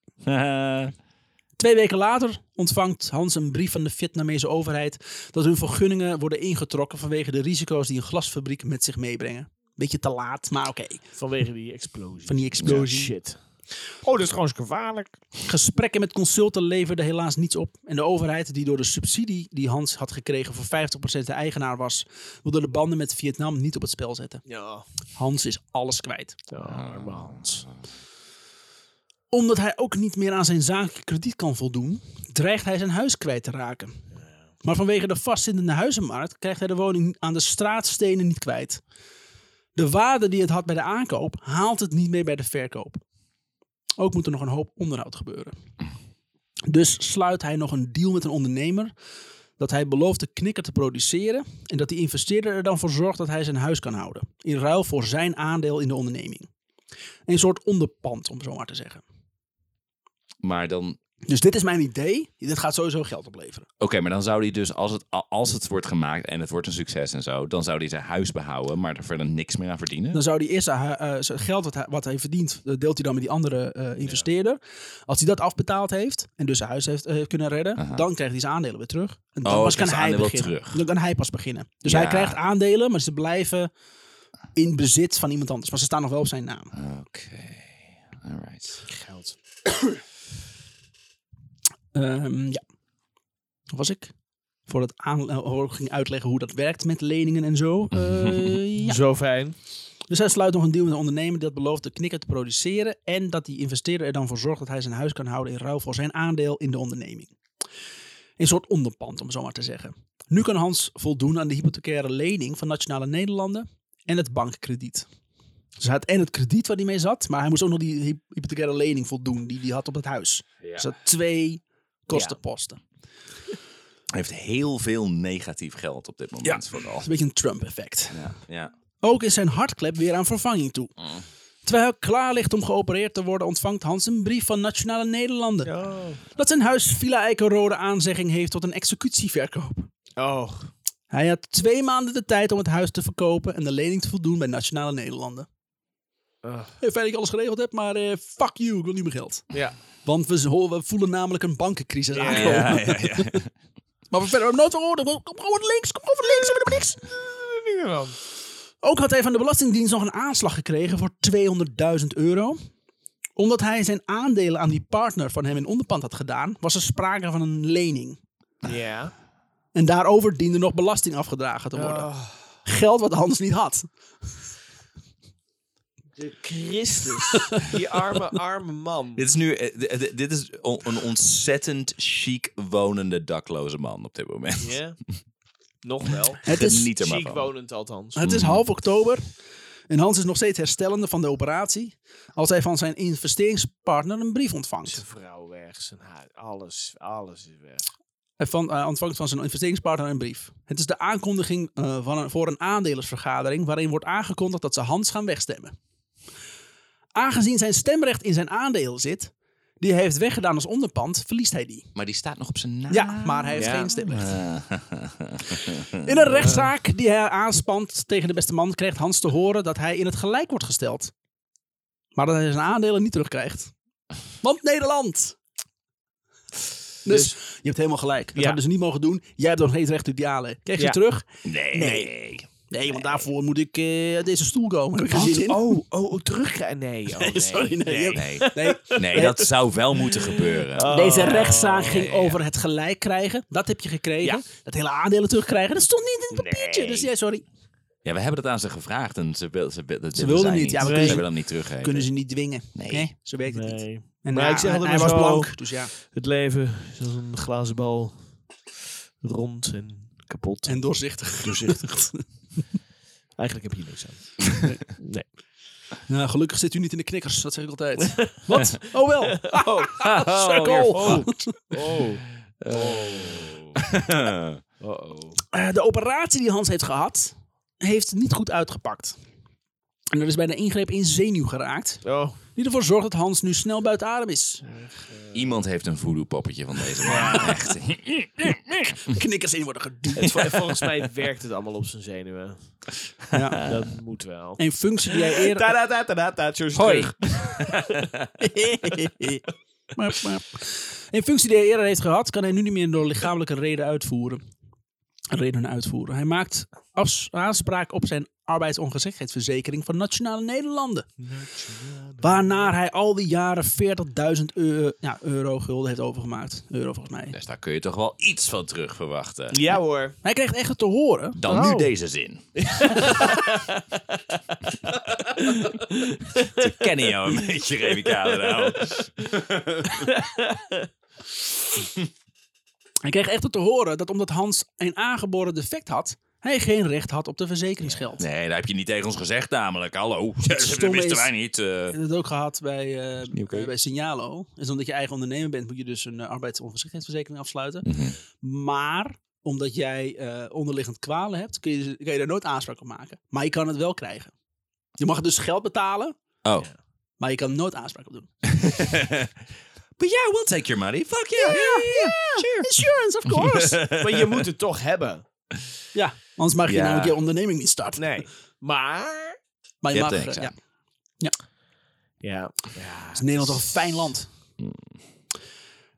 [SPEAKER 1] Twee weken later ontvangt Hans een brief van de Vietnamese overheid dat hun vergunningen worden ingetrokken vanwege de risico's die een glasfabriek met zich meebrengen. Beetje te laat, maar oké.
[SPEAKER 2] Vanwege die explosie.
[SPEAKER 1] Van die explosie.
[SPEAKER 2] Shit. Oh, dat is gewoon gevaarlijk.
[SPEAKER 1] Gesprekken met consulten leverden helaas niets op. En de overheid, die door de subsidie die Hans had gekregen voor 50% de eigenaar was, wilde de banden met Vietnam niet op het spel zetten.
[SPEAKER 2] Ja.
[SPEAKER 1] Hans is alles kwijt.
[SPEAKER 2] arme Hans.
[SPEAKER 1] Omdat hij ook niet meer aan zijn zakelijke krediet kan voldoen, dreigt hij zijn huis kwijt te raken. Maar vanwege de vastzittende huizenmarkt krijgt hij de woning aan de straatstenen niet kwijt. De waarde die het had bij de aankoop haalt het niet mee bij de verkoop. Ook moet er nog een hoop onderhoud gebeuren. Dus sluit hij nog een deal met een ondernemer dat hij belooft de knikker te produceren en dat die investeerder er dan voor zorgt dat hij zijn huis kan houden, in ruil voor zijn aandeel in de onderneming. Een soort onderpand, om het zo maar te zeggen.
[SPEAKER 3] Maar dan
[SPEAKER 1] Dus dit is mijn idee. Dit gaat sowieso geld opleveren.
[SPEAKER 3] Oké, maar dan zou die dus, als het, a- als het wordt gemaakt en het wordt een succes en zo, dan zou die zijn huis behouden, maar er verder niks meer aan verdienen.
[SPEAKER 1] Dan zou die eerst zijn hu- eh, zijn geld wat hij, wat hij verdient, dat deelt hij dan met die andere eh, investeerder. Als hij dat afbetaald heeft en dus zijn huis heeft eh, kunnen redden,
[SPEAKER 3] Aha.
[SPEAKER 1] dan krijgt hij zijn aandelen weer terug. En dan
[SPEAKER 3] Oh,
[SPEAKER 1] pas
[SPEAKER 3] hij
[SPEAKER 1] kan
[SPEAKER 3] krijgt zijn
[SPEAKER 1] hij
[SPEAKER 3] aandeel
[SPEAKER 1] beginnen.
[SPEAKER 3] terug.
[SPEAKER 1] Dan kan hij pas beginnen. Dus
[SPEAKER 3] Ja.
[SPEAKER 1] hij krijgt aandelen, maar ze blijven in bezit van iemand anders. Maar ze staan nog wel op zijn naam.
[SPEAKER 3] Oké, alright.
[SPEAKER 2] Geld.
[SPEAKER 1] Ehm, ja. Hoe was ik? Voordat aan- eh, hoor ik ging uitleggen hoe dat werkt met leningen en zo. Eh, ja.
[SPEAKER 2] Zo fijn.
[SPEAKER 1] Dus hij sluit nog een deal met een ondernemer die dat belooft de knikker te produceren. En dat die investeerder er dan voor zorgt dat hij zijn huis kan houden in ruil voor zijn aandeel in de onderneming. Een soort onderpand, om het zo maar te zeggen. Nu kan Hans voldoen aan de hypothecaire lening van Nationale Nederlanden en het bankkrediet. Dus hij had en het krediet waar hij mee zat, maar hij moest ook nog die hy- hypothecaire lening voldoen die hij had op het huis. Dus dat twee kostenposten.
[SPEAKER 3] Hij heeft heel veel negatief geld op dit moment vooral.
[SPEAKER 1] Het is een beetje een Trump-effect.
[SPEAKER 3] Ja. ja.
[SPEAKER 1] Ook is zijn hartklep weer aan vervanging toe. Terwijl hij klaar ligt om geopereerd te worden, ontvangt Hans een brief van Nationale Nederlanden.
[SPEAKER 2] Oh.
[SPEAKER 1] Dat zijn huis Villa Eikenrode aanzegging heeft tot een executieverkoop.
[SPEAKER 2] Oh.
[SPEAKER 1] Hij had twee maanden de tijd om het huis te verkopen en de lening te voldoen bij Nationale Nederlanden.
[SPEAKER 2] Ugh.
[SPEAKER 1] Hey, fijn dat ik alles geregeld heb, maar eh, fuck you, ik wil niet meer geld.
[SPEAKER 2] Ja.
[SPEAKER 1] Want we, zo- we voelen namelijk een bankencrisis
[SPEAKER 2] Ja,
[SPEAKER 1] aankomen.
[SPEAKER 3] Ja, ja, ja.
[SPEAKER 1] Maar we verder oh, hebben nooit van gehoord. Kom gewoon links, kom over links, we hebben niks. Ook had hij van de Belastingdienst nog een aanslag gekregen voor 200.000 euro. Omdat hij zijn aandelen aan die partner van hem in onderpand had gedaan, was er sprake van een lening.
[SPEAKER 2] Ja.
[SPEAKER 1] En daarover diende nog belasting afgedragen te worden.
[SPEAKER 2] Oh.
[SPEAKER 1] Geld wat Hans niet had.
[SPEAKER 2] De Christus. Die arme, arme man.
[SPEAKER 3] Dit is nu, eh, d- d- dit is on- een ontzettend chic wonende dakloze man op dit moment.
[SPEAKER 2] Ja. Nog wel.
[SPEAKER 1] Het is,
[SPEAKER 3] Geniet er maar
[SPEAKER 2] Ziek
[SPEAKER 3] van.
[SPEAKER 2] wonend althans.
[SPEAKER 1] het is half oktober en Hans is nog steeds herstellende van de operatie. Als hij van zijn investeringspartner een brief ontvangt.
[SPEAKER 2] Zijn vrouw weg, zijn huis, alles, alles is weg.
[SPEAKER 1] Hij van, eh, ontvangt van zijn investeringspartner een brief. Het is de aankondiging eh, van een, voor een aandelersvergadering waarin wordt aangekondigd dat ze Hans gaan wegstemmen. Aangezien zijn stemrecht in zijn aandeel zit, die hij heeft weggedaan als onderpand, verliest hij die.
[SPEAKER 3] Maar die staat nog op zijn naam.
[SPEAKER 1] Ja, maar hij heeft geen stemrecht.
[SPEAKER 3] Eh,
[SPEAKER 1] In een rechtszaak die hij aanspant tegen de beste man, krijgt Hans te horen dat hij in het gelijk wordt gesteld. Maar dat hij zijn aandelen niet terugkrijgt. Want Nederland! Dus, je hebt helemaal gelijk. Dat
[SPEAKER 2] Ja.
[SPEAKER 1] hadden ze niet mogen doen. Jij hebt nog geen recht op die aandelen. Krijg je
[SPEAKER 2] Ja.
[SPEAKER 1] terug?
[SPEAKER 3] nee.
[SPEAKER 1] Nee. Nee, want daarvoor moet ik eh, uit deze stoel komen. Heb ik er
[SPEAKER 2] Wat?
[SPEAKER 1] zin in?
[SPEAKER 2] Oh, oh, oh, terug. Nee, oh, nee.
[SPEAKER 1] sorry, nee.
[SPEAKER 2] nee.
[SPEAKER 3] Nee.
[SPEAKER 1] Nee.
[SPEAKER 3] Nee, dat zou wel moeten gebeuren.
[SPEAKER 2] Oh.
[SPEAKER 1] Deze rechtszaak ging over het gelijk krijgen. Dat heb je gekregen.
[SPEAKER 2] Ja.
[SPEAKER 1] Dat hele aandelen terugkrijgen. Dat stond niet in het papiertje.
[SPEAKER 2] Nee.
[SPEAKER 1] Dus ja, sorry.
[SPEAKER 3] Ja, we hebben dat aan ze gevraagd en ze, wil, ze, wil- dat willen
[SPEAKER 1] wilden
[SPEAKER 3] zij
[SPEAKER 1] niet.
[SPEAKER 3] niet.
[SPEAKER 1] Ja,
[SPEAKER 3] Ja,
[SPEAKER 1] maar
[SPEAKER 3] we
[SPEAKER 1] kunnen
[SPEAKER 3] kunnen
[SPEAKER 1] ze-
[SPEAKER 3] dat niet terug.
[SPEAKER 1] Kunnen ze niet dwingen. Nee. zo werkt het niet.
[SPEAKER 2] Nee.
[SPEAKER 1] En
[SPEAKER 2] Maar
[SPEAKER 1] ja,
[SPEAKER 2] ik zeg
[SPEAKER 1] hij,
[SPEAKER 2] altijd
[SPEAKER 1] hij
[SPEAKER 2] maar
[SPEAKER 1] was
[SPEAKER 2] zo-
[SPEAKER 1] blank, dus ja.
[SPEAKER 2] Het leven is als een glazen bal. Rond en kapot.
[SPEAKER 1] En doorzichtig. Doorzichtig.
[SPEAKER 2] Eigenlijk heb je niks aan. Nee.
[SPEAKER 1] nou, gelukkig zit u niet in de knikkers, dat zeg ik altijd. Wat? Oh wel. Oh, cirkel.
[SPEAKER 2] Oh.
[SPEAKER 1] Oh. Eh, de operatie die Hans heeft gehad, heeft niet goed uitgepakt. En er is bij de ingreep een zenuw geraakt,
[SPEAKER 2] Oh.
[SPEAKER 1] die ervoor zorgt dat Hans nu snel buiten adem is.
[SPEAKER 3] Iemand heeft een voodoo-poppetje van deze man. Echt.
[SPEAKER 1] Knikkers in worden geduwd.
[SPEAKER 2] Het, vol- volgens mij werkt het allemaal op zijn zenuwen.
[SPEAKER 1] Ja.
[SPEAKER 2] Dat moet wel.
[SPEAKER 1] Een functie die hij eerder...
[SPEAKER 2] Ta da da da da da, zo is het
[SPEAKER 3] Hoi.
[SPEAKER 2] terug.
[SPEAKER 1] Maar- maar- Een functie die hij eerder heeft gehad, kan hij nu niet meer door lichamelijke reden uitvoeren. Redenen uitvoeren. Hij maakt afs- aanspraak op zijn arbeidsongeschiktheidsverzekering van Nationale Nederlanden. Waarnaar hij al die jaren 40.000 euro, ja, euro gulden heeft overgemaakt. Euro volgens mij.
[SPEAKER 3] Dus daar kun je toch wel iets van terug verwachten.
[SPEAKER 2] Ja hoor.
[SPEAKER 1] Hij krijgt echt het te horen.
[SPEAKER 3] Dan nu deze zin. Ze kennen jou een beetje, nou. Remy Kaderau.
[SPEAKER 1] Hij kreeg echt het te horen dat omdat Hans een aangeboren defect had, hij geen recht had op de verzekeringsgeld.
[SPEAKER 3] Nee, dat heb je niet tegen ons gezegd namelijk. Hallo, dat
[SPEAKER 1] stomme
[SPEAKER 3] wisten
[SPEAKER 1] is-
[SPEAKER 3] wij niet. eh.
[SPEAKER 1] Ik heb het ook gehad bij, eh, eh, bij Signalo. Dus omdat je eigen ondernemer bent, moet je dus een eh, arbeidsongeschiktheidsverzekering afsluiten.
[SPEAKER 3] Mhm.
[SPEAKER 1] Maar omdat jij eh, onderliggend kwalen hebt, kun je, kun je daar nooit aanspraak op maken. Maar je kan het wel krijgen. Je mag dus geld betalen
[SPEAKER 3] Oh.
[SPEAKER 1] Maar je kan nooit aanspraak op doen.
[SPEAKER 3] But yeah, we'll take your money. Fuck yeah.
[SPEAKER 1] Ah, Insurance, of course.
[SPEAKER 2] Maar je moet het toch hebben.
[SPEAKER 1] ja, anders mag je
[SPEAKER 3] Ja.
[SPEAKER 1] namelijk je onderneming niet starten.
[SPEAKER 2] Nee. Maar...
[SPEAKER 1] Maar je,
[SPEAKER 3] Je
[SPEAKER 1] mag...
[SPEAKER 3] hebt
[SPEAKER 1] eh,
[SPEAKER 3] een
[SPEAKER 1] ja,
[SPEAKER 3] examen.
[SPEAKER 1] het
[SPEAKER 2] Ja.
[SPEAKER 1] is Nederland toch een fijn land.
[SPEAKER 2] Ik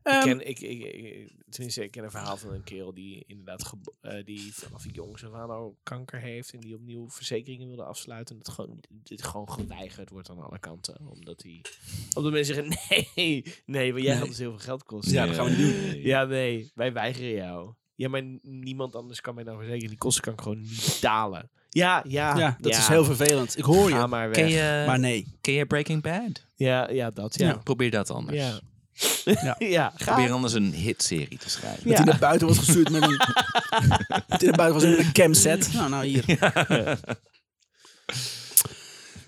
[SPEAKER 1] Ehm,
[SPEAKER 2] ken, ik, ik, ik- tenminste, ik ken een verhaal van een kerel die inderdaad gebo- eh, die vanaf jongs af aan al kanker heeft en die opnieuw verzekeringen wilde afsluiten. En dat gewoon, dit gewoon geweigerd wordt aan alle kanten. Omdat hij op de mensen zeggen, nee, nee, want jij gaat ons heel veel geld kosten.
[SPEAKER 1] Dus Ja, dat gaan we niet doen.
[SPEAKER 2] Ja, nee, wij weigeren jou. Ja, maar n- niemand anders kan mij nou verzekeren. Die kosten kan ik gewoon niet betalen. Ja, ja.
[SPEAKER 1] Ja, dat is heel vervelend. Ik hoor
[SPEAKER 2] Ga
[SPEAKER 1] je.
[SPEAKER 2] maar
[SPEAKER 3] Ken
[SPEAKER 2] weg.
[SPEAKER 3] je,
[SPEAKER 1] Maar nee.
[SPEAKER 3] ken je Breaking Bad?
[SPEAKER 2] Ja, ja, dat, ja.
[SPEAKER 3] Probeer dat anders.
[SPEAKER 2] Ja,
[SPEAKER 1] Ja.
[SPEAKER 2] ja. ga.
[SPEAKER 3] Probeer anders een hitserie te schrijven.
[SPEAKER 1] Dat
[SPEAKER 2] Ja.
[SPEAKER 1] hij naar buiten wordt gestuurd met een... dat hij naar buiten was met een camset. Nou, nou hier.
[SPEAKER 2] Ken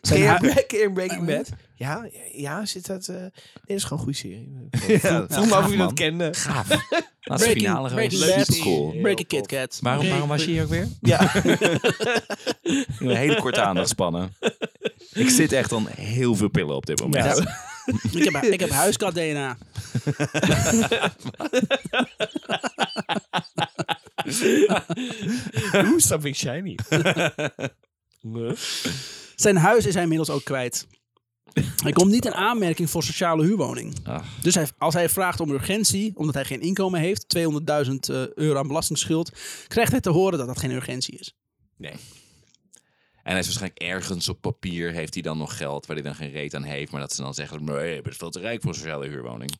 [SPEAKER 1] Zijn
[SPEAKER 2] je
[SPEAKER 1] hu-
[SPEAKER 2] Break- ken je Breaking Bad? Ja, ja, zit dat... eh nee, dat is gewoon een goede serie.
[SPEAKER 3] Ja,
[SPEAKER 2] Vroeg me af of je
[SPEAKER 3] man.
[SPEAKER 2] dat kende.
[SPEAKER 3] Gaaf. Laatste
[SPEAKER 1] Breaking-
[SPEAKER 3] finale gewoon
[SPEAKER 1] Breaking Bad.
[SPEAKER 3] super cool.
[SPEAKER 1] Break a
[SPEAKER 2] Heel
[SPEAKER 1] Kit Kat.
[SPEAKER 3] Waarom, waarom was je hier ook weer?
[SPEAKER 2] Ja.
[SPEAKER 3] Een hele korte aandachtspannen. Ik zit echt aan heel veel pillen op dit moment.
[SPEAKER 2] Ja.
[SPEAKER 1] Ik heb, ik heb huiskat DNA.
[SPEAKER 2] Ooh, something shiny. Nee.
[SPEAKER 1] Zijn huis is hij inmiddels ook kwijt. Hij komt niet in aanmerking voor sociale huurwoning.
[SPEAKER 3] Ach.
[SPEAKER 1] Dus hij, als hij vraagt om urgentie, omdat hij geen inkomen heeft, 200.000 eh, euro aan belastingsschuld, krijgt hij te horen dat dat geen urgentie is.
[SPEAKER 3] En hij is waarschijnlijk ergens op papier, heeft hij dan nog geld waar hij dan geen reet aan heeft. Maar dat ze dan zeggen, nee, je bent veel te rijk voor een sociale huurwoning.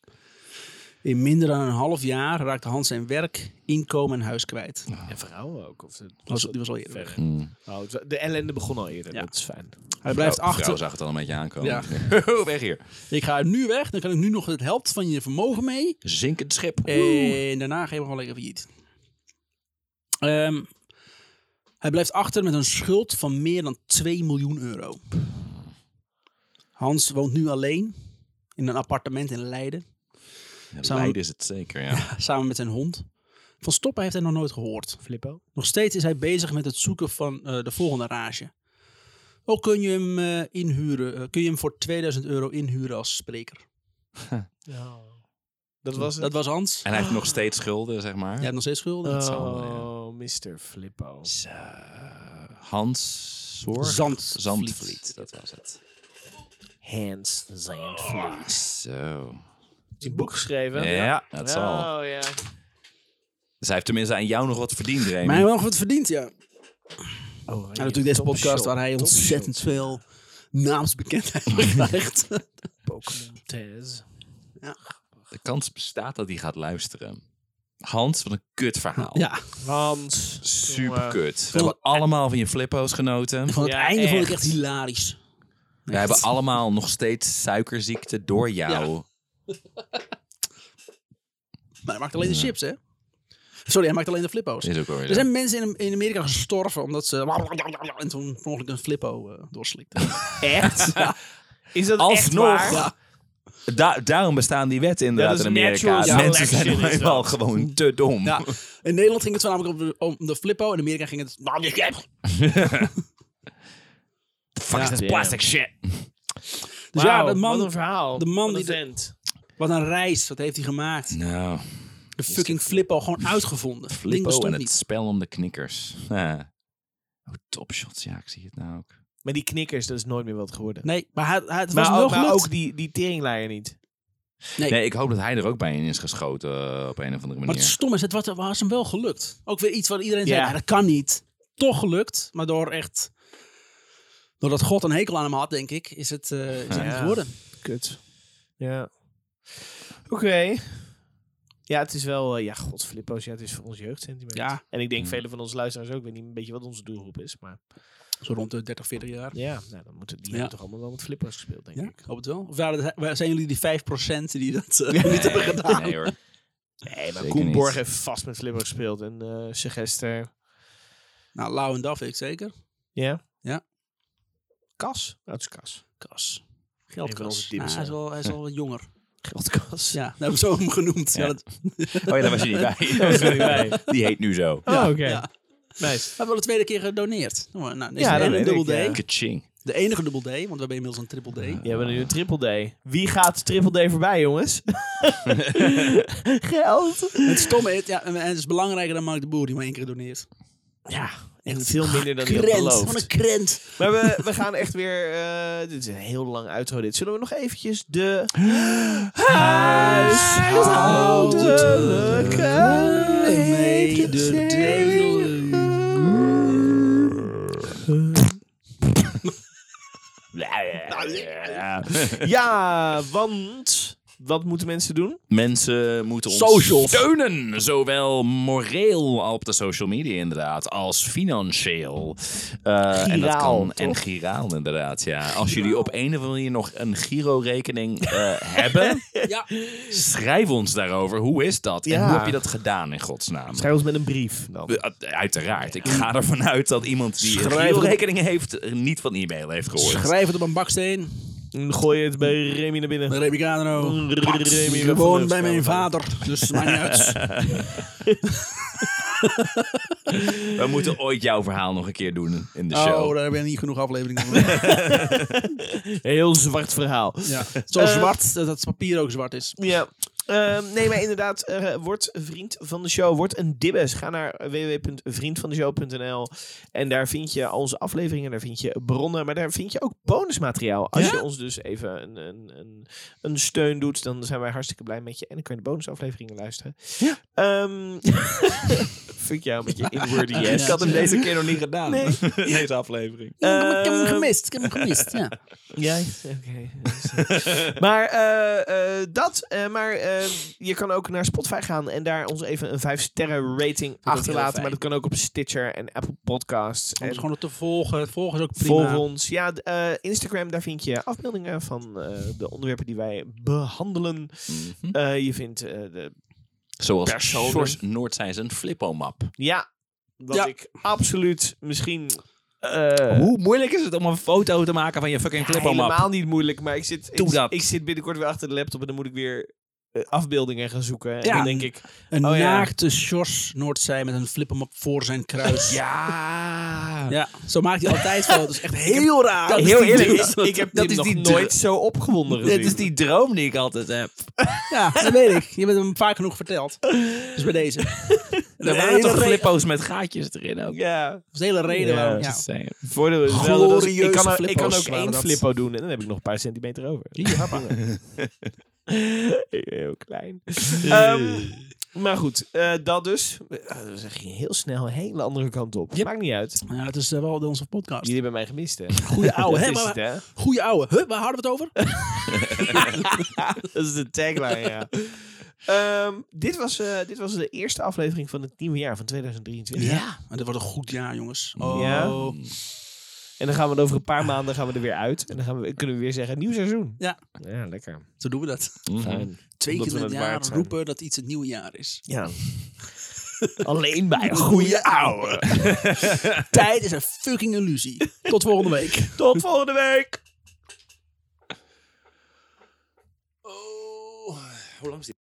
[SPEAKER 1] In minder dan een half jaar raakte Hans zijn werk, inkomen en huis kwijt. Die
[SPEAKER 2] En vrouwen ook. Of het,
[SPEAKER 1] was, die was al eerder weg.
[SPEAKER 2] ver. Oh, het wa- de ellende begon al eerder.
[SPEAKER 1] Ja.
[SPEAKER 2] Dat is fijn.
[SPEAKER 1] Hij blijft
[SPEAKER 3] Vrouw- Vrouw
[SPEAKER 1] achter.
[SPEAKER 3] zag het al een beetje aankomen.
[SPEAKER 1] Ja.
[SPEAKER 3] Weg hier.
[SPEAKER 1] Ik ga nu weg, dan kan ik nu nog het helft van je vermogen mee.
[SPEAKER 3] Zinkend schip.
[SPEAKER 1] En daarna geven we gewoon lekker failliet. Ehm, hij blijft achter met een schuld van meer dan 2 miljoen euro. Hans woont nu alleen in een appartement in Leiden, Samen-
[SPEAKER 3] Leiden is het zeker, ja.
[SPEAKER 1] samen met zijn hond. Van stoppen heeft hij nog nooit gehoord.
[SPEAKER 2] Flippo?
[SPEAKER 1] Nog steeds is hij bezig met het zoeken van eh, de volgende rage. Ook kun je hem eh, inhuren. eh, kun je hem voor 2000 euro inhuren als spreker.
[SPEAKER 2] Ja. Dat was het?
[SPEAKER 1] Dat was Hans.
[SPEAKER 3] En hij heeft nog steeds schulden, zeg maar.
[SPEAKER 1] Jij hebt nog steeds schulden.
[SPEAKER 2] oh, Mr. Flippo.
[SPEAKER 3] Dus, eh, Hans Zorg?
[SPEAKER 1] Zand-
[SPEAKER 3] Zandvliet, dat was het.
[SPEAKER 2] Hans zijn vlies.
[SPEAKER 3] Zo.
[SPEAKER 2] Is een boek geschreven?
[SPEAKER 3] Ja, dat zal.
[SPEAKER 2] Oh, ja.
[SPEAKER 3] Dus hij heeft tenminste aan jou nog wat verdiend, Remy.
[SPEAKER 1] Maar hij heeft wel wat verdiend, ja.
[SPEAKER 2] Oh,
[SPEAKER 1] En natuurlijk deze podcast waar hij ontzettend veel naamsbekendheid krijgt.
[SPEAKER 2] Pokémon Taz.
[SPEAKER 3] De kans bestaat dat hij gaat luisteren. Hans, wat een kut verhaal.
[SPEAKER 1] ja,
[SPEAKER 2] Hans.
[SPEAKER 3] Super kut. We
[SPEAKER 1] Vond-
[SPEAKER 3] hebben allemaal van je flippo's genoten.
[SPEAKER 1] van het
[SPEAKER 2] Ja,
[SPEAKER 1] einde vond ik echt
[SPEAKER 2] echt.
[SPEAKER 1] hilarisch.
[SPEAKER 3] We hebben allemaal nog steeds suikerziekte door jou.
[SPEAKER 1] Maar hij maakt alleen de chips, hè? Sorry, hij maakt alleen de flippo's.
[SPEAKER 3] Is ook alweer.
[SPEAKER 1] Er zijn mensen in, in Amerika gestorven omdat ze... En toen per ongeluk een flippo eh, doorslikte.
[SPEAKER 2] Echt? Is dat echt
[SPEAKER 3] Alsnog.
[SPEAKER 2] waar?
[SPEAKER 1] Ja.
[SPEAKER 3] Da- daarom bestaan die wetten inderdaad
[SPEAKER 2] Dat is
[SPEAKER 3] in Amerika.
[SPEAKER 2] natural
[SPEAKER 3] Mensen
[SPEAKER 2] selection,
[SPEAKER 3] zijn nou
[SPEAKER 2] is dat.
[SPEAKER 3] eenmaal gewoon te dom.
[SPEAKER 1] Ja, in Nederland ging het voornamelijk om de, om de flippo. In Amerika ging het... Dus
[SPEAKER 3] Fuck is dit
[SPEAKER 2] damn.
[SPEAKER 3] plastic shit.
[SPEAKER 1] Dus ja,
[SPEAKER 2] Wauw,
[SPEAKER 1] de man,
[SPEAKER 2] Wat een verhaal.
[SPEAKER 1] de man
[SPEAKER 2] Wat een
[SPEAKER 1] die de-
[SPEAKER 2] vent.
[SPEAKER 1] Wat een reis, wat heeft hij gemaakt.
[SPEAKER 3] Nou,
[SPEAKER 1] De fucking flippo, gewoon uitgevonden. Ding
[SPEAKER 3] Flippo en
[SPEAKER 1] bestond
[SPEAKER 3] het
[SPEAKER 1] niet.
[SPEAKER 3] spel om de knikkers. Ja. Oh, topshots. Ja, ik zie het nou ook.
[SPEAKER 2] Maar die knikkers, dat is nooit meer wat geworden.
[SPEAKER 1] Nee, maar hij, hij- het was
[SPEAKER 2] maar
[SPEAKER 1] nog
[SPEAKER 2] ook, maar
[SPEAKER 1] gelukt.
[SPEAKER 2] ook die, die teringlijer niet.
[SPEAKER 1] Nee.
[SPEAKER 3] Nee, ik hoop dat hij er ook bij in is geschoten eh, op een of andere
[SPEAKER 1] Maar het
[SPEAKER 3] manier.
[SPEAKER 1] stom is, het was, was hem wel gelukt. Ook weer iets waar iedereen zei,
[SPEAKER 2] Ja.
[SPEAKER 1] "Ah, dat kan niet. Toch gelukt, maar door echt... Doordat God een hekel aan hem had, denk ik, is het, eh is het
[SPEAKER 2] Ja.
[SPEAKER 1] niet geworden.
[SPEAKER 2] Kut. Ja. Oké. Ja, het is wel... eh, ja, god, Flippo's. Ja, het is voor ons jeugdsentiment.
[SPEAKER 1] Ja.
[SPEAKER 2] En ik denk velen van onze luisteraars ook. Ik weet niet een beetje wat onze doelgroep is. Maar
[SPEAKER 1] Zo rond de 30, 40 jaar.
[SPEAKER 2] ja, nou, dan moeten die
[SPEAKER 1] Ja.
[SPEAKER 2] hebben toch allemaal wel met Flippo's gespeeld, denk
[SPEAKER 1] Ja,
[SPEAKER 2] ik.
[SPEAKER 1] ik hoop het wel. Of waren het- waren- zijn jullie die 5% die dat eh, niet hebben gedaan?
[SPEAKER 3] Nee hoor. Oh
[SPEAKER 2] Nee, maar
[SPEAKER 3] Zeker
[SPEAKER 2] Koen
[SPEAKER 3] niet.
[SPEAKER 2] Borg heeft vast met Flippo's gespeeld. En eh Segester.
[SPEAKER 1] Nou, Lau en Daf weet ik zeker.
[SPEAKER 2] Ja?
[SPEAKER 1] Ja.
[SPEAKER 2] Kas? Dat is Kas.
[SPEAKER 1] Kas.
[SPEAKER 2] van onze
[SPEAKER 1] Geldkas.
[SPEAKER 2] types,
[SPEAKER 1] Nou, hij, is
[SPEAKER 2] ja.
[SPEAKER 1] wel, hij is wel wat jonger.
[SPEAKER 2] Geldkas.
[SPEAKER 1] Ja, dat hebben we zo hem genoemd. Ja.
[SPEAKER 3] Ja.
[SPEAKER 1] dat,
[SPEAKER 3] Oh ja, daar was je niet bij. Die heet nu zo.
[SPEAKER 2] Oh, oké.
[SPEAKER 1] ja.
[SPEAKER 2] Nice.
[SPEAKER 1] We hebben wel de tweede keer gedoneerd. Nou, nou,
[SPEAKER 2] Ja,
[SPEAKER 1] ja,
[SPEAKER 2] dat
[SPEAKER 1] en een
[SPEAKER 2] weet ik,
[SPEAKER 1] dubbel D.
[SPEAKER 2] ja.
[SPEAKER 3] Kaching.
[SPEAKER 1] De enige dubbel D, want we hebben inmiddels een triple D.
[SPEAKER 2] Die hebben nu een triple D. Wie gaat triple D voorbij, jongens? Geld.
[SPEAKER 1] Het stomme is, ja, en het is belangrijker dan Mark de Boer die maar één keer doneert.
[SPEAKER 2] Ja, echt veel minder dan die had
[SPEAKER 1] Krent,
[SPEAKER 2] beloofd.
[SPEAKER 1] wat een krent.
[SPEAKER 2] Maar we, we gaan echt weer... eh, dit is een heel lang outro dit. Zullen we nog eventjes de...
[SPEAKER 1] Mededeling.
[SPEAKER 3] Nou,
[SPEAKER 2] Ja, want... Wat moeten mensen doen?
[SPEAKER 3] Mensen moeten ons
[SPEAKER 1] Socials.
[SPEAKER 3] steunen. Zowel moreel op de social media inderdaad, als financieel. Eh, en, dat
[SPEAKER 2] Giraal,
[SPEAKER 3] kan, en giraal inderdaad, ja. Als jullie op een of andere manier nog een girorekening eh, hebben,
[SPEAKER 1] Ja.
[SPEAKER 3] schrijf ons daarover. Hoe is dat? En
[SPEAKER 2] Ja.
[SPEAKER 3] hoe heb je dat gedaan in godsnaam?
[SPEAKER 2] Schrijf ons met een brief. Dan.
[SPEAKER 3] Eh, Uiteraard. Ik ga ervan uit dat iemand die een girorekening heeft, eh, niet van e-mail heeft gehoord.
[SPEAKER 1] Schrijf het op een baksteen.
[SPEAKER 2] Gooi het bij Remy naar binnen.
[SPEAKER 1] Remy Cadero.
[SPEAKER 2] Remy
[SPEAKER 1] Gewoon bij mijn vader. Dus maakt niet uit.
[SPEAKER 3] We moeten ooit jouw verhaal nog een keer doen in de show.
[SPEAKER 1] Oh, daar hebben we niet genoeg afleveringen van.
[SPEAKER 2] Heel zwart verhaal.
[SPEAKER 1] Ja. Zo
[SPEAKER 2] Eh,
[SPEAKER 1] zwart, dat het papier ook zwart is.
[SPEAKER 2] Ja. Ehm, nee, maar inderdaad, eh, word vriend van de show. Word een dibbes. Ga naar www.vriendvandeshow.nl en daar vind je al onze afleveringen, daar vind je bronnen, maar daar vind je ook bonusmateriaal. Als je ons dus even een, een, een, een steun doet, dan zijn wij hartstikke blij met je en dan kun je de bonusafleveringen luisteren. Ja. fuck jou met je inwarding yes.
[SPEAKER 1] Ik had hem
[SPEAKER 2] deze
[SPEAKER 6] keer nog niet gedaan.
[SPEAKER 2] Nee.
[SPEAKER 6] Deze aflevering.
[SPEAKER 1] ik heb hem gemist. Ik heb hem gemist. Ja.
[SPEAKER 2] Ja, oké. maar eh, eh, dat, eh, maar eh, je kan ook naar Spotify gaan en daar ons even een 5 sterren rating achterlaten. Maar dat kan ook op Stitcher en Apple Podcasts.
[SPEAKER 1] Om
[SPEAKER 2] En
[SPEAKER 1] het gewoon te volgen. Volgen is ook prima.
[SPEAKER 2] volg ons. Ja, d- eh, Instagram, daar vind je afbeeldingen van eh, de onderwerpen die wij behandelen.
[SPEAKER 3] Mhm.
[SPEAKER 2] Eh, je vindt eh, de,
[SPEAKER 3] Zoals
[SPEAKER 2] Personen.
[SPEAKER 3] Sjors Noordzij zijn flippo-map.
[SPEAKER 2] ja, wat
[SPEAKER 1] Ja.
[SPEAKER 2] ik absoluut misschien... eh,
[SPEAKER 3] Hoe moeilijk is het om een foto te maken van je fucking
[SPEAKER 2] Helemaal niet moeilijk, maar ik zit,
[SPEAKER 3] Doe
[SPEAKER 2] ik,
[SPEAKER 3] dat.
[SPEAKER 2] ik zit binnenkort weer achter de laptop en dan moet ik weer eh, afbeeldingen gaan zoeken. En
[SPEAKER 1] Ja.
[SPEAKER 2] dan denk ik,
[SPEAKER 1] Een
[SPEAKER 2] Oh, ja.
[SPEAKER 1] naakte Sjors Noordzij met een flip hem op voor zijn kruis.
[SPEAKER 2] ja.
[SPEAKER 1] Ja, zo maakt hij altijd foto's. Echt heel raar.
[SPEAKER 2] Oh, Dat
[SPEAKER 1] is
[SPEAKER 2] heel
[SPEAKER 1] die
[SPEAKER 2] eerlijk,
[SPEAKER 1] druk.
[SPEAKER 2] ik, ik heb
[SPEAKER 3] dat
[SPEAKER 2] dit
[SPEAKER 3] is
[SPEAKER 2] nog
[SPEAKER 3] die
[SPEAKER 2] nooit zo opgewonden gezien.
[SPEAKER 3] Dit is die droom die ik altijd heb.
[SPEAKER 1] Ja, dat weet ik. Je bent hem vaak genoeg verteld. Dus bij deze.
[SPEAKER 3] Er
[SPEAKER 1] hele
[SPEAKER 3] waren toch
[SPEAKER 1] re-
[SPEAKER 3] flippo's met gaatjes erin ook.
[SPEAKER 2] ja.
[SPEAKER 1] Dat is de hele reden
[SPEAKER 2] Ja.
[SPEAKER 1] waarom.
[SPEAKER 2] Ja.
[SPEAKER 1] Ja.
[SPEAKER 3] Same.
[SPEAKER 2] Voordeel is wel dat als- ik
[SPEAKER 1] Glorieuze
[SPEAKER 2] kan, er- ik kan
[SPEAKER 1] flippo's
[SPEAKER 2] ook
[SPEAKER 1] waren
[SPEAKER 2] één
[SPEAKER 1] dat.
[SPEAKER 2] flippo doen en dan heb ik nog een paar centimeter over. Heel klein. Ehm, maar goed, eh, dat dus. Ah, Dat ging heel snel een hele andere kant op. Maakt niet uit.
[SPEAKER 1] Ja, het is eh, wel de onze podcast.
[SPEAKER 2] Jullie hebben mij gemist, hè?
[SPEAKER 1] Goeie ouwe,
[SPEAKER 2] Dat
[SPEAKER 1] hè?
[SPEAKER 2] is
[SPEAKER 1] Maar-
[SPEAKER 2] het, hè?
[SPEAKER 1] Goeie ouwe. Huh, waar hadden we het over?
[SPEAKER 2] Dat is de tagline, ja. Ehm, dit, was, eh, dit was de eerste aflevering van het nieuwe jaar van 2023.
[SPEAKER 1] Maar dat wordt een goed jaar, jongens. Oh.
[SPEAKER 2] Ja. En dan gaan we het over een paar maanden gaan we er weer uit. En dan gaan we, kunnen we weer zeggen, nieuw seizoen.
[SPEAKER 1] Ja.
[SPEAKER 2] Ja, lekker.
[SPEAKER 1] Zo doen we dat.
[SPEAKER 2] Fijn.
[SPEAKER 1] Twee
[SPEAKER 2] Omdat
[SPEAKER 1] keer in
[SPEAKER 2] we
[SPEAKER 1] het
[SPEAKER 2] het
[SPEAKER 1] jaar
[SPEAKER 2] waard zijn.
[SPEAKER 1] roepen dat iets het nieuwe jaar is.
[SPEAKER 2] Ja. Alleen bij een goede ouwe.
[SPEAKER 1] Tijd is een fucking illusie. Tot volgende week.
[SPEAKER 2] Tot volgende week!
[SPEAKER 1] Oh, hoe lang is dit?